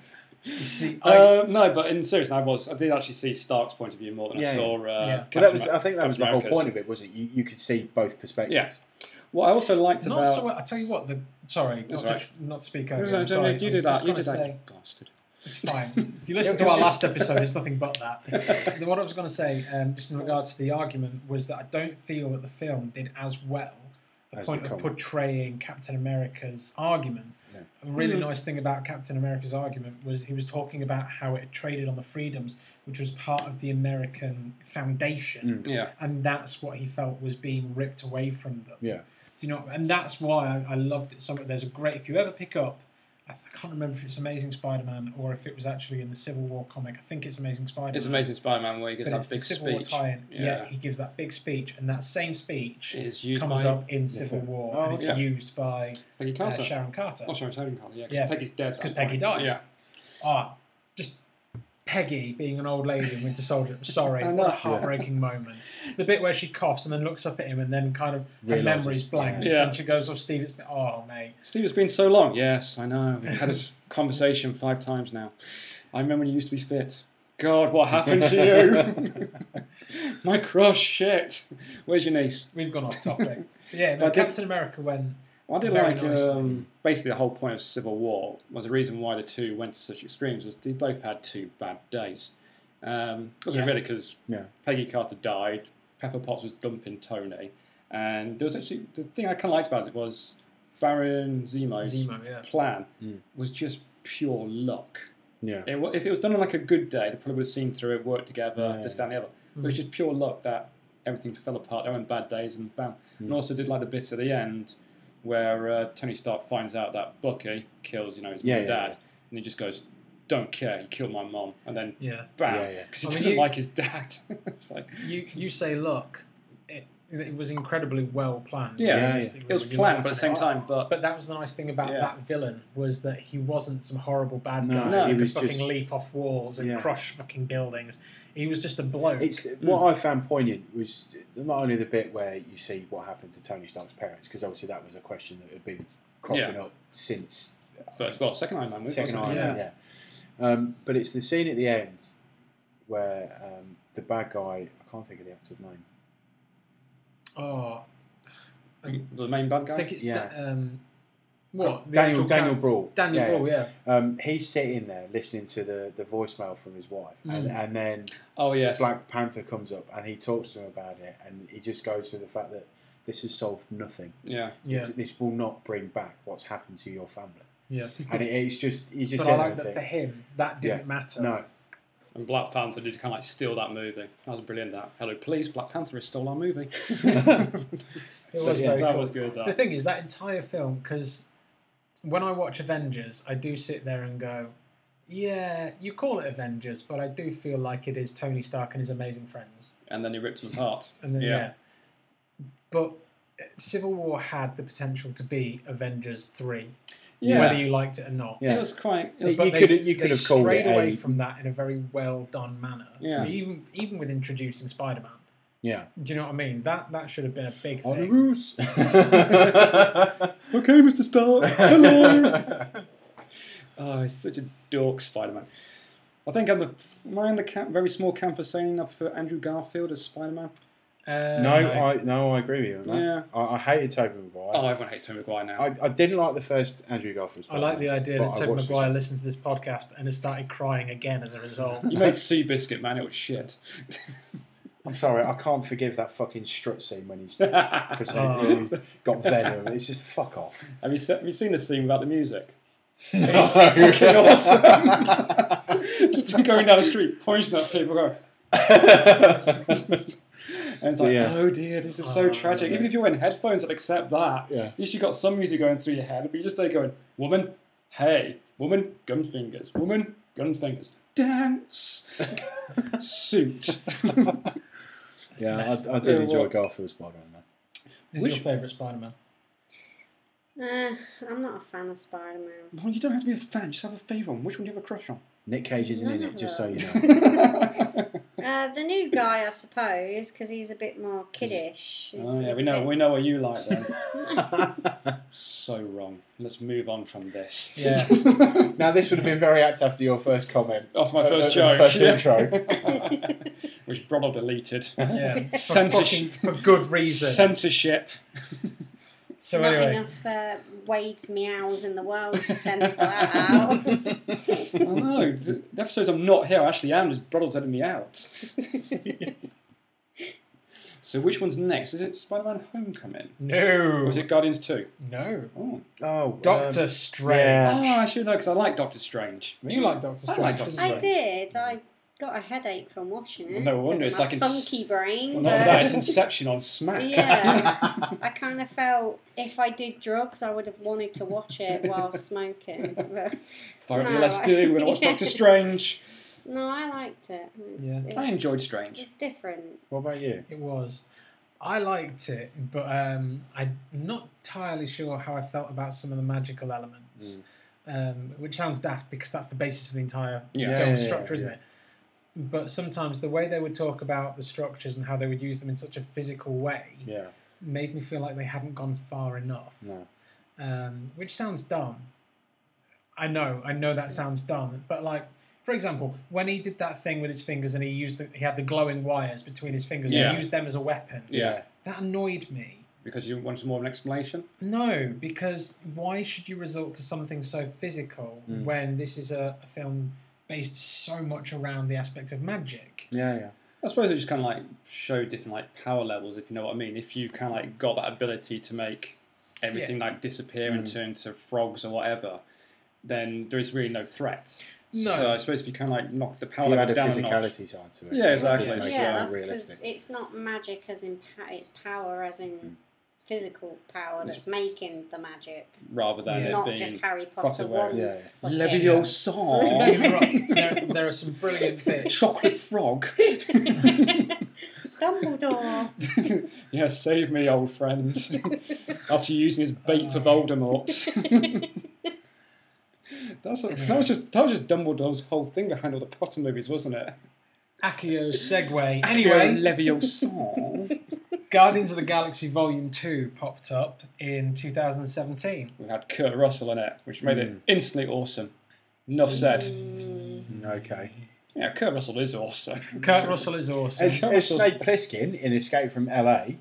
Speaker 2: see, I,
Speaker 1: Uh, no, but in seriousness, I was. I did actually see Stark's point of view more than I
Speaker 3: Yeah,
Speaker 1: saw. Uh,
Speaker 2: yeah.
Speaker 1: Captain
Speaker 3: But that was,
Speaker 1: Ma-
Speaker 3: I think that was the
Speaker 1: Captain
Speaker 3: whole
Speaker 1: America's.
Speaker 3: point of it, was it? You, you could see both perspectives.
Speaker 1: Yeah. What I also liked
Speaker 2: not
Speaker 1: about.
Speaker 2: so. I tell you what. The sorry, not,
Speaker 1: That's
Speaker 2: to,
Speaker 1: right.
Speaker 2: not to speak
Speaker 1: No,
Speaker 2: over.
Speaker 1: no,
Speaker 2: I'm
Speaker 1: no, no,
Speaker 2: sorry.
Speaker 1: you
Speaker 2: I
Speaker 1: do
Speaker 2: was just
Speaker 1: that. You
Speaker 2: gonna
Speaker 1: do that.
Speaker 2: say-
Speaker 1: you Bastard.
Speaker 2: It's fine. If you listen to our last episode, it's nothing but that. The- what I was going to say, um, just in regard to the argument, was that I don't feel that the film did as well the
Speaker 3: As the
Speaker 2: point of
Speaker 3: comic.
Speaker 2: portraying Captain America's argument.
Speaker 3: No.
Speaker 2: A really
Speaker 1: Mm.
Speaker 2: nice thing about Captain America's argument was he was talking about how it had traded on the freedoms, which was part of the American foundation
Speaker 1: Yeah.
Speaker 2: and that's what he felt was being ripped away from them.
Speaker 3: Yeah.
Speaker 2: Do you know? And that's why I, I loved it so much. There's a great if you ever pick up. I th- I can't remember if it's Amazing Spider-Man or if it was actually in the Civil War comic. I think it's Amazing Spider-Man.
Speaker 1: It's amazing Spider-Man where he
Speaker 2: But
Speaker 1: gives that
Speaker 2: it's the
Speaker 1: big
Speaker 2: Civil War
Speaker 1: speech.
Speaker 2: tie-in. Yeah.
Speaker 1: Yeah.
Speaker 2: he gives that big speech, and that same speech
Speaker 1: Is used
Speaker 2: comes
Speaker 1: by.
Speaker 2: up in Civil
Speaker 3: film.
Speaker 2: War,
Speaker 3: Oh,
Speaker 2: and it's
Speaker 1: yeah.
Speaker 2: used by
Speaker 1: Peggy
Speaker 2: uh,
Speaker 1: Carter.
Speaker 2: Sharon Carter.
Speaker 1: oh, sorry, Sharon Carter. Yeah, 'cause
Speaker 2: Yeah.
Speaker 1: Peggy's dead. at
Speaker 2: because
Speaker 1: that point.
Speaker 2: Peggy dies.
Speaker 1: Yeah.
Speaker 2: Ah, just Peggy being an old lady in Winter Soldier. Sorry,
Speaker 1: I know.
Speaker 2: what a heartbreaking moment. The bit where she coughs and then looks up at him and then kind of her
Speaker 3: Realises,
Speaker 2: memory's blank
Speaker 1: yeah.
Speaker 2: and she goes, "Oh, Steve, it's been oh mate."
Speaker 1: Steve, it's been so long. Yes, I know. We've had this conversation five times now. I remember when you used to be fit. God, what happened to you? My crush, shit. Where's your niece?
Speaker 2: We've gone off topic. But yeah,
Speaker 1: But I
Speaker 2: no,
Speaker 1: did-
Speaker 2: Captain America when
Speaker 1: Well, I did
Speaker 2: Very
Speaker 1: like
Speaker 2: nice.
Speaker 1: um, basically the whole point of Civil War was the reason why the two went to such extremes was they both had two bad days. Um, wasn't
Speaker 2: Yeah.
Speaker 1: really because
Speaker 3: Yeah.
Speaker 1: Peggy Carter died, Pepper Potts was dumping Tony, and there was actually the thing I kind of liked about it was Baron Zemo's
Speaker 2: Zemo, yeah.
Speaker 1: plan
Speaker 3: Mm.
Speaker 1: was just pure luck.
Speaker 3: Yeah.
Speaker 1: It, wa- if it was done on like a good day, they probably would have seen through it, worked together,
Speaker 3: Yeah. Hmm.
Speaker 1: this, that, and the other. But it was just pure luck that everything fell apart. They were on bad days, and bam.
Speaker 3: Hmm.
Speaker 1: And also did like the bit at the end where uh, Tony Stark finds out that Bucky kills, you know, his
Speaker 3: Yeah,
Speaker 1: mum
Speaker 3: yeah,
Speaker 1: and dad,
Speaker 3: yeah.
Speaker 1: and he just goes, "Don't care, you killed my mom," and then
Speaker 2: Yeah,
Speaker 1: bam,
Speaker 3: Yeah, yeah.
Speaker 1: 'cause he
Speaker 2: I mean,
Speaker 1: doesn't
Speaker 2: you-
Speaker 1: like his dad. it's like
Speaker 2: you you say look, it, it was incredibly well planned.
Speaker 1: Yeah. Yeah,
Speaker 3: yeah.
Speaker 2: Realistically,
Speaker 1: it was
Speaker 2: when you
Speaker 1: planned,
Speaker 2: look
Speaker 1: but at the
Speaker 2: back
Speaker 1: same
Speaker 2: it.
Speaker 1: time, but,
Speaker 2: But that was the nice thing about
Speaker 1: Yeah.
Speaker 2: that villain was that he wasn't some horrible bad
Speaker 3: No,
Speaker 2: guy.
Speaker 1: No.
Speaker 2: he,
Speaker 1: he
Speaker 2: could
Speaker 3: was
Speaker 2: fucking
Speaker 3: just-
Speaker 2: leap off walls and
Speaker 3: Yeah.
Speaker 2: crush fucking buildings. He was just a bloke.
Speaker 3: It's what I found poignant was not only the bit where you see what happened to Tony Stark's parents, because obviously that was a question that had been cropping up since
Speaker 1: first, well, second Iron Man, wasn't
Speaker 3: Second
Speaker 1: it?
Speaker 3: Iron
Speaker 1: yeah.
Speaker 3: Man, yeah. Um, but it's the scene at the end where um, the bad guy, I can't think of the actor's name.
Speaker 2: oh,
Speaker 1: the main bad
Speaker 2: I
Speaker 1: guy.
Speaker 2: think it's
Speaker 3: Yeah.
Speaker 2: da- um, what the
Speaker 3: Daniel
Speaker 2: actual
Speaker 3: Daniel
Speaker 2: char-
Speaker 3: Brawl.
Speaker 2: Daniel
Speaker 3: Yeah,
Speaker 2: Ball, yeah.
Speaker 3: Um, he's sitting there listening to the, the voicemail from his wife, and,
Speaker 2: Mm.
Speaker 3: and then
Speaker 1: oh yes,
Speaker 3: Black Panther comes up and he talks to him about it, and he just goes through the fact that this has solved nothing.
Speaker 1: yeah.
Speaker 2: yeah,
Speaker 3: This, this will not bring back what's happened to your family.
Speaker 2: yeah.
Speaker 3: And it, it's just, he's just
Speaker 2: Mm-hmm. But I
Speaker 3: sitting
Speaker 2: like
Speaker 3: there
Speaker 2: that for
Speaker 3: thinking,
Speaker 2: him that didn't
Speaker 3: Yeah.
Speaker 2: matter.
Speaker 3: no,
Speaker 1: And Black Panther did kind of like steal that movie. That was brilliant. That hello, please, Black Panther has stole our movie.
Speaker 2: it was
Speaker 3: Yeah,
Speaker 2: very
Speaker 1: that
Speaker 2: cool.
Speaker 1: was good.
Speaker 2: The
Speaker 1: That.
Speaker 2: thing is, that entire film, because when I watch Avengers, I do sit there and go, yeah, you call it Avengers, but I do feel like it is Tony Stark and his amazing friends.
Speaker 1: And then he ripped him apart.
Speaker 2: And then, yeah.
Speaker 1: Yeah.
Speaker 2: But uh, Civil War had the potential to be Avengers 3,
Speaker 1: Yeah,
Speaker 2: whether you liked it or not.
Speaker 1: it
Speaker 3: yeah.
Speaker 1: was quite. It
Speaker 3: You
Speaker 1: was
Speaker 2: But
Speaker 3: could- you could
Speaker 2: they
Speaker 3: have called it
Speaker 2: strayed away
Speaker 3: a-
Speaker 2: from that in a very well done manner.
Speaker 1: Yeah.
Speaker 2: Even even with introducing Spider Man.
Speaker 3: yeah.
Speaker 2: Do you know what I mean? That that should have been a big
Speaker 3: On a
Speaker 2: thing.
Speaker 3: ruse.
Speaker 1: okay, Mr. Stark. Hello. oh, he's such a dork, Spider-Man. I think I'm the am I in the camp, very small camp for saying I prefer Andrew Garfield as Spider-Man.
Speaker 2: Uh,
Speaker 3: No, I no, I agree with you. On that.
Speaker 1: Yeah.
Speaker 3: I, I hated Tobey Maguire.
Speaker 1: Oh, everyone hates Tobey Maguire now.
Speaker 3: I, I didn't like the first Andrew Garfield.
Speaker 2: I like the idea
Speaker 3: But
Speaker 2: that
Speaker 3: I
Speaker 2: Toby
Speaker 3: watched this
Speaker 2: Maguire listened to this podcast and has started crying again as a result.
Speaker 1: you made Sea Biscuit, man. It was shit.
Speaker 3: I'm sorry, I can't forgive that fucking strut scene when he's,
Speaker 2: Oh.
Speaker 3: pretending he's got venom. It's just fuck off.
Speaker 1: Have you, se- have you seen the scene about the music?
Speaker 3: It's
Speaker 1: Fucking awesome. Just going down the street, pointing at people, going, and it's like,
Speaker 3: Yeah.
Speaker 1: oh dear, this is so
Speaker 2: Oh,
Speaker 1: tragic.
Speaker 3: yeah.
Speaker 1: Even if you're wearing headphones, I'd accept that.
Speaker 3: Yeah.
Speaker 1: At least you got some music going through your head, but you're just there going, woman, hey, woman, gun fingers, woman, gun fingers, dance, suit.
Speaker 3: yeah, I, I
Speaker 1: Yeah,
Speaker 3: did enjoy
Speaker 1: what?
Speaker 3: Garfield's Spider-Man.
Speaker 2: Is
Speaker 1: Which-
Speaker 2: your favourite Spider-Man?
Speaker 4: Uh, I'm not a fan of Spider Man.
Speaker 1: Well, you don't have to be a fan. Just have a favourite one. Which one do you have a crush on?
Speaker 3: Nick Cage isn't in
Speaker 4: None
Speaker 3: it,
Speaker 4: of
Speaker 3: just so you know.
Speaker 4: Uh, the new guy, I suppose, because he's a bit more kiddish. He's-
Speaker 1: oh yeah,
Speaker 4: he's
Speaker 1: we
Speaker 4: a
Speaker 1: know
Speaker 4: bit-
Speaker 1: we know what you like then. so wrong. Let's move on from this.
Speaker 2: Yeah.
Speaker 3: now this would have been very apt after your first comment.
Speaker 1: After my
Speaker 3: Uh,
Speaker 1: first
Speaker 3: uh,
Speaker 1: joke,
Speaker 3: the first
Speaker 1: yeah.
Speaker 3: intro.
Speaker 1: which Ronald deleted.
Speaker 2: yeah. For
Speaker 1: Censorship.
Speaker 2: fucking- for good reason.
Speaker 1: Censorship.
Speaker 2: so
Speaker 4: not
Speaker 2: anyway,
Speaker 4: enough uh, Wade's meows in the world to censor that out.
Speaker 1: I know. The the episodes I'm not here, I actually am, just Ronald's editing me out. so which one's next? Is it Spider-Man Homecoming?
Speaker 2: no,
Speaker 1: Or is it Guardians 2?
Speaker 2: no,
Speaker 1: Oh,
Speaker 3: Oh,
Speaker 2: Doctor
Speaker 3: um,
Speaker 2: Strange.
Speaker 1: oh
Speaker 3: yeah.
Speaker 1: I should know because I like Doctor Strange.
Speaker 2: You like Doctor
Speaker 1: I
Speaker 2: Strange?
Speaker 1: like Doctor
Speaker 2: didn't
Speaker 4: I
Speaker 2: you?
Speaker 1: Strange.
Speaker 4: did. I got a headache from watching it.
Speaker 1: No wonder, it's
Speaker 4: 'cause of my
Speaker 1: like in-
Speaker 4: funky brain.
Speaker 1: Well,
Speaker 4: but-
Speaker 1: not that, it's Inception on Smack.
Speaker 3: um,
Speaker 4: yeah, I kind of felt if I did drugs, I would have wanted to watch it while smoking. But
Speaker 1: Finally,
Speaker 4: No,
Speaker 1: let's
Speaker 4: I-
Speaker 1: do. We're going to watch Doctor Strange.
Speaker 4: no, I liked it. It's,
Speaker 2: Yeah.
Speaker 4: it's,
Speaker 1: I enjoyed Strange.
Speaker 4: It's different.
Speaker 3: What about you?
Speaker 2: It was. I liked it, but um, I'm not entirely sure how I felt about some of the magical elements, um, which sounds daft because that's the basis of the entire
Speaker 1: Yeah.
Speaker 2: film
Speaker 3: Yeah,
Speaker 2: structure,
Speaker 3: yeah,
Speaker 2: isn't
Speaker 3: yeah.
Speaker 2: it? But sometimes the way they would talk about the structures and how they would use them in such a physical way
Speaker 3: Yeah.
Speaker 2: made me feel like they hadn't gone far enough.
Speaker 3: No.
Speaker 2: Um, which sounds dumb. I know, I know that sounds dumb, but like, for example, when he did that thing with his fingers and he used, the, he had the glowing wires between his fingers and
Speaker 1: Yeah.
Speaker 2: he used them as a weapon.
Speaker 1: Yeah,
Speaker 2: That annoyed me.
Speaker 1: because you want more of an explanation.
Speaker 2: No, because why should you resort to something so physical
Speaker 1: Hmm.
Speaker 3: Mm.
Speaker 2: when this is a, a film based so much around the aspect of magic?
Speaker 3: Yeah, yeah.
Speaker 1: I suppose it just kind of like show different like power levels, if you know what I mean. If you kind of like got that ability to make everything like disappear and
Speaker 3: Mm.
Speaker 1: turn to frogs or whatever, then there is really no threat.
Speaker 2: No.
Speaker 1: So I suppose if you kind of like knock the power
Speaker 3: If you
Speaker 1: level
Speaker 3: add a
Speaker 1: down a notch,
Speaker 3: physicality side to it.
Speaker 1: Yeah,
Speaker 3: it
Speaker 1: exactly.
Speaker 3: does make it
Speaker 4: yeah, that's because
Speaker 3: unrealistic.
Speaker 4: it's not magic as in pa- it's power as
Speaker 1: Mm.
Speaker 4: in physical power that's making the magic,
Speaker 1: rather than
Speaker 2: Yeah.
Speaker 1: it
Speaker 4: not
Speaker 1: being
Speaker 4: just Harry
Speaker 1: Potter
Speaker 4: Potter one.
Speaker 3: Yeah.
Speaker 4: fucking-
Speaker 2: Don't get me
Speaker 1: Leviosa,
Speaker 2: wrong, there, there are some brilliant bits.
Speaker 1: chocolate frog.
Speaker 4: Dumbledore.
Speaker 1: yeah, save me, old friend. After you used me as bait for Voldemort. That's a, that was just that was just Dumbledore's whole thing behind all the Potter movies, wasn't it?
Speaker 2: Accio segue. Anyway,
Speaker 1: Leviosa.
Speaker 2: Guardians of the Galaxy Volume 2 popped up in 2017.
Speaker 1: we had Kurt Russell in it, which made
Speaker 2: Mm.
Speaker 1: it instantly awesome. Enough said.
Speaker 3: Okay.
Speaker 1: Yeah, Kurt Russell is awesome.
Speaker 3: Mm-hmm.
Speaker 2: Kurt Russell is awesome.
Speaker 3: It's, it's Snake Plissken in Escape from LA.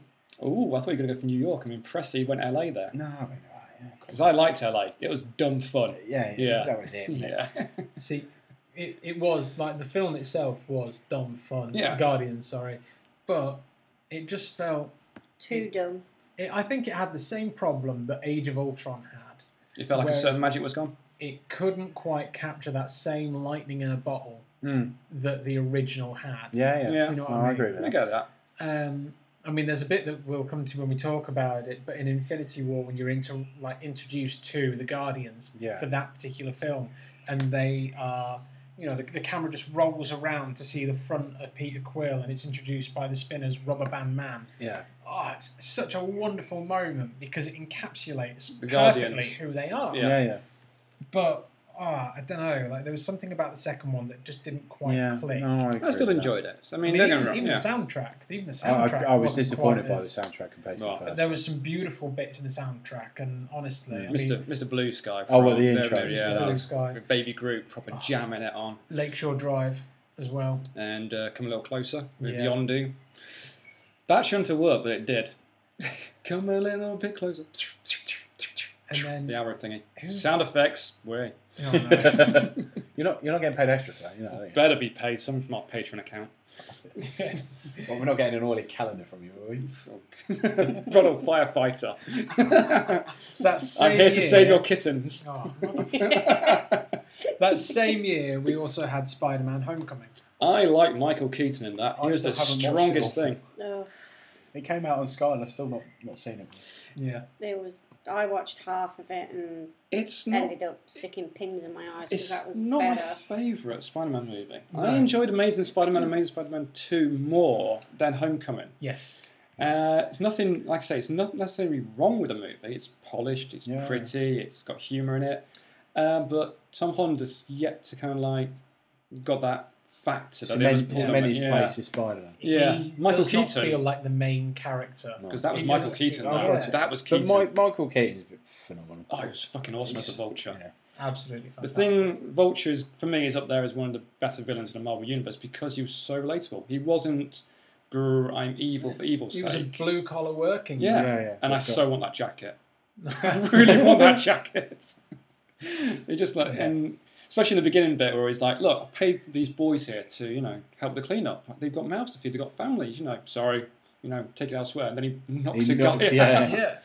Speaker 1: Ooh, I thought you were going to go for New York. I'm impressed that you went LA there.
Speaker 3: No, I mean, all right, yeah, of course.
Speaker 1: Because I liked LA. It was dumb fun.
Speaker 3: yeah, yeah,
Speaker 1: Yeah.
Speaker 3: that was it. wasn't it?
Speaker 1: Yeah.
Speaker 2: See, it, it was like the film itself was dumb fun.
Speaker 1: Yeah.
Speaker 2: Guardians, sorry. But it just felt.
Speaker 4: Too dumb.
Speaker 2: It, I think it had the same problem that Age of Ultron had.
Speaker 1: It felt like a
Speaker 2: Whereas-
Speaker 1: certain magic was gone.
Speaker 2: It couldn't quite capture that same lightning in a bottle
Speaker 3: Mm.
Speaker 2: that the original had.
Speaker 3: Yeah, yeah.
Speaker 1: Yeah.
Speaker 2: Do you know
Speaker 3: No,
Speaker 2: what I
Speaker 3: I
Speaker 2: mean?
Speaker 3: agree with
Speaker 1: I
Speaker 3: that.
Speaker 1: get that.
Speaker 2: Um, I mean, there's a bit that we'll come to when we talk about it, but in Infinity War, when you're into like introduced to the Guardians
Speaker 3: Yeah.
Speaker 2: for that particular film, and they are, you know, the, the camera just rolls around to see the front of Peter Quill, and it's introduced by the Spinners Rubber Band Man.
Speaker 3: Yeah.
Speaker 2: Oh, it's such a wonderful moment because it encapsulates
Speaker 1: The
Speaker 2: perfectly
Speaker 1: Guardians.
Speaker 2: who they are.
Speaker 1: Yeah.
Speaker 3: Yeah, yeah.
Speaker 2: But oh, I don't know, like there was something about the second one that just didn't quite
Speaker 3: yeah.
Speaker 2: click.
Speaker 3: No, I, agree
Speaker 1: I still
Speaker 3: with that.
Speaker 1: enjoyed it. So, I
Speaker 2: I
Speaker 1: mean,
Speaker 2: mean,
Speaker 1: don't get
Speaker 2: even,
Speaker 1: me wrong.
Speaker 2: even
Speaker 1: yeah.
Speaker 2: the soundtrack, even the
Speaker 3: I,
Speaker 2: soundtrack.
Speaker 3: I, I was
Speaker 2: wasn't
Speaker 3: disappointed
Speaker 2: quite
Speaker 3: by the
Speaker 2: as-
Speaker 3: soundtrack compared to
Speaker 1: Right.
Speaker 3: the
Speaker 2: But
Speaker 3: first.
Speaker 2: there were some beautiful bits in the soundtrack, and honestly, I mean,
Speaker 1: Mr. Mr. Blue Sky.
Speaker 3: Oh, well, the
Speaker 1: from-
Speaker 3: intro, Oh.
Speaker 1: there,
Speaker 3: Mr.
Speaker 1: Yeah,
Speaker 2: Blue
Speaker 1: that's-
Speaker 2: Sky.
Speaker 1: with Baby Group proper jamming it on.
Speaker 2: Lakeshore Drive as well.
Speaker 1: And uh, come a little closer with
Speaker 2: Yeah.
Speaker 1: Yondu. That shouldn't have worked, but it did. come a little bit closer.
Speaker 2: And then,
Speaker 1: The arrow thingy.
Speaker 2: Who's-
Speaker 1: Sound effects. Way.
Speaker 2: Oh, no.
Speaker 3: you're not you're not getting paid extra for that, you know. are you?
Speaker 1: Better be paid some from our Patreon account.
Speaker 3: Well, we're not getting an oily calendar from you, are we?
Speaker 1: Ronald Firefighter.
Speaker 2: that same
Speaker 1: I'm here
Speaker 2: year,
Speaker 1: to save your kittens.
Speaker 2: Oh, that same year, we also had Spider-Man: Homecoming.
Speaker 1: I like Michael Keaton in that. He
Speaker 3: I
Speaker 1: was the
Speaker 3: still haven't watched it
Speaker 1: strongest
Speaker 3: all.
Speaker 1: thing.
Speaker 4: Ugh,
Speaker 3: It came out on Sky, and I've still not not seen it.
Speaker 2: Yeah,
Speaker 4: there was. I watched half of it and
Speaker 1: It's not
Speaker 4: ended up sticking pins in my eyes because
Speaker 1: It's
Speaker 4: that was
Speaker 1: not my
Speaker 4: better.
Speaker 1: favourite Spider-Man movie. I enjoyed Amazing Spider-Man and Amazing Spider-Man 2 more than Homecoming.
Speaker 2: yes.
Speaker 1: Uh, it's nothing, like I say, it's not necessarily wrong with the movie. It's polished, it's
Speaker 3: Yeah.
Speaker 1: pretty, it's got humour in it. Uh, but Tom Holland has yet to kind of like got that factor that it was
Speaker 3: Cement,
Speaker 1: Paul
Speaker 3: cement his
Speaker 1: Dano-
Speaker 3: place as Spider-Man.
Speaker 1: Yeah.
Speaker 2: He
Speaker 1: Michael
Speaker 2: does not
Speaker 1: Keaton.
Speaker 2: feel like the main character.
Speaker 3: No.
Speaker 1: Because that was
Speaker 2: He
Speaker 1: Michael
Speaker 2: doesn't-
Speaker 1: Keaton.
Speaker 2: oh,
Speaker 1: that.
Speaker 2: yeah.
Speaker 1: That was
Speaker 3: But
Speaker 1: Keaton.
Speaker 3: My, Michael Keaton's a bit phenomenal.
Speaker 1: oh, it was fucking awesome as a vulture.
Speaker 3: Yeah.
Speaker 2: Absolutely
Speaker 1: The
Speaker 2: fantastic.
Speaker 1: thing, Vulture is for me is up there as one of the better villains in the Marvel universe because he was so relatable. He wasn't, "Grr, I'm evil for evil's
Speaker 2: he was a
Speaker 1: sake."
Speaker 2: blue collar working.
Speaker 1: Yeah.
Speaker 3: Yeah, yeah.
Speaker 1: and I
Speaker 3: Good
Speaker 1: so want that jacket. I really want that jacket. It just like and especially in the beginning bit where he's like, "Look, I paid these boys here to you know help the cleanup. They've got mouths to feed. They've got families. You know, sorry." You know, take it elsewhere, and then he knocks
Speaker 3: He
Speaker 1: a guy.
Speaker 3: knocks,
Speaker 1: out.
Speaker 3: yeah.
Speaker 2: yeah.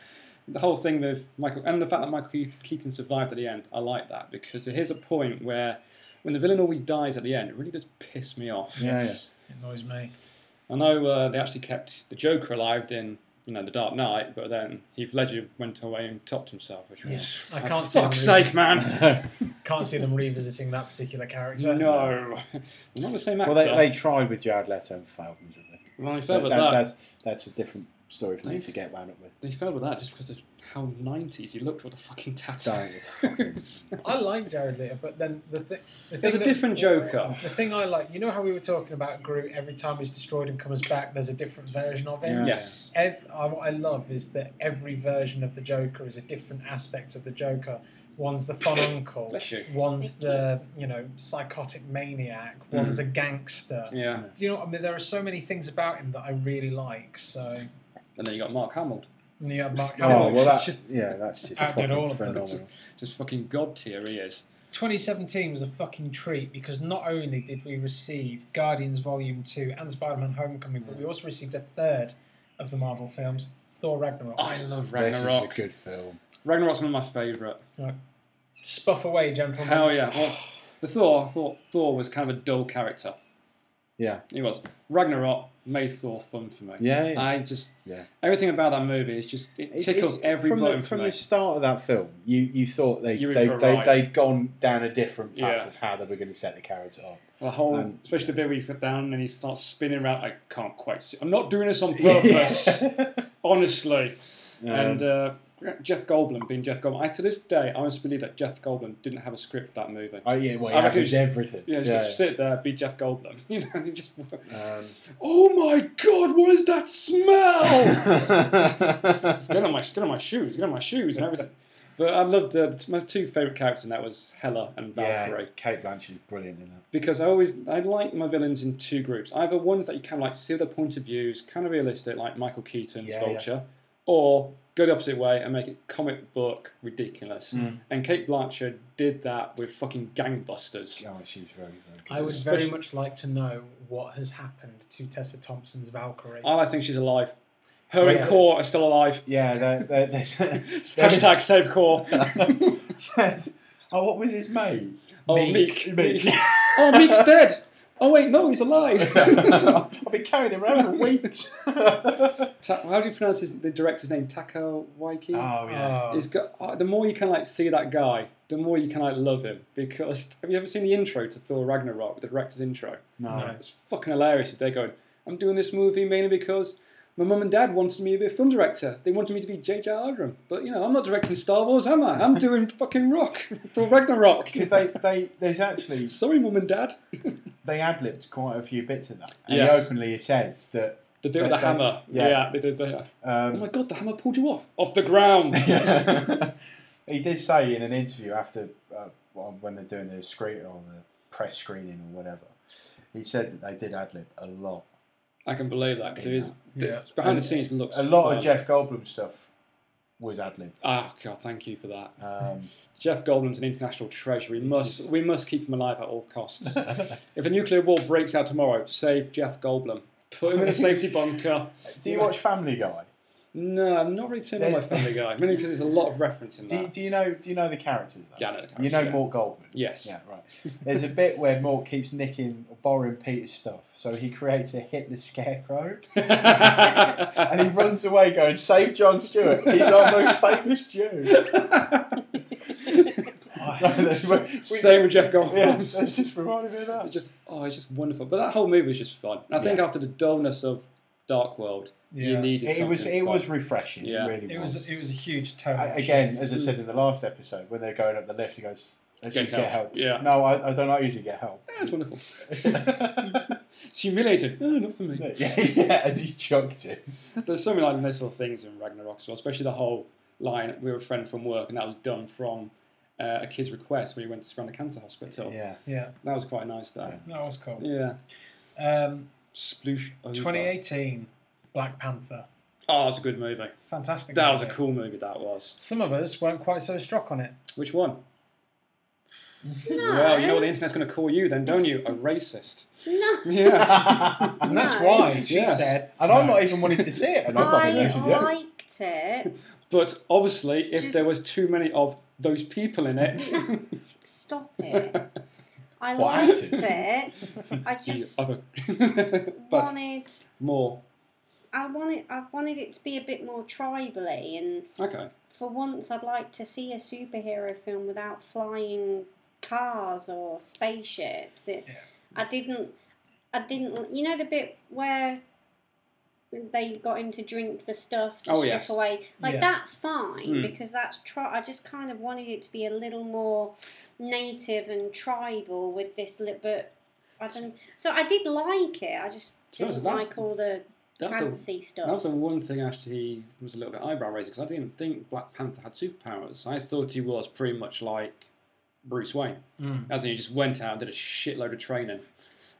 Speaker 1: the whole thing with Michael and the fact that Michael Keaton survived at the end, I like that because here's a point where when the villain always dies at the end, it really does piss me off.
Speaker 3: Yeah,
Speaker 2: It annoys me.
Speaker 1: I know uh, they actually kept the Joker alive in you know the Dark Knight, but then Heath Ledger went away and topped himself, which was
Speaker 2: I can't
Speaker 1: for
Speaker 2: see
Speaker 1: fuck's
Speaker 2: him doing
Speaker 1: sake, man.
Speaker 2: Can't see them revisiting that particular character.
Speaker 1: no, They're not the same actor.
Speaker 3: Well, they, they tried with Jared Leto and failed miserably.
Speaker 1: Well, they failed
Speaker 3: But
Speaker 1: with
Speaker 3: that,
Speaker 1: that.
Speaker 3: that's that's a different story for me to get wound up with.
Speaker 1: They failed with that just because of how '90s he looked with the fucking
Speaker 3: Don't you fucking-
Speaker 1: tattoos.
Speaker 2: I like Jared Leto, but then the, thi- the thing.
Speaker 1: There's a
Speaker 2: that-
Speaker 1: different Joker.
Speaker 2: The thing I like, you know how we were talking about Groot. Every time he's destroyed and comes back, there's a different version of him.
Speaker 3: Yeah.
Speaker 1: Yes,
Speaker 2: Ev- I, what I love is that every version of the Joker is a different aspect of the Joker. One's the fun uncle.
Speaker 1: bless you.
Speaker 2: One's the you know psychotic maniac.
Speaker 1: Mm.
Speaker 2: One's a gangster.
Speaker 1: Yeah,
Speaker 2: Do you know? What I mean, there are so many things about him that I really like. So
Speaker 1: and then you got Mark Hamill.
Speaker 2: and you have Mark
Speaker 3: Oh
Speaker 2: Hamill.
Speaker 3: well, that yeah, that's just
Speaker 2: Outdid
Speaker 3: fucking
Speaker 2: all of them.
Speaker 3: phenomenal.
Speaker 1: Just fucking god tier he is.
Speaker 2: 2017 was a fucking treat because not only did we receive Guardians Volume 2 and Spider Man Homecoming, but we also received a third of the Marvel films, Thor Ragnarok.
Speaker 1: I love
Speaker 3: This is a
Speaker 1: Ragnarok.
Speaker 3: good film.
Speaker 1: Ragnarok's one of my favourite.
Speaker 2: Spuff away, gentlemen.
Speaker 1: Hell yeah. Well, the Thor, I thought Thor was kind of a dull character.
Speaker 3: Yeah,
Speaker 1: He was. Ragnarok made Thor fun for me.
Speaker 3: yeah, yeah.
Speaker 1: I just
Speaker 3: Yeah.
Speaker 1: everything about that movie is just it
Speaker 3: It's-
Speaker 1: tickles
Speaker 3: it's-
Speaker 1: every
Speaker 3: from
Speaker 1: button
Speaker 3: the,
Speaker 1: for
Speaker 3: from
Speaker 1: me.
Speaker 3: the start of that film. You you thought they
Speaker 1: You're in
Speaker 3: they
Speaker 1: for a
Speaker 3: they
Speaker 1: ride.
Speaker 3: they'd gone down a different path
Speaker 1: Yeah.
Speaker 3: of how they were going to set the character up.
Speaker 1: The whole,
Speaker 3: Um,
Speaker 1: especially the bit where he's down and he starts spinning around. I can't quite see. I'm not doing this on purpose, honestly.
Speaker 3: Um,
Speaker 1: and uh, Jeff Goldblum being Jeff Goldblum, I to this day I honestly believe that Jeff Goldblum didn't have a script for that movie.
Speaker 3: oh yeah, well,
Speaker 1: I
Speaker 3: yeah,
Speaker 1: reckon
Speaker 3: happens
Speaker 1: it's-
Speaker 3: everything.
Speaker 1: Yeah, just
Speaker 3: yeah.
Speaker 1: sit there, be Jeff Goldblum. You know, and he just.
Speaker 3: Um,
Speaker 1: Oh my God! What is that smell? get on my get on my shoes, get on my shoes and everything. But I loved uh, my two favorite characters, and that was Hela and Valkyrie,
Speaker 3: yeah, Kate Blanchett is brilliant in that.
Speaker 1: because I always I like my villains in two groups: either ones that you kind of like see their point of views, kind of realistic, like Michael Keaton's
Speaker 3: Yeah, yeah.
Speaker 1: Vulture, or go the opposite way and make it comic book ridiculous. And Kate Blanchard did that with fucking gangbusters.
Speaker 3: Oh, she's very very good.
Speaker 2: I would very
Speaker 1: Especially-
Speaker 2: much like to know what has happened to Tessa Thompson's Valkyrie.
Speaker 1: And I think she's alive. Her
Speaker 2: Yeah.
Speaker 1: and Core are still alive.
Speaker 3: Yeah, they they they-
Speaker 1: Hashtag save Core.
Speaker 3: Yes. Oh, what was his mate?
Speaker 1: Oh,
Speaker 2: Meek.
Speaker 1: Meek. Oh, Meek's dead. Oh wait, no, he's alive.
Speaker 3: I've been carrying him around for weeks. oh
Speaker 1: Ta- how do you pronounce his, the director's name? Taka Waiki.
Speaker 3: yeah.
Speaker 2: Oh.
Speaker 1: He's got. Uh, the more you can like see that guy, the more you can like love him. Because have you ever seen the intro to Thor Ragnarok? The director's intro.
Speaker 3: No.
Speaker 1: It's fucking hilarious. They're going, "I'm doing this movie mainly because." My mum and dad wanted me to be a film director. They wanted me to be J.J. Abrams, but you know I'm not directing Star Wars, am I? I'm doing fucking Rock, Thor Ragnarok.
Speaker 3: Because they, they there's actually
Speaker 1: Sorry, mum and dad.
Speaker 3: they ad libbed quite a few bits of that. And he
Speaker 1: Yes.
Speaker 3: openly said that
Speaker 1: The bit
Speaker 3: They-
Speaker 1: with the
Speaker 3: they-
Speaker 1: hammer.
Speaker 3: yeah.
Speaker 1: Yeah. they did that. Oh my
Speaker 3: um,
Speaker 1: god, the hammer pulled you off off the ground.
Speaker 3: he did say in an interview after uh, well, when they're doing the screen or the press screening or whatever, he said that they did ad lib a lot.
Speaker 1: I can believe that because it is
Speaker 2: Yeah.
Speaker 1: it's behind the scenes. It looks
Speaker 3: A lot
Speaker 1: fun.
Speaker 3: of Jeff Goldblum stuff was ad libbed.
Speaker 1: Oh god, thank you for that.
Speaker 3: Um,
Speaker 1: Jeff Goldblum's an international treasure. We must we must keep him alive at all costs. if a nuclear war breaks out tomorrow, save Jeff Goldblum. Put him in a safety bunker.
Speaker 3: do you watch Family Guy?
Speaker 1: No, I'm not really turning on my
Speaker 3: There's-
Speaker 1: Family Guy. Mainly because there's a lot of reference in
Speaker 3: Do,
Speaker 1: that.
Speaker 3: you- do you know do you know the characters though?
Speaker 1: Yeah, I know the
Speaker 3: you know
Speaker 1: characters, yeah.
Speaker 3: Mort Goldman.
Speaker 1: Yes.
Speaker 3: Yeah, right. There's a bit where Mort keeps nicking or borrowing Peter's stuff, so he creates a Hitler scarecrow and he runs away going, Save John Stewart, he's our most famous Jew.
Speaker 1: Same with Jeff Goldblum.
Speaker 3: Yeah, that's just reminded me of
Speaker 1: It
Speaker 3: that.
Speaker 1: just oh, it's just wonderful. But that whole movie was just fun. And I think
Speaker 3: Yeah.
Speaker 1: after the dullness of Dark World. You
Speaker 2: Yeah.
Speaker 1: needed
Speaker 3: It was
Speaker 1: something
Speaker 3: it was
Speaker 1: fun.
Speaker 3: refreshing.
Speaker 1: Yeah.
Speaker 3: It really
Speaker 2: It
Speaker 3: was.
Speaker 2: was it was a huge tone.
Speaker 3: I, again, as I said in the last episode, when they're going up the lift, he goes, "Let's
Speaker 1: Get
Speaker 3: use get
Speaker 1: help."
Speaker 3: help."
Speaker 1: Yeah.
Speaker 3: No, I, I don't like using get help.
Speaker 1: Yeah, it's wonderful.
Speaker 3: yeah,
Speaker 1: It's humiliating. Oh, not for me.
Speaker 3: yeah, as he chucked it.
Speaker 1: There's so many like little things in Ragnarok as well, especially the whole line. We were a friend from work, and that was done from uh, a kid's request when he went to run a cancer hospital.
Speaker 3: Yeah.
Speaker 2: yeah,
Speaker 1: That was quite nice. That
Speaker 2: that was cool.
Speaker 1: yeah,
Speaker 2: Um,
Speaker 1: sploosh. over.
Speaker 2: 2018, Black Panther,
Speaker 1: Oh, that's a good movie.
Speaker 2: fantastic.
Speaker 1: That was a
Speaker 2: movie.
Speaker 1: cool movie. That was.
Speaker 2: Some of us weren't quite so struck on it.
Speaker 1: Which one?
Speaker 4: No,
Speaker 1: Well, you know what the internet's going to call you then, don't you? A racist.
Speaker 4: no.
Speaker 1: Yeah.
Speaker 3: and
Speaker 2: And that's
Speaker 4: No.
Speaker 2: why she
Speaker 1: Yes.
Speaker 2: said,
Speaker 3: I'm not even wanting to see it, and I'm not
Speaker 4: I
Speaker 3: being nice with you.
Speaker 4: liked it.
Speaker 1: But obviously, if
Speaker 4: Just-
Speaker 1: there was too many of those people in it,
Speaker 4: Stop it. I
Speaker 3: What,
Speaker 4: liked
Speaker 3: actors?
Speaker 4: it. I
Speaker 1: you
Speaker 4: just
Speaker 1: other. but
Speaker 4: wanted.
Speaker 1: more.
Speaker 4: I wanted. I wanted it to be a bit more tribally, and
Speaker 1: Okay.
Speaker 4: for once, I'd like to see a superhero film without flying cars or spaceships. It,
Speaker 2: Yeah.
Speaker 4: I didn't. I didn't. You know the bit where they got him to drink the stuff to
Speaker 1: Oh,
Speaker 4: strip
Speaker 1: yes.
Speaker 4: away. Like
Speaker 2: Yeah.
Speaker 4: that's fine
Speaker 1: Hmm.
Speaker 4: because that's tri- I just kind of wanted it to be a little more native and tribal with this little but I don't. So I did like it. I just
Speaker 1: To be honest,
Speaker 4: didn't
Speaker 1: that's-
Speaker 4: like all the
Speaker 1: That's the,
Speaker 4: fancy
Speaker 1: that was
Speaker 4: stuff.
Speaker 1: the one thing actually was a little bit eyebrow raising because I didn't think Black Panther had superpowers. I thought he was pretty much like Bruce Wayne,
Speaker 2: Mm.
Speaker 1: as in he just went out and did a shitload of training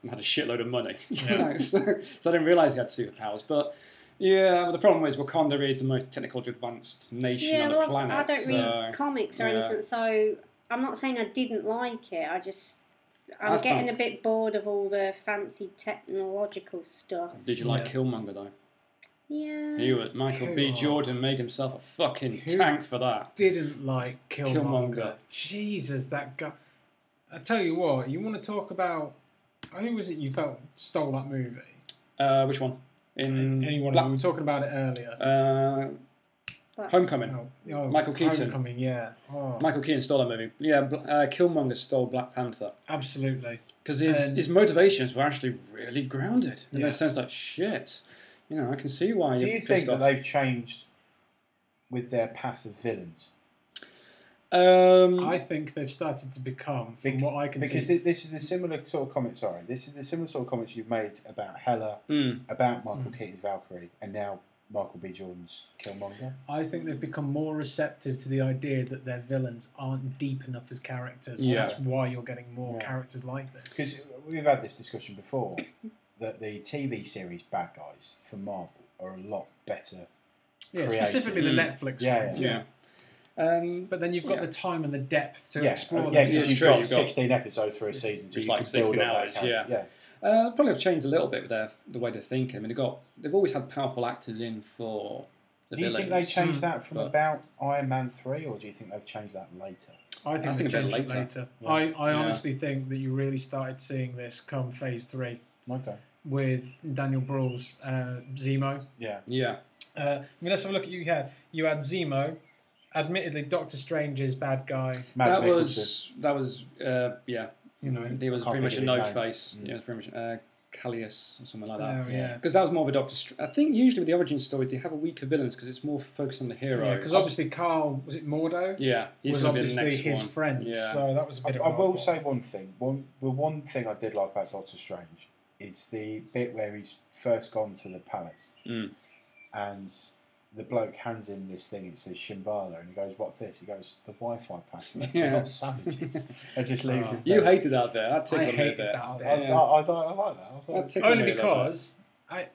Speaker 1: and had a shitload of money. you
Speaker 2: Yeah.
Speaker 1: know, so, so I didn't realize he had superpowers, but. Yeah, but the problem is Wakanda is the most technologically advanced nation
Speaker 4: Yeah,
Speaker 1: on
Speaker 4: well,
Speaker 1: the planet.
Speaker 4: I don't
Speaker 1: so-
Speaker 4: read comics or
Speaker 1: yeah.
Speaker 4: anything, so I'm not saying I didn't like it. I just I'm
Speaker 1: That's
Speaker 4: getting
Speaker 1: fine.
Speaker 4: a bit bored of all the fancy technological stuff.
Speaker 1: Did you like
Speaker 2: Yeah.
Speaker 1: Killmonger though?
Speaker 4: Yeah.
Speaker 1: He was, Michael B.
Speaker 2: Who-
Speaker 1: Jordan made himself a fucking
Speaker 2: Who-
Speaker 1: tank for that.
Speaker 2: Didn't like Killmonger.
Speaker 1: Killmonger.
Speaker 2: Jesus, that guy. I tell you what, you want to talk about who was it you felt stole that movie?
Speaker 1: Uh, which one? In
Speaker 2: Anyone?
Speaker 1: Black-
Speaker 2: We were talking about it earlier.
Speaker 1: uh,
Speaker 4: Black-
Speaker 1: Homecoming.
Speaker 2: Oh, oh,
Speaker 1: Michael Keaton.
Speaker 2: Homecoming, yeah. Oh,
Speaker 1: Michael Keaton stole that movie. Yeah, Bl- uh, Killmonger stole Black Panther
Speaker 2: absolutely.
Speaker 1: because his,
Speaker 2: And-
Speaker 1: his motivations were actually really grounded. In
Speaker 2: Yeah.
Speaker 1: a sense, like shit, you know, I can see why
Speaker 3: Do
Speaker 1: you're
Speaker 3: you think
Speaker 1: pissed
Speaker 3: that
Speaker 1: off.
Speaker 3: they've changed with their path of villains?
Speaker 1: um,
Speaker 2: I think they've started to become, from
Speaker 3: Bec-
Speaker 2: what I can
Speaker 3: Because
Speaker 2: see,
Speaker 3: thi- this is a similar sort of comment. Sorry, this is the similar sort of comments you've made about Hella,
Speaker 1: mm,
Speaker 3: about Michael Keaton's Valkyrie, and now Michael B. Jordan's Killmonger.
Speaker 2: I think they've become more receptive to the idea that their villains aren't deep enough as characters.
Speaker 1: Yeah.
Speaker 2: And that's why you're getting more
Speaker 3: Yeah.
Speaker 2: characters like this.
Speaker 3: Because we've had this discussion before that the TV series bad guys from Marvel are a lot better.
Speaker 2: Yeah,
Speaker 3: creative.
Speaker 2: specifically the
Speaker 1: Mm.
Speaker 2: Netflix
Speaker 3: Yeah,
Speaker 2: ones.
Speaker 1: yeah. Um,
Speaker 2: But then you've got
Speaker 1: Yeah.
Speaker 2: the time and the depth to
Speaker 3: yeah,
Speaker 2: explore
Speaker 3: uh,
Speaker 2: them.
Speaker 3: yeah,
Speaker 1: Yeah,
Speaker 3: because
Speaker 1: it's
Speaker 3: you've
Speaker 1: true,
Speaker 3: got
Speaker 1: you've got-
Speaker 3: sixteen episodes for a season, so
Speaker 1: Just
Speaker 3: you
Speaker 1: like
Speaker 3: can build
Speaker 1: 16
Speaker 3: up
Speaker 1: hours,
Speaker 3: that character. yeah.
Speaker 1: Uh, probably have changed a little bit with their the way they think. I mean, they've got they've always had powerful actors in for. The
Speaker 3: Do you
Speaker 1: villains.
Speaker 3: think they
Speaker 2: Hmm.
Speaker 3: changed that from
Speaker 1: but-
Speaker 3: about Iron Man three, or do you think they've changed that later?
Speaker 2: I think,
Speaker 1: I think
Speaker 2: they've
Speaker 1: a bit
Speaker 2: changed it
Speaker 1: later.
Speaker 2: later.
Speaker 3: Yeah.
Speaker 2: I, I
Speaker 1: Yeah.
Speaker 2: honestly think that you really started seeing this come phase three
Speaker 3: Okay.
Speaker 2: with Daniel Brawl's uh, Zemo.
Speaker 3: Yeah.
Speaker 1: Yeah,
Speaker 2: Uh, I mean, let's have a look at you here. You had Zemo. Admittedly, Doctor Strange is bad guy.
Speaker 3: Mads
Speaker 1: that
Speaker 3: Mikkelsen.
Speaker 1: was that was uh, yeah.
Speaker 2: You know.
Speaker 1: He was
Speaker 3: Can't
Speaker 1: pretty
Speaker 3: think
Speaker 1: much a
Speaker 3: of his
Speaker 1: no
Speaker 3: name.
Speaker 1: face.
Speaker 3: Mm.
Speaker 1: Yeah, it was pretty much uh, Callius or something like that.
Speaker 2: Oh yeah.
Speaker 1: Because that was more of a Doctor. Str- I think usually with the origin stories, they have a weaker villains because it's more focused on the heroes.
Speaker 2: Yeah, because obviously Carl was it Mordo
Speaker 1: yeah, he's
Speaker 2: was
Speaker 1: gonna be the
Speaker 2: obviously
Speaker 1: next
Speaker 2: his
Speaker 1: one.
Speaker 2: friend.
Speaker 1: Yeah.
Speaker 2: So that was a
Speaker 3: I,
Speaker 2: bit. of
Speaker 3: I
Speaker 2: a
Speaker 3: will
Speaker 2: wild
Speaker 3: say one thing. One the one thing I did like about Doctor Strange is the bit where he's first gone to the palace
Speaker 1: Mm.
Speaker 3: and the bloke hands him this thing. It says Shimbala, and he goes, "What's this?" He goes, "The Wi-Fi password."
Speaker 1: Yeah.
Speaker 3: They're not savages. and just leaves
Speaker 2: Oh.
Speaker 3: him.
Speaker 1: You
Speaker 3: there.
Speaker 1: hated that bit. That tickled
Speaker 2: I
Speaker 1: me a
Speaker 2: hated
Speaker 1: bit.
Speaker 2: that
Speaker 3: I,
Speaker 2: bit.
Speaker 3: I, I, I, I like that. I
Speaker 1: That
Speaker 3: thought it was-
Speaker 1: tickled
Speaker 2: Only
Speaker 1: me a little bit.
Speaker 2: because I,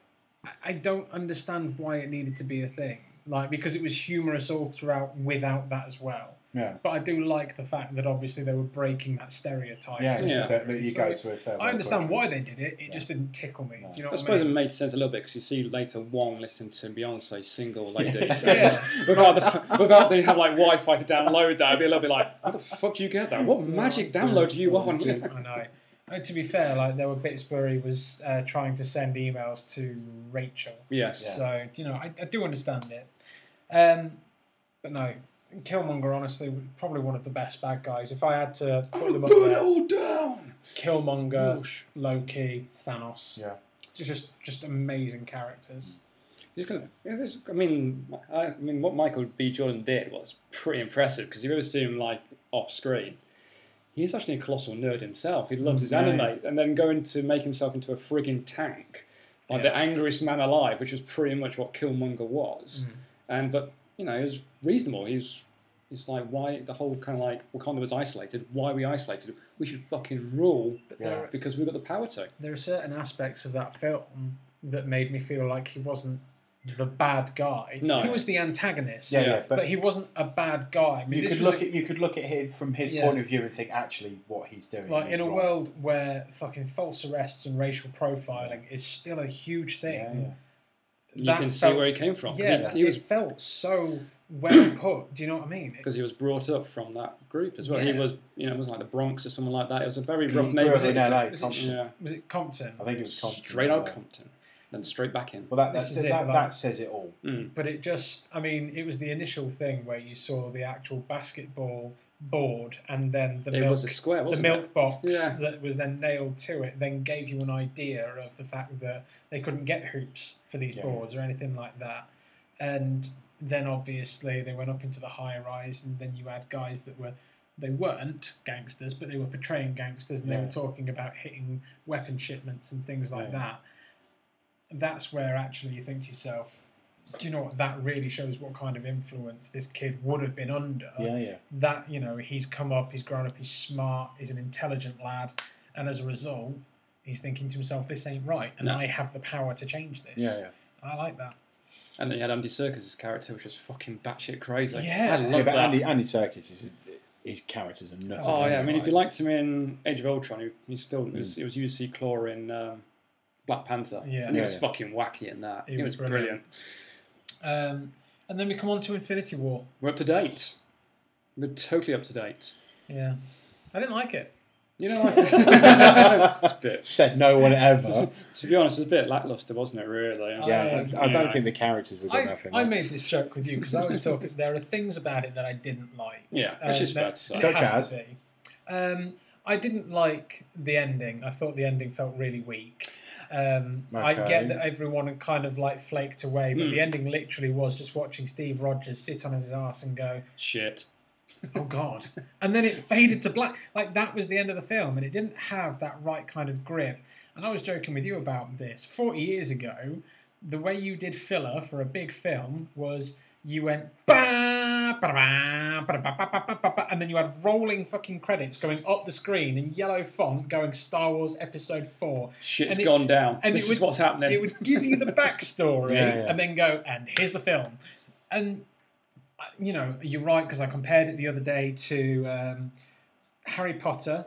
Speaker 2: I don't understand why it needed to be a thing. Like because it was humorous all throughout without that as well.
Speaker 3: yeah,
Speaker 2: But I do like the fact that obviously they were breaking that stereotype.
Speaker 3: yeah.
Speaker 2: to
Speaker 3: it's
Speaker 1: Yeah.
Speaker 2: some
Speaker 3: That, that
Speaker 2: degree.
Speaker 3: you
Speaker 2: So
Speaker 3: go to a third
Speaker 2: I
Speaker 3: world
Speaker 2: understand
Speaker 3: country.
Speaker 2: why they did it. It just didn't tickle me.
Speaker 3: No.
Speaker 2: Do you know
Speaker 1: I
Speaker 2: what
Speaker 1: suppose
Speaker 2: I
Speaker 1: it
Speaker 2: mean?
Speaker 1: made sense a little bit because you see later Wong listening to Beyonce single like
Speaker 3: Yeah.
Speaker 1: this.
Speaker 2: Yeah.
Speaker 1: without the, without they have like Wi-Fi to download that, I'd be a little bit like, how the fuck do you get that? What magic download do you
Speaker 3: Mm.
Speaker 1: want?
Speaker 2: I know. Uh, to be fair, like there were bits where he was uh, trying to send emails to Rachel.
Speaker 1: yes.
Speaker 3: Yeah.
Speaker 2: So you know, I, I do understand it, um, but no, Killmonger honestly was probably one of the best bad guys. If I had to put them up there,
Speaker 1: all down.
Speaker 2: Killmonger, Loki, Thanos.
Speaker 3: Yeah.
Speaker 2: just just amazing characters.
Speaker 1: Just 'cause- it's just- I mean, I, I mean, what Michael B. Jordan did was pretty impressive because you've ever seen him like off screen. He's actually a colossal nerd himself. He loves his
Speaker 2: Mm,
Speaker 3: Yeah.
Speaker 1: anime, and then going to make himself into a frigging tank, like the angriest man alive, which was pretty much what Killmonger was.
Speaker 2: Mm.
Speaker 1: And but you know, it was reasonable. He's it's like why the whole kind of like Wakanda was isolated. Why are we isolated? We should fucking rule
Speaker 2: But
Speaker 3: Yeah.
Speaker 2: there,
Speaker 1: because we've got the power to.
Speaker 2: there are certain aspects of that film that made me feel like he wasn't the bad guy.
Speaker 1: No.
Speaker 2: he was the antagonist.
Speaker 3: Yeah, yeah,
Speaker 1: Yeah,
Speaker 2: But,
Speaker 3: but,
Speaker 2: he wasn't a bad guy. I mean,
Speaker 3: you
Speaker 2: this
Speaker 3: could
Speaker 2: was
Speaker 3: look
Speaker 2: a-
Speaker 3: at you could look at him from his
Speaker 2: Yeah.
Speaker 3: point of view and think actually what he's doing.
Speaker 2: like
Speaker 3: is
Speaker 2: in a
Speaker 3: right.
Speaker 2: world where fucking false arrests and racial profiling is still a huge thing.
Speaker 3: Yeah, yeah.
Speaker 1: You
Speaker 2: That
Speaker 1: can see
Speaker 2: felt-
Speaker 1: where he came from. 'cause
Speaker 2: Yeah,
Speaker 1: he-
Speaker 2: that-
Speaker 1: he, was
Speaker 2: it felt so well put. Do you know what I mean? It-
Speaker 1: because he was brought up from that group as well. He
Speaker 2: Yeah.
Speaker 1: was, you know, it was like the Bronx or something like that. It was a very
Speaker 3: He
Speaker 1: rough
Speaker 3: grew up
Speaker 1: neighborhood.
Speaker 3: in LA,
Speaker 2: Is it
Speaker 3: Compton.
Speaker 1: Yeah,
Speaker 2: was it Compton?
Speaker 3: I think it was Compton,
Speaker 1: straight out
Speaker 3: yeah.
Speaker 1: Compton, then straight back in.
Speaker 3: Well, that that,
Speaker 2: This is
Speaker 3: that,
Speaker 2: it,
Speaker 3: that,
Speaker 2: like-
Speaker 3: says it all.
Speaker 2: But it just, I mean, it was the initial thing where you saw the actual basketball board and then the
Speaker 1: it
Speaker 2: milk,
Speaker 1: was a square,
Speaker 2: the
Speaker 1: wasn't
Speaker 2: milk box
Speaker 1: Yeah.
Speaker 2: that was then nailed to it, then gave you an idea of the fact that they couldn't get hoops for these
Speaker 3: Yeah.
Speaker 2: boards or anything like that. And then obviously they went up into the high rise, and then you had guys that were. They weren't gangsters, but they were portraying gangsters, and they
Speaker 3: Yeah.
Speaker 2: were talking about hitting weapon shipments and things like
Speaker 3: Yeah.
Speaker 2: that. That's where actually you think to yourself, do you know what that really shows what kind of influence this kid would have been under
Speaker 3: Yeah, yeah.
Speaker 2: that you know he's come up he's grown up he's smart he's an intelligent lad and as a result he's thinking to himself this ain't right and
Speaker 1: No.
Speaker 2: i have the power to change this
Speaker 3: Yeah, yeah.
Speaker 2: i like that
Speaker 1: it? And then you had Andy Serkis' character, which was fucking batshit crazy.
Speaker 2: Yeah.
Speaker 1: I love
Speaker 3: yeah but
Speaker 1: that.
Speaker 3: Andy, Andy Serkis is his characters are nuts.
Speaker 1: oh yeah, I mean, if you
Speaker 3: like,
Speaker 1: liked him in Age of Ultron, he, he still it was, it was UC Claw in um, Black Panther.
Speaker 2: Yeah.
Speaker 1: and he
Speaker 3: Mm. Yeah,
Speaker 1: was
Speaker 3: yeah.
Speaker 1: fucking wacky in that.
Speaker 2: He
Speaker 1: He,
Speaker 2: was
Speaker 1: was,
Speaker 2: brilliant.
Speaker 1: brilliant.
Speaker 2: um, and then we come on to infinity war
Speaker 1: We're up to date. We're totally up to date.
Speaker 2: yeah i didn't like it
Speaker 1: You know, like It's a bit-
Speaker 3: said no one ever.
Speaker 1: to be honest, it's a bit lackluster, wasn't it? Really.
Speaker 3: yeah, I, I don't
Speaker 1: Yeah.
Speaker 3: think the characters were good
Speaker 2: I,
Speaker 3: enough. in
Speaker 2: I
Speaker 3: that.
Speaker 2: made this joke with you because i was talking there are things about it that i didn't like
Speaker 1: Yeah,
Speaker 2: Uh,
Speaker 1: which is
Speaker 2: that-
Speaker 1: fair to say.
Speaker 3: So-
Speaker 2: it has
Speaker 3: Such
Speaker 2: to be. Um, I didn't like the ending. I thought the ending felt really weak. Um, I
Speaker 3: Okay.
Speaker 2: get that everyone kind of like flaked away, but
Speaker 1: Hmm.
Speaker 2: the ending literally was just watching Steve Rogers sit on his ass and go,
Speaker 1: Shit.
Speaker 2: "Oh God!" and then it faded to black. Like that was the end of the film, and it didn't have that right kind of grip. And I was joking with you about this forty years ago. The way you did filler for a big film was you went ba ba ba ba ba ba ba ba ba, and then you had rolling fucking credits going up the screen in yellow font, going Star Wars Episode Four,
Speaker 1: Shit's
Speaker 2: And it-
Speaker 1: gone down.
Speaker 2: and
Speaker 1: this
Speaker 2: it
Speaker 1: is
Speaker 2: would-
Speaker 1: what's happening.
Speaker 2: it would give you the backstory
Speaker 3: Yeah, yeah.
Speaker 2: and then go, and here's the film. And, uh, you know, you're right, because I compared it the other day to um, Harry Potter,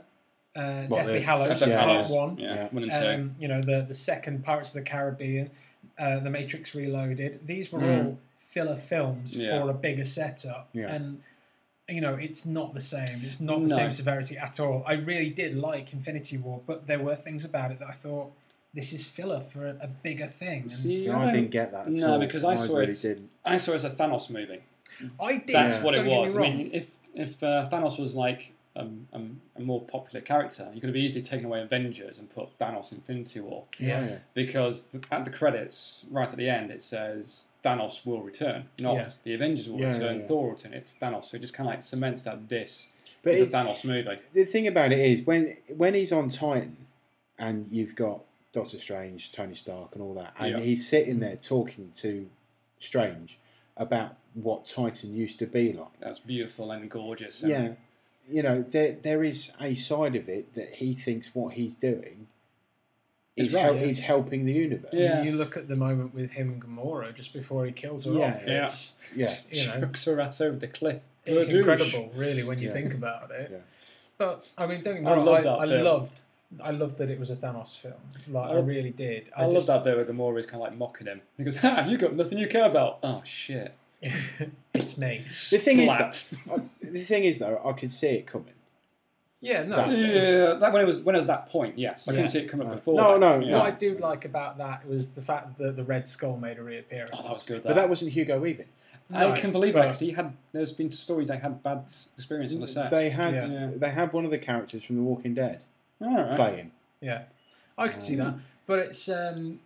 Speaker 2: uh,
Speaker 3: What,
Speaker 2: Deathly
Speaker 3: the-
Speaker 2: Hallows,
Speaker 1: Episode
Speaker 3: Yeah.
Speaker 2: Part
Speaker 1: Hallows.
Speaker 2: 1.
Speaker 1: Yeah,
Speaker 3: Yeah.
Speaker 1: one and two.
Speaker 2: Um, you know, the, the second Pirates of the Caribbean, uh, The Matrix Reloaded. These were
Speaker 1: Mm.
Speaker 2: all filler films
Speaker 1: Yeah.
Speaker 2: for a bigger setup.
Speaker 3: Yeah.
Speaker 2: And, you know, it's not the same. It's not the
Speaker 1: No.
Speaker 2: same severity at all. I really did like Infinity War, but there were things about it that I thought, this is filler for a, a bigger thing. And
Speaker 1: See,
Speaker 3: See,
Speaker 1: I,
Speaker 3: I
Speaker 1: don't-
Speaker 3: didn't get that. At
Speaker 1: No,
Speaker 3: all.
Speaker 1: because I saw
Speaker 3: really
Speaker 1: it-
Speaker 3: Didn't.
Speaker 1: I saw it as a Thanos movie.
Speaker 2: I did.
Speaker 1: That's
Speaker 3: Yeah.
Speaker 1: what it
Speaker 2: don't get me
Speaker 1: was. I
Speaker 2: wrong.
Speaker 1: mean, if if uh, Thanos was like um, um, a more popular character, you could have easily taken away Avengers and put Thanos Infinity War
Speaker 2: Yeah.
Speaker 3: yeah.
Speaker 1: because th- at the credits, right at the end, it says Thanos will return, not
Speaker 2: Yeah.
Speaker 1: the Avengers will
Speaker 3: Yeah,
Speaker 1: return,
Speaker 3: yeah, yeah.
Speaker 1: Thor will return. It's Thanos, so it just kind of like cements that this
Speaker 3: But
Speaker 1: is
Speaker 3: it's,
Speaker 1: a Thanos movie.
Speaker 3: the thing about it is when when he's on Titan and you've got Doctor Strange, Tony Stark, and all that, and
Speaker 1: Yeah.
Speaker 3: he's sitting there talking to Strange about what Titan used to be like.
Speaker 1: That's beautiful and gorgeous. And
Speaker 3: Yeah, you know there there is a side of it that he thinks what he's doing
Speaker 1: Is
Speaker 3: is
Speaker 1: right,
Speaker 3: hel-
Speaker 1: yeah.
Speaker 3: is helping the universe.
Speaker 1: Yeah.
Speaker 2: You look at the moment with him and Gamora just before he kills her
Speaker 3: Yeah.
Speaker 2: off.
Speaker 1: Yeah.
Speaker 2: It's,
Speaker 3: yeah.
Speaker 2: you know,
Speaker 1: chucks her ass over the cliff.
Speaker 2: it's
Speaker 1: Bladoosh.
Speaker 2: incredible, really, when you
Speaker 3: Yeah.
Speaker 2: think about it.
Speaker 3: Yeah.
Speaker 2: But I mean, don't get me
Speaker 1: I
Speaker 2: wrong. I,
Speaker 1: love that
Speaker 2: I
Speaker 1: film.
Speaker 2: loved, I loved that it was a Thanos film. Like I,
Speaker 1: I-
Speaker 2: really did.
Speaker 1: I,
Speaker 2: just,
Speaker 1: love that bit where Gamora is kind of like mocking him. He goes, "Ha, you got nothing you care about." Oh shit!
Speaker 2: that. it's me.
Speaker 3: The thing is
Speaker 1: Splat.
Speaker 3: that I- the thing is though I could see it coming.
Speaker 2: Yeah, no.
Speaker 3: That-
Speaker 1: Yeah, that when it was when it was that point. Yes, I
Speaker 2: Yeah.
Speaker 1: couldn't see it coming
Speaker 3: No.
Speaker 1: before.
Speaker 3: No,
Speaker 1: that.
Speaker 3: no,
Speaker 1: Yeah.
Speaker 2: What I do like about that was the fact that the Red Skull made a reappearance.
Speaker 1: Oh, that was good.
Speaker 3: But that wasn't Hugo Weaving.
Speaker 2: No,
Speaker 1: I can believe that
Speaker 2: but-
Speaker 1: because he had. There's been stories they had bad experience on the set.
Speaker 3: They had
Speaker 1: Yeah.
Speaker 3: they had one of the characters from The Walking Dead
Speaker 1: All right.
Speaker 3: playing.
Speaker 2: I could see that. But it's um,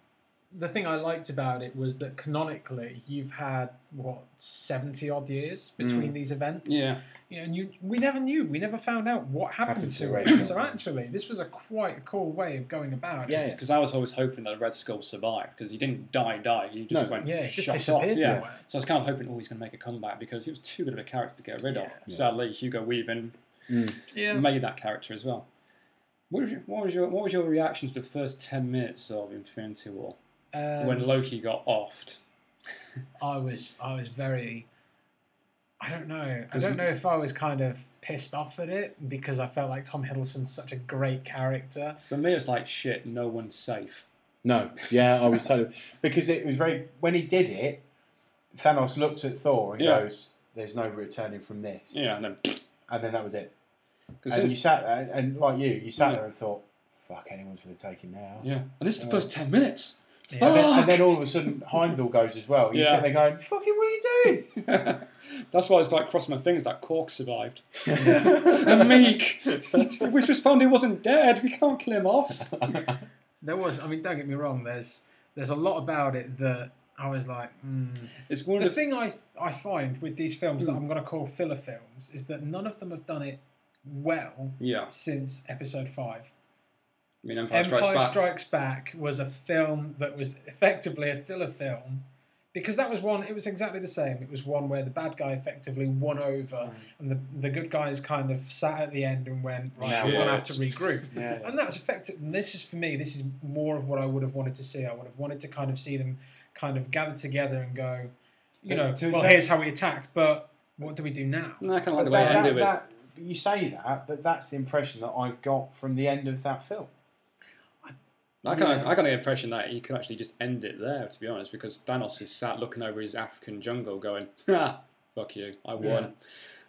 Speaker 2: the thing I liked about it was that canonically you've had what seventy odd years
Speaker 1: Mm.
Speaker 2: between these events.
Speaker 1: Yeah.
Speaker 2: You know, and you we never knew, we never found out what happened,
Speaker 3: Happened to
Speaker 2: to
Speaker 3: Rachel.
Speaker 2: him. So actually, this was a quite cool way of going about. it.
Speaker 3: Yeah,
Speaker 1: Because I was always hoping that Red Skull survived because he didn't die, die. He just
Speaker 3: No.
Speaker 1: went
Speaker 2: Yeah, he
Speaker 1: shut
Speaker 2: just disappeared
Speaker 1: off. Yeah.
Speaker 2: somewhere.
Speaker 1: So I was kind of hoping, oh, he's going to make a comeback because he was too good of a character to get rid of.
Speaker 2: Yeah.
Speaker 1: Sadly, Hugo Weaving
Speaker 2: Yeah.
Speaker 1: made that character as well. What was, your, what was your what was your reaction to the first ten minutes of Infinity War
Speaker 2: Um,
Speaker 1: when Loki got offed?
Speaker 2: I was I was very I don't know. I
Speaker 1: 'Cause
Speaker 2: don't
Speaker 1: m-
Speaker 2: know if I was kind of pissed off at it because I felt like Tom Hiddleston's such a great character.
Speaker 1: For me, it's like shit. No one's safe.
Speaker 3: No, yeah, I was totally because it was very when he did it. Thanos looked at Thor and
Speaker 1: Yeah.
Speaker 3: goes, "There's no returning from this,"
Speaker 1: Yeah, and then
Speaker 3: and then that was it.
Speaker 1: cause
Speaker 3: and
Speaker 1: it's-
Speaker 3: you sat there, and, and like you, you sat
Speaker 1: Yeah.
Speaker 3: there and thought, "Fuck, anyone's for the taking now."
Speaker 1: yeah, and this is the first ten minutes.
Speaker 3: And, then,
Speaker 1: Fuck!
Speaker 3: and then all of a sudden, Heimdall goes as well. You
Speaker 1: Yeah.
Speaker 3: sit there going, "Fucking, what are you doing?"
Speaker 1: That's why I was like crossing my fingers that Cork survived. and Meek, we just found he wasn't dead. We can't kill him off.
Speaker 2: There was I mean don't get me wrong, there's there's a lot about it that I was like, mm.
Speaker 1: It's one of
Speaker 2: the
Speaker 1: the,
Speaker 2: thing I, I find with these films that
Speaker 1: Mm.
Speaker 2: I'm going to call filler films is that none of them have done it well
Speaker 1: yeah.
Speaker 2: since episode 5.
Speaker 1: I mean, Empire,
Speaker 2: Empire,
Speaker 1: Strikes Back.
Speaker 2: Strikes Back was a film that was effectively a filler film because that was one, it was exactly the same. It was one where the bad guy effectively won over
Speaker 3: Mm.
Speaker 2: and the, the good guys kind of sat at the end and went, right,
Speaker 3: Now
Speaker 2: we're going to
Speaker 1: what?
Speaker 2: have to regroup.
Speaker 3: Yeah, yeah.
Speaker 2: And that's effective. And this is for me, this is more of what I would have wanted to see. I would have wanted to kind of see them kind of gather together and go, you
Speaker 3: But
Speaker 2: know,
Speaker 3: to
Speaker 2: well,
Speaker 3: say-
Speaker 2: here's how we attack, but what do we do now?
Speaker 1: No, I kind of like
Speaker 3: But
Speaker 1: the way it
Speaker 3: that,
Speaker 1: ended with.
Speaker 3: that, that, you say that, but that's the impression that I've got from the end of that film.
Speaker 1: I kind of, I got the impression that he could actually just end it there, to be honest, because Thanos is sat looking over his African jungle, going, "Ha, fuck you, I won."
Speaker 2: I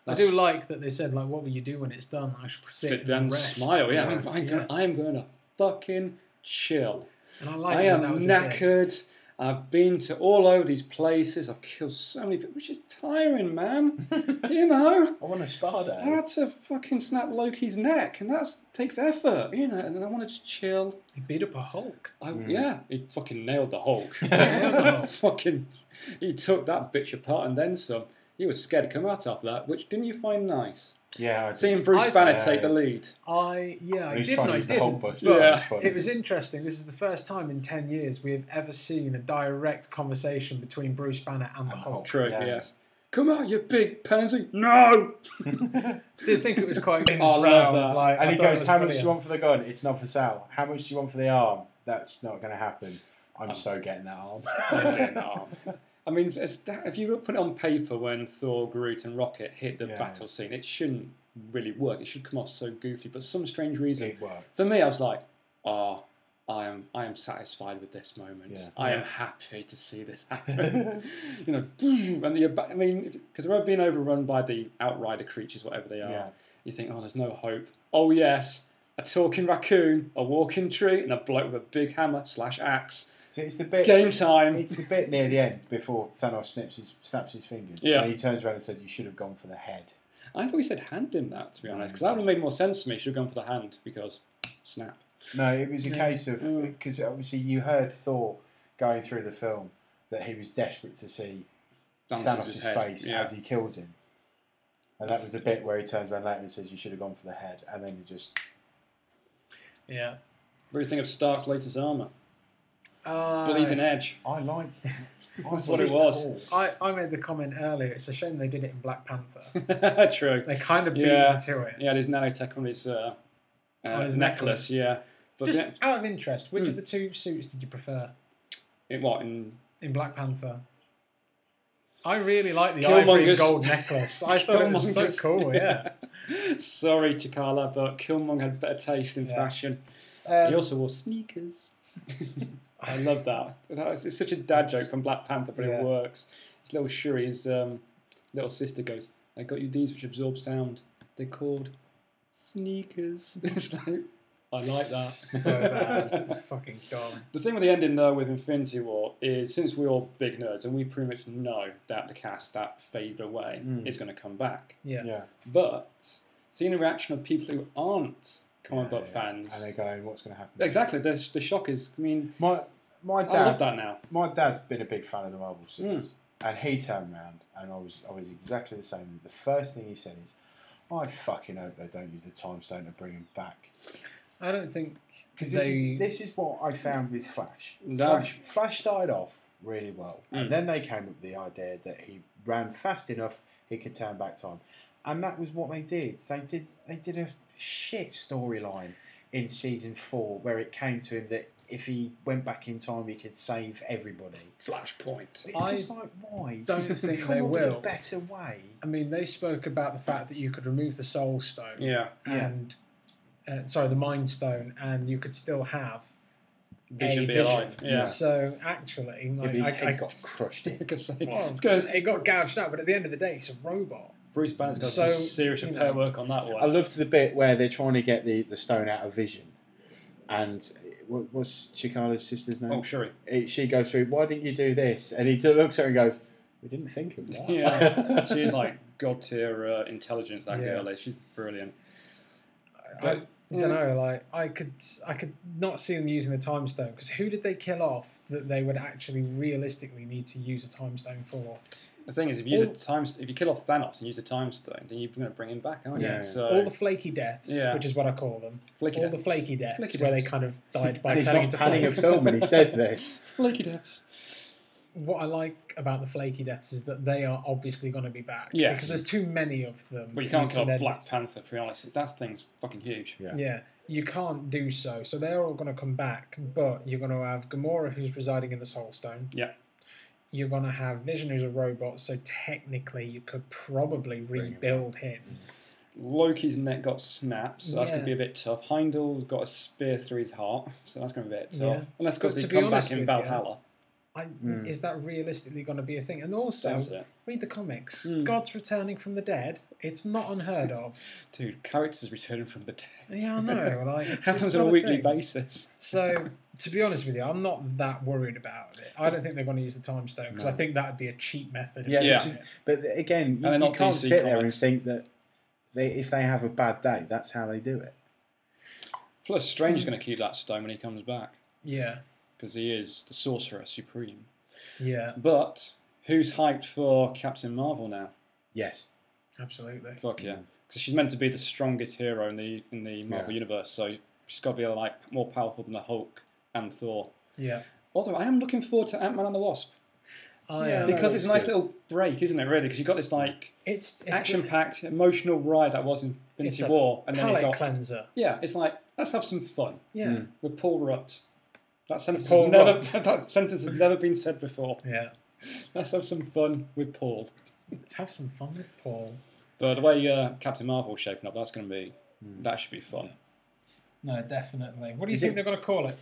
Speaker 1: That's-
Speaker 2: do like that they said, like, what will you do when it's done? I shall sit
Speaker 1: sit down,
Speaker 2: and rest.
Speaker 1: smile. Yeah, I'm,
Speaker 3: Yeah.
Speaker 1: I'm Going, I am going to fucking chill.
Speaker 2: And I like
Speaker 1: I
Speaker 2: it when
Speaker 1: am
Speaker 2: that was a thing.
Speaker 1: knackered. I've been to all over these places. I've killed so many people, which is tiring, man. you know,
Speaker 3: I want a spa
Speaker 1: I
Speaker 3: day.
Speaker 1: had to fucking snap Loki's neck, and that takes effort, you know. And then I wanted to chill.
Speaker 2: He beat up a Hulk.
Speaker 1: I, Yeah, he fucking nailed the Hulk.
Speaker 2: Yeah.
Speaker 1: fucking, he took that bitch apart and then some. He was scared to come out after that, which didn't you find nice?
Speaker 3: Yeah, I did.
Speaker 1: Seeing Bruce
Speaker 2: I-
Speaker 1: Banner
Speaker 3: Yeah,
Speaker 1: take
Speaker 3: yeah.
Speaker 1: the lead.
Speaker 2: I yeah, I
Speaker 3: He's
Speaker 2: did
Speaker 3: trying
Speaker 2: and
Speaker 3: to
Speaker 2: I
Speaker 3: use the Hulk
Speaker 2: didn't.
Speaker 3: bus.
Speaker 1: Yeah.
Speaker 3: It's funny.
Speaker 2: It was interesting. This is the first time in ten years we have ever seen a direct conversation between Bruce Banner and the Hulk.
Speaker 1: True,
Speaker 3: Yeah.
Speaker 1: yes. Come out, you big pansy! No!
Speaker 2: Did think it was quite.
Speaker 1: Oh, I love
Speaker 2: round,
Speaker 1: that.
Speaker 2: like, I
Speaker 3: And he
Speaker 2: thought it
Speaker 3: goes,
Speaker 2: was
Speaker 3: How much do
Speaker 2: brilliant."
Speaker 3: you want for the gun? It's not for sale. How much do you want for the arm? That's not going to happen. I'm so getting that arm.
Speaker 1: I mean, it's that, if you put it on paper when Thor, Groot, and Rocket hit the
Speaker 3: Yeah.
Speaker 1: battle scene, it shouldn't really work. It should come off so goofy, but some strange reason.
Speaker 3: it worked.
Speaker 1: For me, I was like, ah, I am, I am satisfied with this moment.
Speaker 3: Yeah.
Speaker 1: I am happy to see this happen. you know, and the, ab- I mean, because they're being overrun by the outrider creatures, whatever they are.
Speaker 3: Yeah.
Speaker 1: You think, oh, there's no hope. Oh yes, a talking raccoon, a walking tree, and a bloke with a big hammer slash axe.
Speaker 3: So it's the bit.
Speaker 1: Game time.
Speaker 3: It's the bit near the end before Thanos snaps his, snaps his fingers.
Speaker 1: Yeah.
Speaker 3: And he turns around and said, You should have gone for the head.
Speaker 1: I thought he said hand in that, to be honest, because that would have made more sense to me. Should have gone for the hand because snap.
Speaker 3: No, it was a
Speaker 1: Yeah.
Speaker 3: case of.
Speaker 1: Mm.
Speaker 3: Because obviously you heard Thor going through the film that he was desperate to see
Speaker 1: Thanos'
Speaker 3: Thanos'
Speaker 1: head.
Speaker 3: face
Speaker 1: Yeah.
Speaker 3: as he kills him. And that was the bit where he turns around later and says, You should have gone for the head. And then he just.
Speaker 2: Yeah.
Speaker 1: What do you think of Stark's latest armor?
Speaker 2: Uh,
Speaker 1: Bleeding edge.
Speaker 3: I liked that. I
Speaker 1: That's what it
Speaker 3: liked
Speaker 1: was.
Speaker 3: Thor.
Speaker 2: I, I made the comment earlier. It's a shame they did it in Black Panther.
Speaker 1: True.
Speaker 2: They kind of beat
Speaker 1: Yeah.
Speaker 2: him to it.
Speaker 1: Yeah, and his nanotech on his, uh, uh,
Speaker 2: On his
Speaker 1: necklace.
Speaker 2: necklace.
Speaker 1: Yeah. But
Speaker 2: Just
Speaker 1: yeah,
Speaker 2: out of interest, which
Speaker 1: Hmm.
Speaker 2: of the two suits did you prefer
Speaker 1: it, what in
Speaker 2: in Black Panther? I really like the ivory
Speaker 1: Killmonger's-
Speaker 2: gold necklace. I thought it was so
Speaker 1: Killmonger's-
Speaker 2: cool. Yeah.
Speaker 1: Sorry, Chikala, but Killmonger had better taste in
Speaker 2: Yeah.
Speaker 1: fashion.
Speaker 2: Um,
Speaker 1: he also wore sneakers. I love that. That was- It's such a dad joke from Black Panther, but
Speaker 2: Yeah.
Speaker 1: it works. His little Shuri, his um, little sister goes, I got you these which absorb sound. They're called sneakers. it's like, I like that.
Speaker 2: so bad. It's fucking dumb.
Speaker 1: The thing with the ending, though, with Infinity War is since we're all big nerds and we pretty much know that the cast that faded away
Speaker 3: Mm.
Speaker 1: is going to come back.
Speaker 2: Yeah.
Speaker 3: Yeah.
Speaker 1: But seeing the reaction of people who aren't comic book
Speaker 3: Yeah,
Speaker 1: fans.
Speaker 3: And they're going, what's going to happen?
Speaker 1: exactly. The, the shock is. I mean,
Speaker 3: My my
Speaker 1: I love
Speaker 3: dad,
Speaker 1: that Mm. now.
Speaker 3: my dad's been a big fan of the Marvel series, and he turned around, and I was I was exactly the same. The first thing he said is, "I fucking hope they don't use the time stone to bring him back."
Speaker 2: I don't think
Speaker 3: Because this,
Speaker 2: they. Mm.
Speaker 3: is, this is what I found with Flash.
Speaker 1: No.
Speaker 3: Flash, Flash started off really well,
Speaker 1: Mm.
Speaker 3: and then they came up with the idea that he ran fast enough he could turn back time, and that was what they did. They did they did a shit storyline in season four where it came to him that if he went back in time, he could save everybody.
Speaker 1: Flashpoint.
Speaker 3: It's
Speaker 2: I
Speaker 3: just like why
Speaker 2: don't think
Speaker 3: Come
Speaker 2: they
Speaker 3: up with a
Speaker 2: will.
Speaker 3: better way.
Speaker 2: I mean, they spoke about the fact that you could remove the Soul Stone
Speaker 1: Yeah.
Speaker 3: Yeah.
Speaker 2: and uh, sorry, the Mind Stone, and you could still have
Speaker 1: Vision
Speaker 2: a
Speaker 1: be
Speaker 2: vision.
Speaker 1: alive. Yeah.
Speaker 2: So actually, like,
Speaker 3: his
Speaker 2: I,
Speaker 3: head
Speaker 2: I,
Speaker 3: got crushed in.
Speaker 1: Because like,
Speaker 2: well,
Speaker 1: it's gonna-
Speaker 2: it got gouged out, but at the end of the day, it's a robot.
Speaker 1: Bruce Banner's got
Speaker 2: So,
Speaker 1: some serious
Speaker 2: you
Speaker 1: repair
Speaker 2: know,
Speaker 1: work on that
Speaker 3: I
Speaker 1: one.
Speaker 3: loved the bit where they're trying to get the, the stone out of vision. And what, what's Chikala's sister's name?
Speaker 1: Oh, sure.
Speaker 3: It- she goes through, why didn't you do this? And he t- looks at her and goes, we didn't think of that.
Speaker 1: Yeah. She's like god tier uh, intelligence. That
Speaker 2: Yeah.
Speaker 1: girl is. She's brilliant.
Speaker 2: I
Speaker 1: But-
Speaker 2: don't know. Like I could, I could not see them using the time stone because who did they kill off that they would actually realistically need to use a time stone for?
Speaker 1: The thing is, if you use a
Speaker 2: All-
Speaker 1: time, st- if you kill off Thanos and use a time stone, then you're going to bring him back, aren't you?
Speaker 3: Yeah.
Speaker 1: So
Speaker 2: all the flaky deaths,
Speaker 1: Yeah.
Speaker 2: which is what I call them,
Speaker 1: flaky
Speaker 2: all
Speaker 1: deaths.
Speaker 2: the flaky deaths,
Speaker 1: Flaky
Speaker 2: where
Speaker 1: deaths.
Speaker 2: they kind of died by
Speaker 3: and he's
Speaker 2: turning
Speaker 3: not
Speaker 2: into
Speaker 3: panning a
Speaker 2: flakes.
Speaker 3: film and he says this.
Speaker 1: flaky deaths.
Speaker 2: What I like about the flaky deaths is that they are obviously going to be back.
Speaker 1: Yes.
Speaker 2: because there's too many of them.
Speaker 1: But you
Speaker 2: for
Speaker 1: can't
Speaker 2: to
Speaker 1: kill off
Speaker 2: then-
Speaker 1: Black Panther. To be honest, It's- that thing's fucking huge.
Speaker 3: Yeah.
Speaker 2: Yeah, you can't do so. So they're all going to come back, but you're going to have Gamora, who's residing in the Soul Stone.
Speaker 1: Yeah.
Speaker 2: You're going to have Vision, who's a robot. So technically, you could probably
Speaker 3: Bring him
Speaker 2: rebuild him.
Speaker 1: Loki's neck got snapped, so that's going
Speaker 2: Yeah.
Speaker 1: to be a bit tough. Heimdall's got a spear through his heart, so that's going to be a bit tough.
Speaker 2: Yeah.
Speaker 1: Unless, of course,
Speaker 2: But
Speaker 1: he
Speaker 2: to be
Speaker 1: come back
Speaker 2: honest
Speaker 1: in
Speaker 2: with you,
Speaker 1: Valhalla.
Speaker 2: I,
Speaker 3: Mm.
Speaker 2: Is that realistically going to be a thing? And also,
Speaker 1: Hmm. Sounds it.
Speaker 2: read the comics.
Speaker 1: Mm.
Speaker 2: God's returning from the dead. It's not unheard of.
Speaker 1: Dude, characters returning from the dead.
Speaker 2: yeah, I know. Like, it's-
Speaker 1: Happens
Speaker 2: it's
Speaker 1: on a
Speaker 2: not
Speaker 1: weekly
Speaker 2: thing.
Speaker 1: basis.
Speaker 2: So, to be honest with you, I'm not that worried about it. I don't think they're going to use the time stone because
Speaker 3: No.
Speaker 2: I think that would be a cheap method. of
Speaker 3: Yeah,
Speaker 1: Yeah.
Speaker 2: doing
Speaker 3: this
Speaker 2: it.
Speaker 3: is- but th- again, you,
Speaker 1: they're
Speaker 3: you
Speaker 1: not
Speaker 3: can't
Speaker 1: DC
Speaker 3: sit there and
Speaker 1: comics.
Speaker 3: think that they, if they have a bad day, that's how they do it.
Speaker 1: Plus, Strange
Speaker 2: Hmm.
Speaker 1: is going to keep that stone when he comes back
Speaker 2: yeah,
Speaker 1: because he is the Sorcerer Supreme.
Speaker 2: yeah,
Speaker 1: But who's hyped for Captain Marvel now?
Speaker 3: Yes.
Speaker 2: absolutely.
Speaker 1: Fuck yeah, because she's meant to be the strongest hero in the in the Marvel
Speaker 3: Yeah.
Speaker 1: universe. So she's got to be like more powerful than the Hulk and Thor.
Speaker 2: Yeah,
Speaker 1: Although I am looking forward to Ant Man and the Wasp
Speaker 2: I
Speaker 3: Yeah,
Speaker 2: am.
Speaker 3: that
Speaker 1: Oh, because
Speaker 3: looks
Speaker 1: it's a nice
Speaker 3: good.
Speaker 1: little break, isn't it? Really, because you got this like
Speaker 2: it's, it's the
Speaker 1: action-packed, emotional ride that was in
Speaker 2: It's
Speaker 1: Infinity
Speaker 2: a
Speaker 1: War, and then you
Speaker 2: palate
Speaker 1: got
Speaker 2: cleanser.
Speaker 1: yeah, it's like let's have some fun
Speaker 2: Yeah,
Speaker 3: Mm.
Speaker 1: with Paul Rudd. That sentence,
Speaker 2: Paul
Speaker 1: has never,
Speaker 2: Rudd.
Speaker 1: that sentence has never been said before.
Speaker 2: yeah.
Speaker 1: Let's have some fun with Paul.
Speaker 2: Let's have some fun with Paul.
Speaker 1: But the way uh, Captain Marvel's shaping up, that's going to be that should be fun.
Speaker 2: No, definitely. What do you
Speaker 3: Is
Speaker 2: think
Speaker 3: it-
Speaker 2: they're going to call it?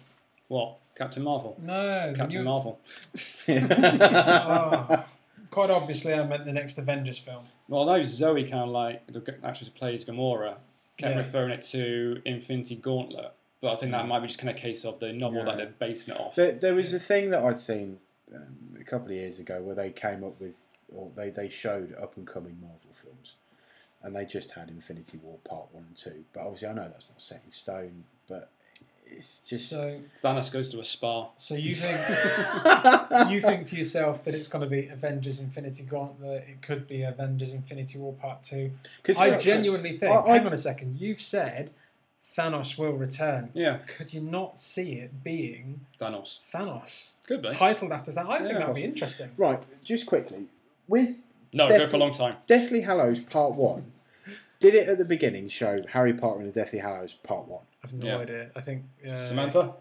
Speaker 1: What Captain Marvel?
Speaker 2: No, the
Speaker 1: Captain
Speaker 2: new-
Speaker 1: Marvel.
Speaker 2: Oh, quite obviously, I meant the next Avengers film.
Speaker 1: Well, I know Zoe kind of like the g- actress who plays Gamora kept
Speaker 2: Yeah.
Speaker 1: referring it to Infinity Gauntlet, but I think that might be just kind of a case of the novel
Speaker 3: Mm. Yeah.
Speaker 1: that they're basing it off.
Speaker 3: There, there was a thing that I'd seen um, a couple of years ago where they came up with, or they, they showed up and coming Marvel films, and they just had Infinity War Part One and Two. But obviously, I know that's not set in stone, but it's just
Speaker 2: So,
Speaker 1: Thanos goes to a spa.
Speaker 2: so you think you think to yourself that it's going to be Avengers Infinity Gauntlet? It could be Avengers Infinity War Part Two.
Speaker 3: because
Speaker 2: I genuinely think.
Speaker 3: I- I-
Speaker 2: hang on a second. You've said Thanos will return.
Speaker 1: Yeah,
Speaker 2: Could you not see it being
Speaker 1: Thanos.
Speaker 2: Thanos?
Speaker 1: Could be.
Speaker 2: titled after that. I
Speaker 1: Yeah,
Speaker 2: think that'd be interesting.
Speaker 3: right. Just quickly with
Speaker 1: No,
Speaker 3: Death-
Speaker 1: go for a long time.
Speaker 3: Deathly Hallows Part One. Did it at the beginning show Harry Potter and the Deathly Hallows Part One?
Speaker 2: I've no
Speaker 1: Yeah.
Speaker 2: idea. I think uh,
Speaker 1: Samantha.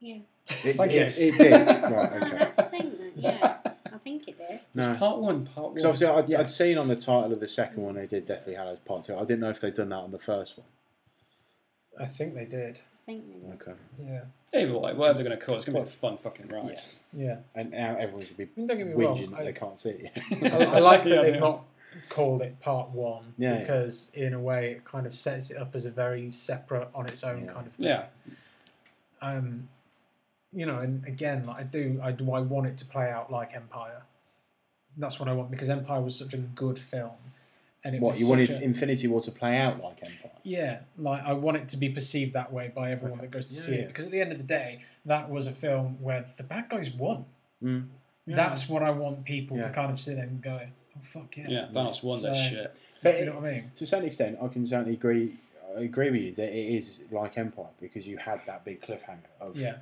Speaker 4: Yeah.
Speaker 3: It,
Speaker 1: Thank
Speaker 3: it,
Speaker 1: you.
Speaker 3: it did. Right,
Speaker 4: Oh,
Speaker 3: okay.
Speaker 4: that's the thing then. Yeah. I think it did.
Speaker 3: No.
Speaker 1: It's part one. Part one.
Speaker 3: So obviously, I'd,
Speaker 1: Yeah.
Speaker 3: I'd seen on the title of the second one they did Deathly Hallows Part Two. I didn't know if they'd done that on the first one.
Speaker 2: I think they did.
Speaker 4: I think they did.
Speaker 3: Okay.
Speaker 2: Yeah,
Speaker 1: Either way, whatever they're going to call it, it's going to be a fun fucking ride.
Speaker 2: yeah.
Speaker 3: And now everyone's going to
Speaker 2: I mean, don't get
Speaker 3: be
Speaker 2: me
Speaker 3: whinging
Speaker 2: wrong.
Speaker 3: that they
Speaker 2: I,
Speaker 3: can't see it.
Speaker 2: I, I like that
Speaker 1: Yeah,
Speaker 2: they've
Speaker 1: yeah.
Speaker 2: not called it part one
Speaker 3: Yeah, yeah.
Speaker 2: because, in a way, it kind of sets it up as a very separate, on its own
Speaker 3: Yeah.
Speaker 2: kind of thing.
Speaker 1: Yeah,
Speaker 2: Um, you know, and again, like I do, I do. I want it to play out like Empire. That's what I want because Empire was such a good film, and it
Speaker 3: What
Speaker 2: was
Speaker 3: you
Speaker 2: such
Speaker 3: wanted
Speaker 2: a-
Speaker 3: Infinity War to play out like Empire?
Speaker 2: Yeah, like I want it to be perceived that way by everyone that goes to
Speaker 3: Yeah,
Speaker 2: see
Speaker 3: yeah.
Speaker 2: it. Because at the end of the day, that was a film where the bad guys won.
Speaker 3: Mm.
Speaker 2: That's what I want people to
Speaker 3: Yeah.
Speaker 2: kind of sit there and go, oh, fuck yeah.
Speaker 1: Yeah, Thanos won that
Speaker 2: So-
Speaker 1: shit.
Speaker 3: But
Speaker 2: Do you
Speaker 3: it-
Speaker 2: know what I mean?
Speaker 3: to a certain extent, I can certainly agree. I agree with you that it is like Empire because you had that big cliffhanger of
Speaker 2: Yeah.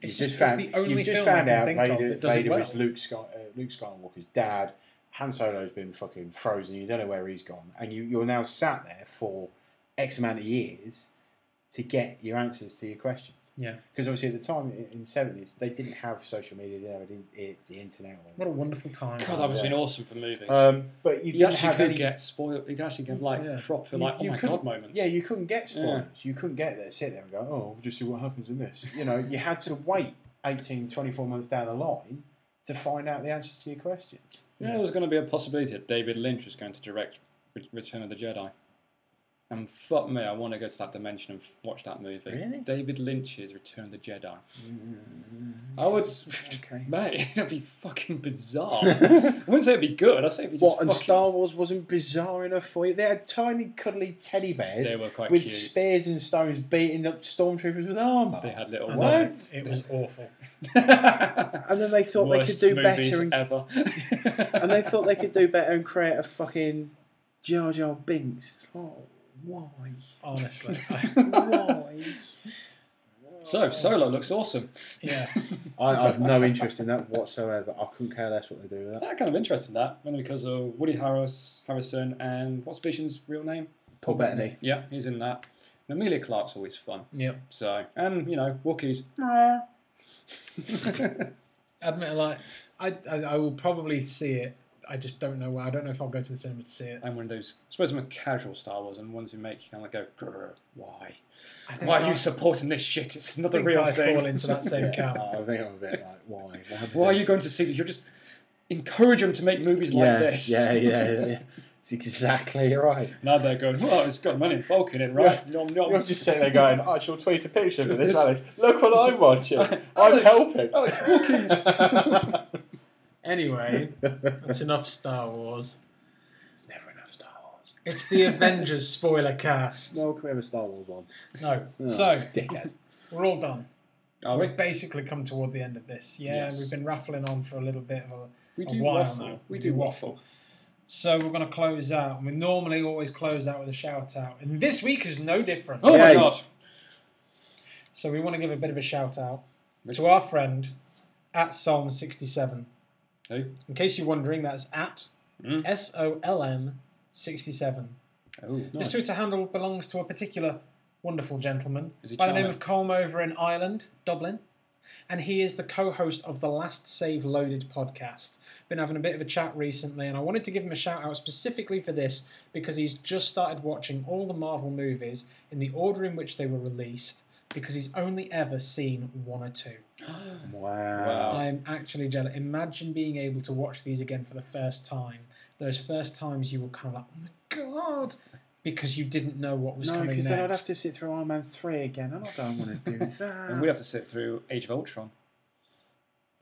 Speaker 2: It's
Speaker 3: you've
Speaker 2: just, it's the only
Speaker 3: you've just
Speaker 2: film
Speaker 3: found
Speaker 2: I can
Speaker 3: out
Speaker 2: think
Speaker 3: Vader,
Speaker 2: of that does
Speaker 3: Vader
Speaker 2: it well.
Speaker 3: is Luke, Sky, uh, Luke Skywalker's dad. Han Solo's been fucking frozen. You don't know where he's gone, and you you're now sat there for X amount of years to get your answers to your questions.
Speaker 2: Yeah.
Speaker 3: Because obviously at the time in- in the seventies they didn't have social media, they didn't have the, the internet.
Speaker 2: What a wonderful time.
Speaker 1: God, that must have
Speaker 3: oh, Yeah.
Speaker 1: been awesome for movies.
Speaker 3: Um, but you
Speaker 1: you
Speaker 3: didn't
Speaker 1: actually
Speaker 3: have
Speaker 1: could
Speaker 3: any
Speaker 1: get spoiled. You could actually get like
Speaker 2: Yeah.
Speaker 1: proper
Speaker 3: you-
Speaker 1: like oh
Speaker 3: you
Speaker 1: my
Speaker 3: couldn't-
Speaker 1: god moments.
Speaker 3: Yeah, you couldn't get spoilers. You couldn't get there, sit there and go, oh, we'll just see what happens in this. You know, you had to wait 18, 24 months down the line to find out the answer to your questions.
Speaker 1: You know, there was going to be a possibility that David Lynch was going to direct Re- Return of the Jedi. And fuck me, I want to go to that dimension and f- watch that movie.
Speaker 3: Really? Mm.
Speaker 1: David Lynch's Return of the Jedi. I would.
Speaker 3: Okay.
Speaker 1: Mate, that'd be fucking bizarre. I wouldn't say it'd be good, I'd say it'd be just.
Speaker 3: What, and
Speaker 1: fucking-
Speaker 3: Star Wars wasn't bizarre enough for you? They had tiny, cuddly teddy bears
Speaker 1: They were quite
Speaker 3: with
Speaker 1: cute.
Speaker 3: spears and stones beating up stormtroopers with armor.
Speaker 1: They had little
Speaker 2: I know,
Speaker 1: ones.
Speaker 2: It was awful.
Speaker 3: And then they thought they could
Speaker 1: Worst
Speaker 3: do
Speaker 1: movies
Speaker 3: better and,
Speaker 1: ever.
Speaker 3: and they thought they could do better and create a fucking Jar Jar Binks. It's like, why?
Speaker 2: Honestly.
Speaker 3: Why?
Speaker 1: so, Solo looks awesome.
Speaker 2: yeah.
Speaker 3: I, I have no interest in that whatsoever. I couldn't care less what they do with that.
Speaker 1: That kind of interesting, that, mainly because of Woody Harris, Harrison, and what's Vision's real name?
Speaker 3: Paul Bettany.
Speaker 1: Yeah, he's in that. And Amelia Clark's always fun.
Speaker 2: Yep.
Speaker 1: So, and you know, Wookiees.
Speaker 2: Admit, like, I, I, I will probably see it. I just don't know where. I don't know if I'll go to the cinema to see it.
Speaker 1: I'm one of those. I suppose I'm a casual Star Wars and ones who make you kind of go, "Grr, why?
Speaker 2: I think
Speaker 1: Why are
Speaker 2: I'll-
Speaker 1: you supporting this shit? It's not the
Speaker 2: I think
Speaker 1: real
Speaker 2: I fall
Speaker 1: thing.
Speaker 2: into that same camp.
Speaker 3: I think I'm a bit like, why? Why,
Speaker 1: Why are you going to see this? You're just encourage them to make movies like this.
Speaker 3: Yeah, yeah, yeah. It's exactly right.
Speaker 1: Now they're going, well, it's got money bulk in it, right? No, no.
Speaker 3: You're just sitting there going, I shall tweet a picture for this,
Speaker 1: This-
Speaker 3: Alice. Look what I'm watching. I'm
Speaker 1: Alex,
Speaker 3: helping.
Speaker 1: Alex, Wookiees.
Speaker 2: Anyway, that's enough Star Wars.
Speaker 3: It's never enough Star Wars.
Speaker 2: It's the Avengers spoiler cast.
Speaker 3: No, can we have a Star Wars one?
Speaker 2: No.
Speaker 3: Oh,
Speaker 2: so
Speaker 3: dickhead.
Speaker 2: we're all done.
Speaker 1: Are we?
Speaker 2: We've basically come toward the end of this. Yeah,
Speaker 1: Yes.
Speaker 2: we've been raffling on for a little bit. Of a,
Speaker 1: We
Speaker 2: a
Speaker 1: do
Speaker 2: while
Speaker 1: waffle.
Speaker 2: now.
Speaker 1: We do waffle.
Speaker 2: so we're going to close out. And we normally always close out with a shout out. And this week is no different.
Speaker 1: Oh my
Speaker 3: Yay.
Speaker 1: god!
Speaker 2: So we want to give a bit of a shout out to our friend at Psalm67.
Speaker 1: Who?
Speaker 2: In case you're wondering, that's at
Speaker 1: Mm.
Speaker 2: S O L M 67.
Speaker 1: Oh,
Speaker 2: This Twitter handle belongs to a particular wonderful gentleman
Speaker 1: Is he
Speaker 2: by the
Speaker 1: charming?
Speaker 2: name of Colm over in Ireland, Dublin. And he is the co host of the Last Save Loaded podcast. Been having a bit of a chat recently, and I wanted to give him a shout out specifically for this because he's just started watching all the Marvel movies in the order in which they were released because he's only ever seen one or two.
Speaker 1: Oh.
Speaker 3: Wow.
Speaker 2: I'm actually jealous. Imagine being able to watch these again for the first time. Those first times you were kind of like, oh my god, because you didn't know what was
Speaker 3: No,
Speaker 2: coming next.
Speaker 3: because then I'd have to sit through Iron Man 3 again, and I don't want to do that.
Speaker 1: And we have to sit through Age of Ultron.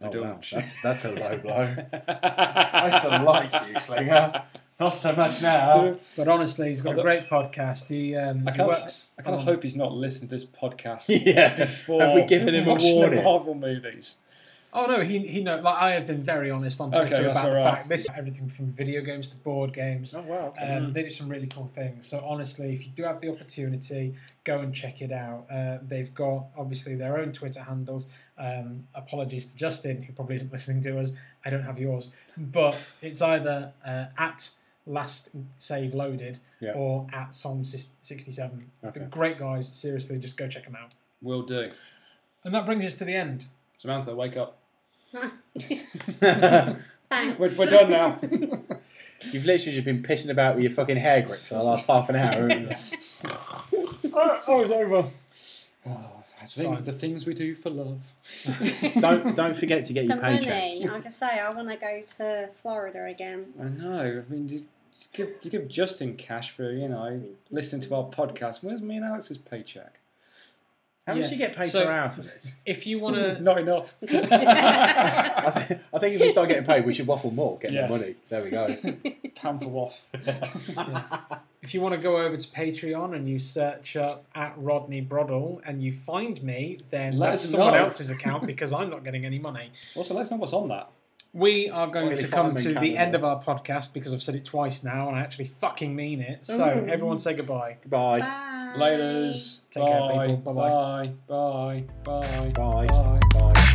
Speaker 1: I
Speaker 3: Oh,
Speaker 1: don't.
Speaker 3: wow. That's, that's a low blow. I used
Speaker 1: That's
Speaker 3: to like you, Slinger. Not so much now.
Speaker 2: But honestly, he's got
Speaker 1: Although-
Speaker 2: a great podcast. He, um,
Speaker 1: I
Speaker 2: he
Speaker 1: kind of,
Speaker 2: works.
Speaker 1: I kind of
Speaker 2: on-
Speaker 1: hope he's not listened to this podcast
Speaker 3: Yeah.
Speaker 1: before.
Speaker 3: Have we given him a
Speaker 1: watching
Speaker 3: warning?
Speaker 1: The Marvel movies.
Speaker 2: Oh no, he he know. Like I have been very honest on
Speaker 1: Okay,
Speaker 2: Twitter
Speaker 1: that's
Speaker 2: about the
Speaker 1: alright.
Speaker 2: fact this everything from video games to board games.
Speaker 3: Oh, wow. okay.
Speaker 2: Um, They do some really cool things. So honestly, if you do have the opportunity, go and check it out. Uh, they've got obviously their own Twitter handles. Um, apologies to Justin, who probably isn't listening to us. I don't have yours, but it's either uh, at last save loaded
Speaker 3: Yeah.
Speaker 2: or at Psalm sixty seven.
Speaker 3: Okay.
Speaker 2: They're great guys. Seriously, just go check them out.
Speaker 1: Will do.
Speaker 2: And that brings us to the end.
Speaker 1: Samantha, wake up.
Speaker 4: Thanks.
Speaker 1: We're, we're done now.
Speaker 3: You've literally just been pissing about with your fucking hair grip for the last half an hour. haven't you? oh, oh, it's over.
Speaker 1: oh, that's
Speaker 2: fine.
Speaker 1: the things we do for love.
Speaker 3: Don't don't forget to get
Speaker 4: The
Speaker 3: your paycheck.
Speaker 4: money, like I say, I want to go to Florida again.
Speaker 1: I know. I mean, you, you, give, you give Justin cash for you know listening to our podcast. Where's me and Alex's paycheck?
Speaker 3: How
Speaker 2: Yeah.
Speaker 3: much do you get paid
Speaker 2: So-
Speaker 3: per hour for this?
Speaker 2: If you want to,
Speaker 1: Not enough.
Speaker 3: I, th- I think if we start getting paid, we should waffle more, get
Speaker 1: Yes.
Speaker 3: more money. There we go.
Speaker 1: Pound for waff.
Speaker 2: if you want to go over to Patreon and you search up at Rodney Broddle and you find me, then
Speaker 1: Let
Speaker 2: that's
Speaker 1: us
Speaker 2: someone
Speaker 1: know.
Speaker 2: else's account because I'm not getting any money.
Speaker 1: Also, let us know what's on that.
Speaker 2: We are going
Speaker 3: Well,
Speaker 2: to
Speaker 3: if
Speaker 2: come
Speaker 3: I'm in
Speaker 2: to the
Speaker 3: Canada.
Speaker 2: end of our podcast because I've said it twice now and I actually fucking mean it. So
Speaker 3: Ooh.
Speaker 2: everyone say goodbye.
Speaker 3: Goodbye.
Speaker 4: Bye.
Speaker 1: Laters.
Speaker 2: Take care,
Speaker 1: Bye.
Speaker 2: people. Bye-bye.
Speaker 1: Bye. Bye. Bye.
Speaker 3: Bye.
Speaker 1: Bye.
Speaker 3: Bye.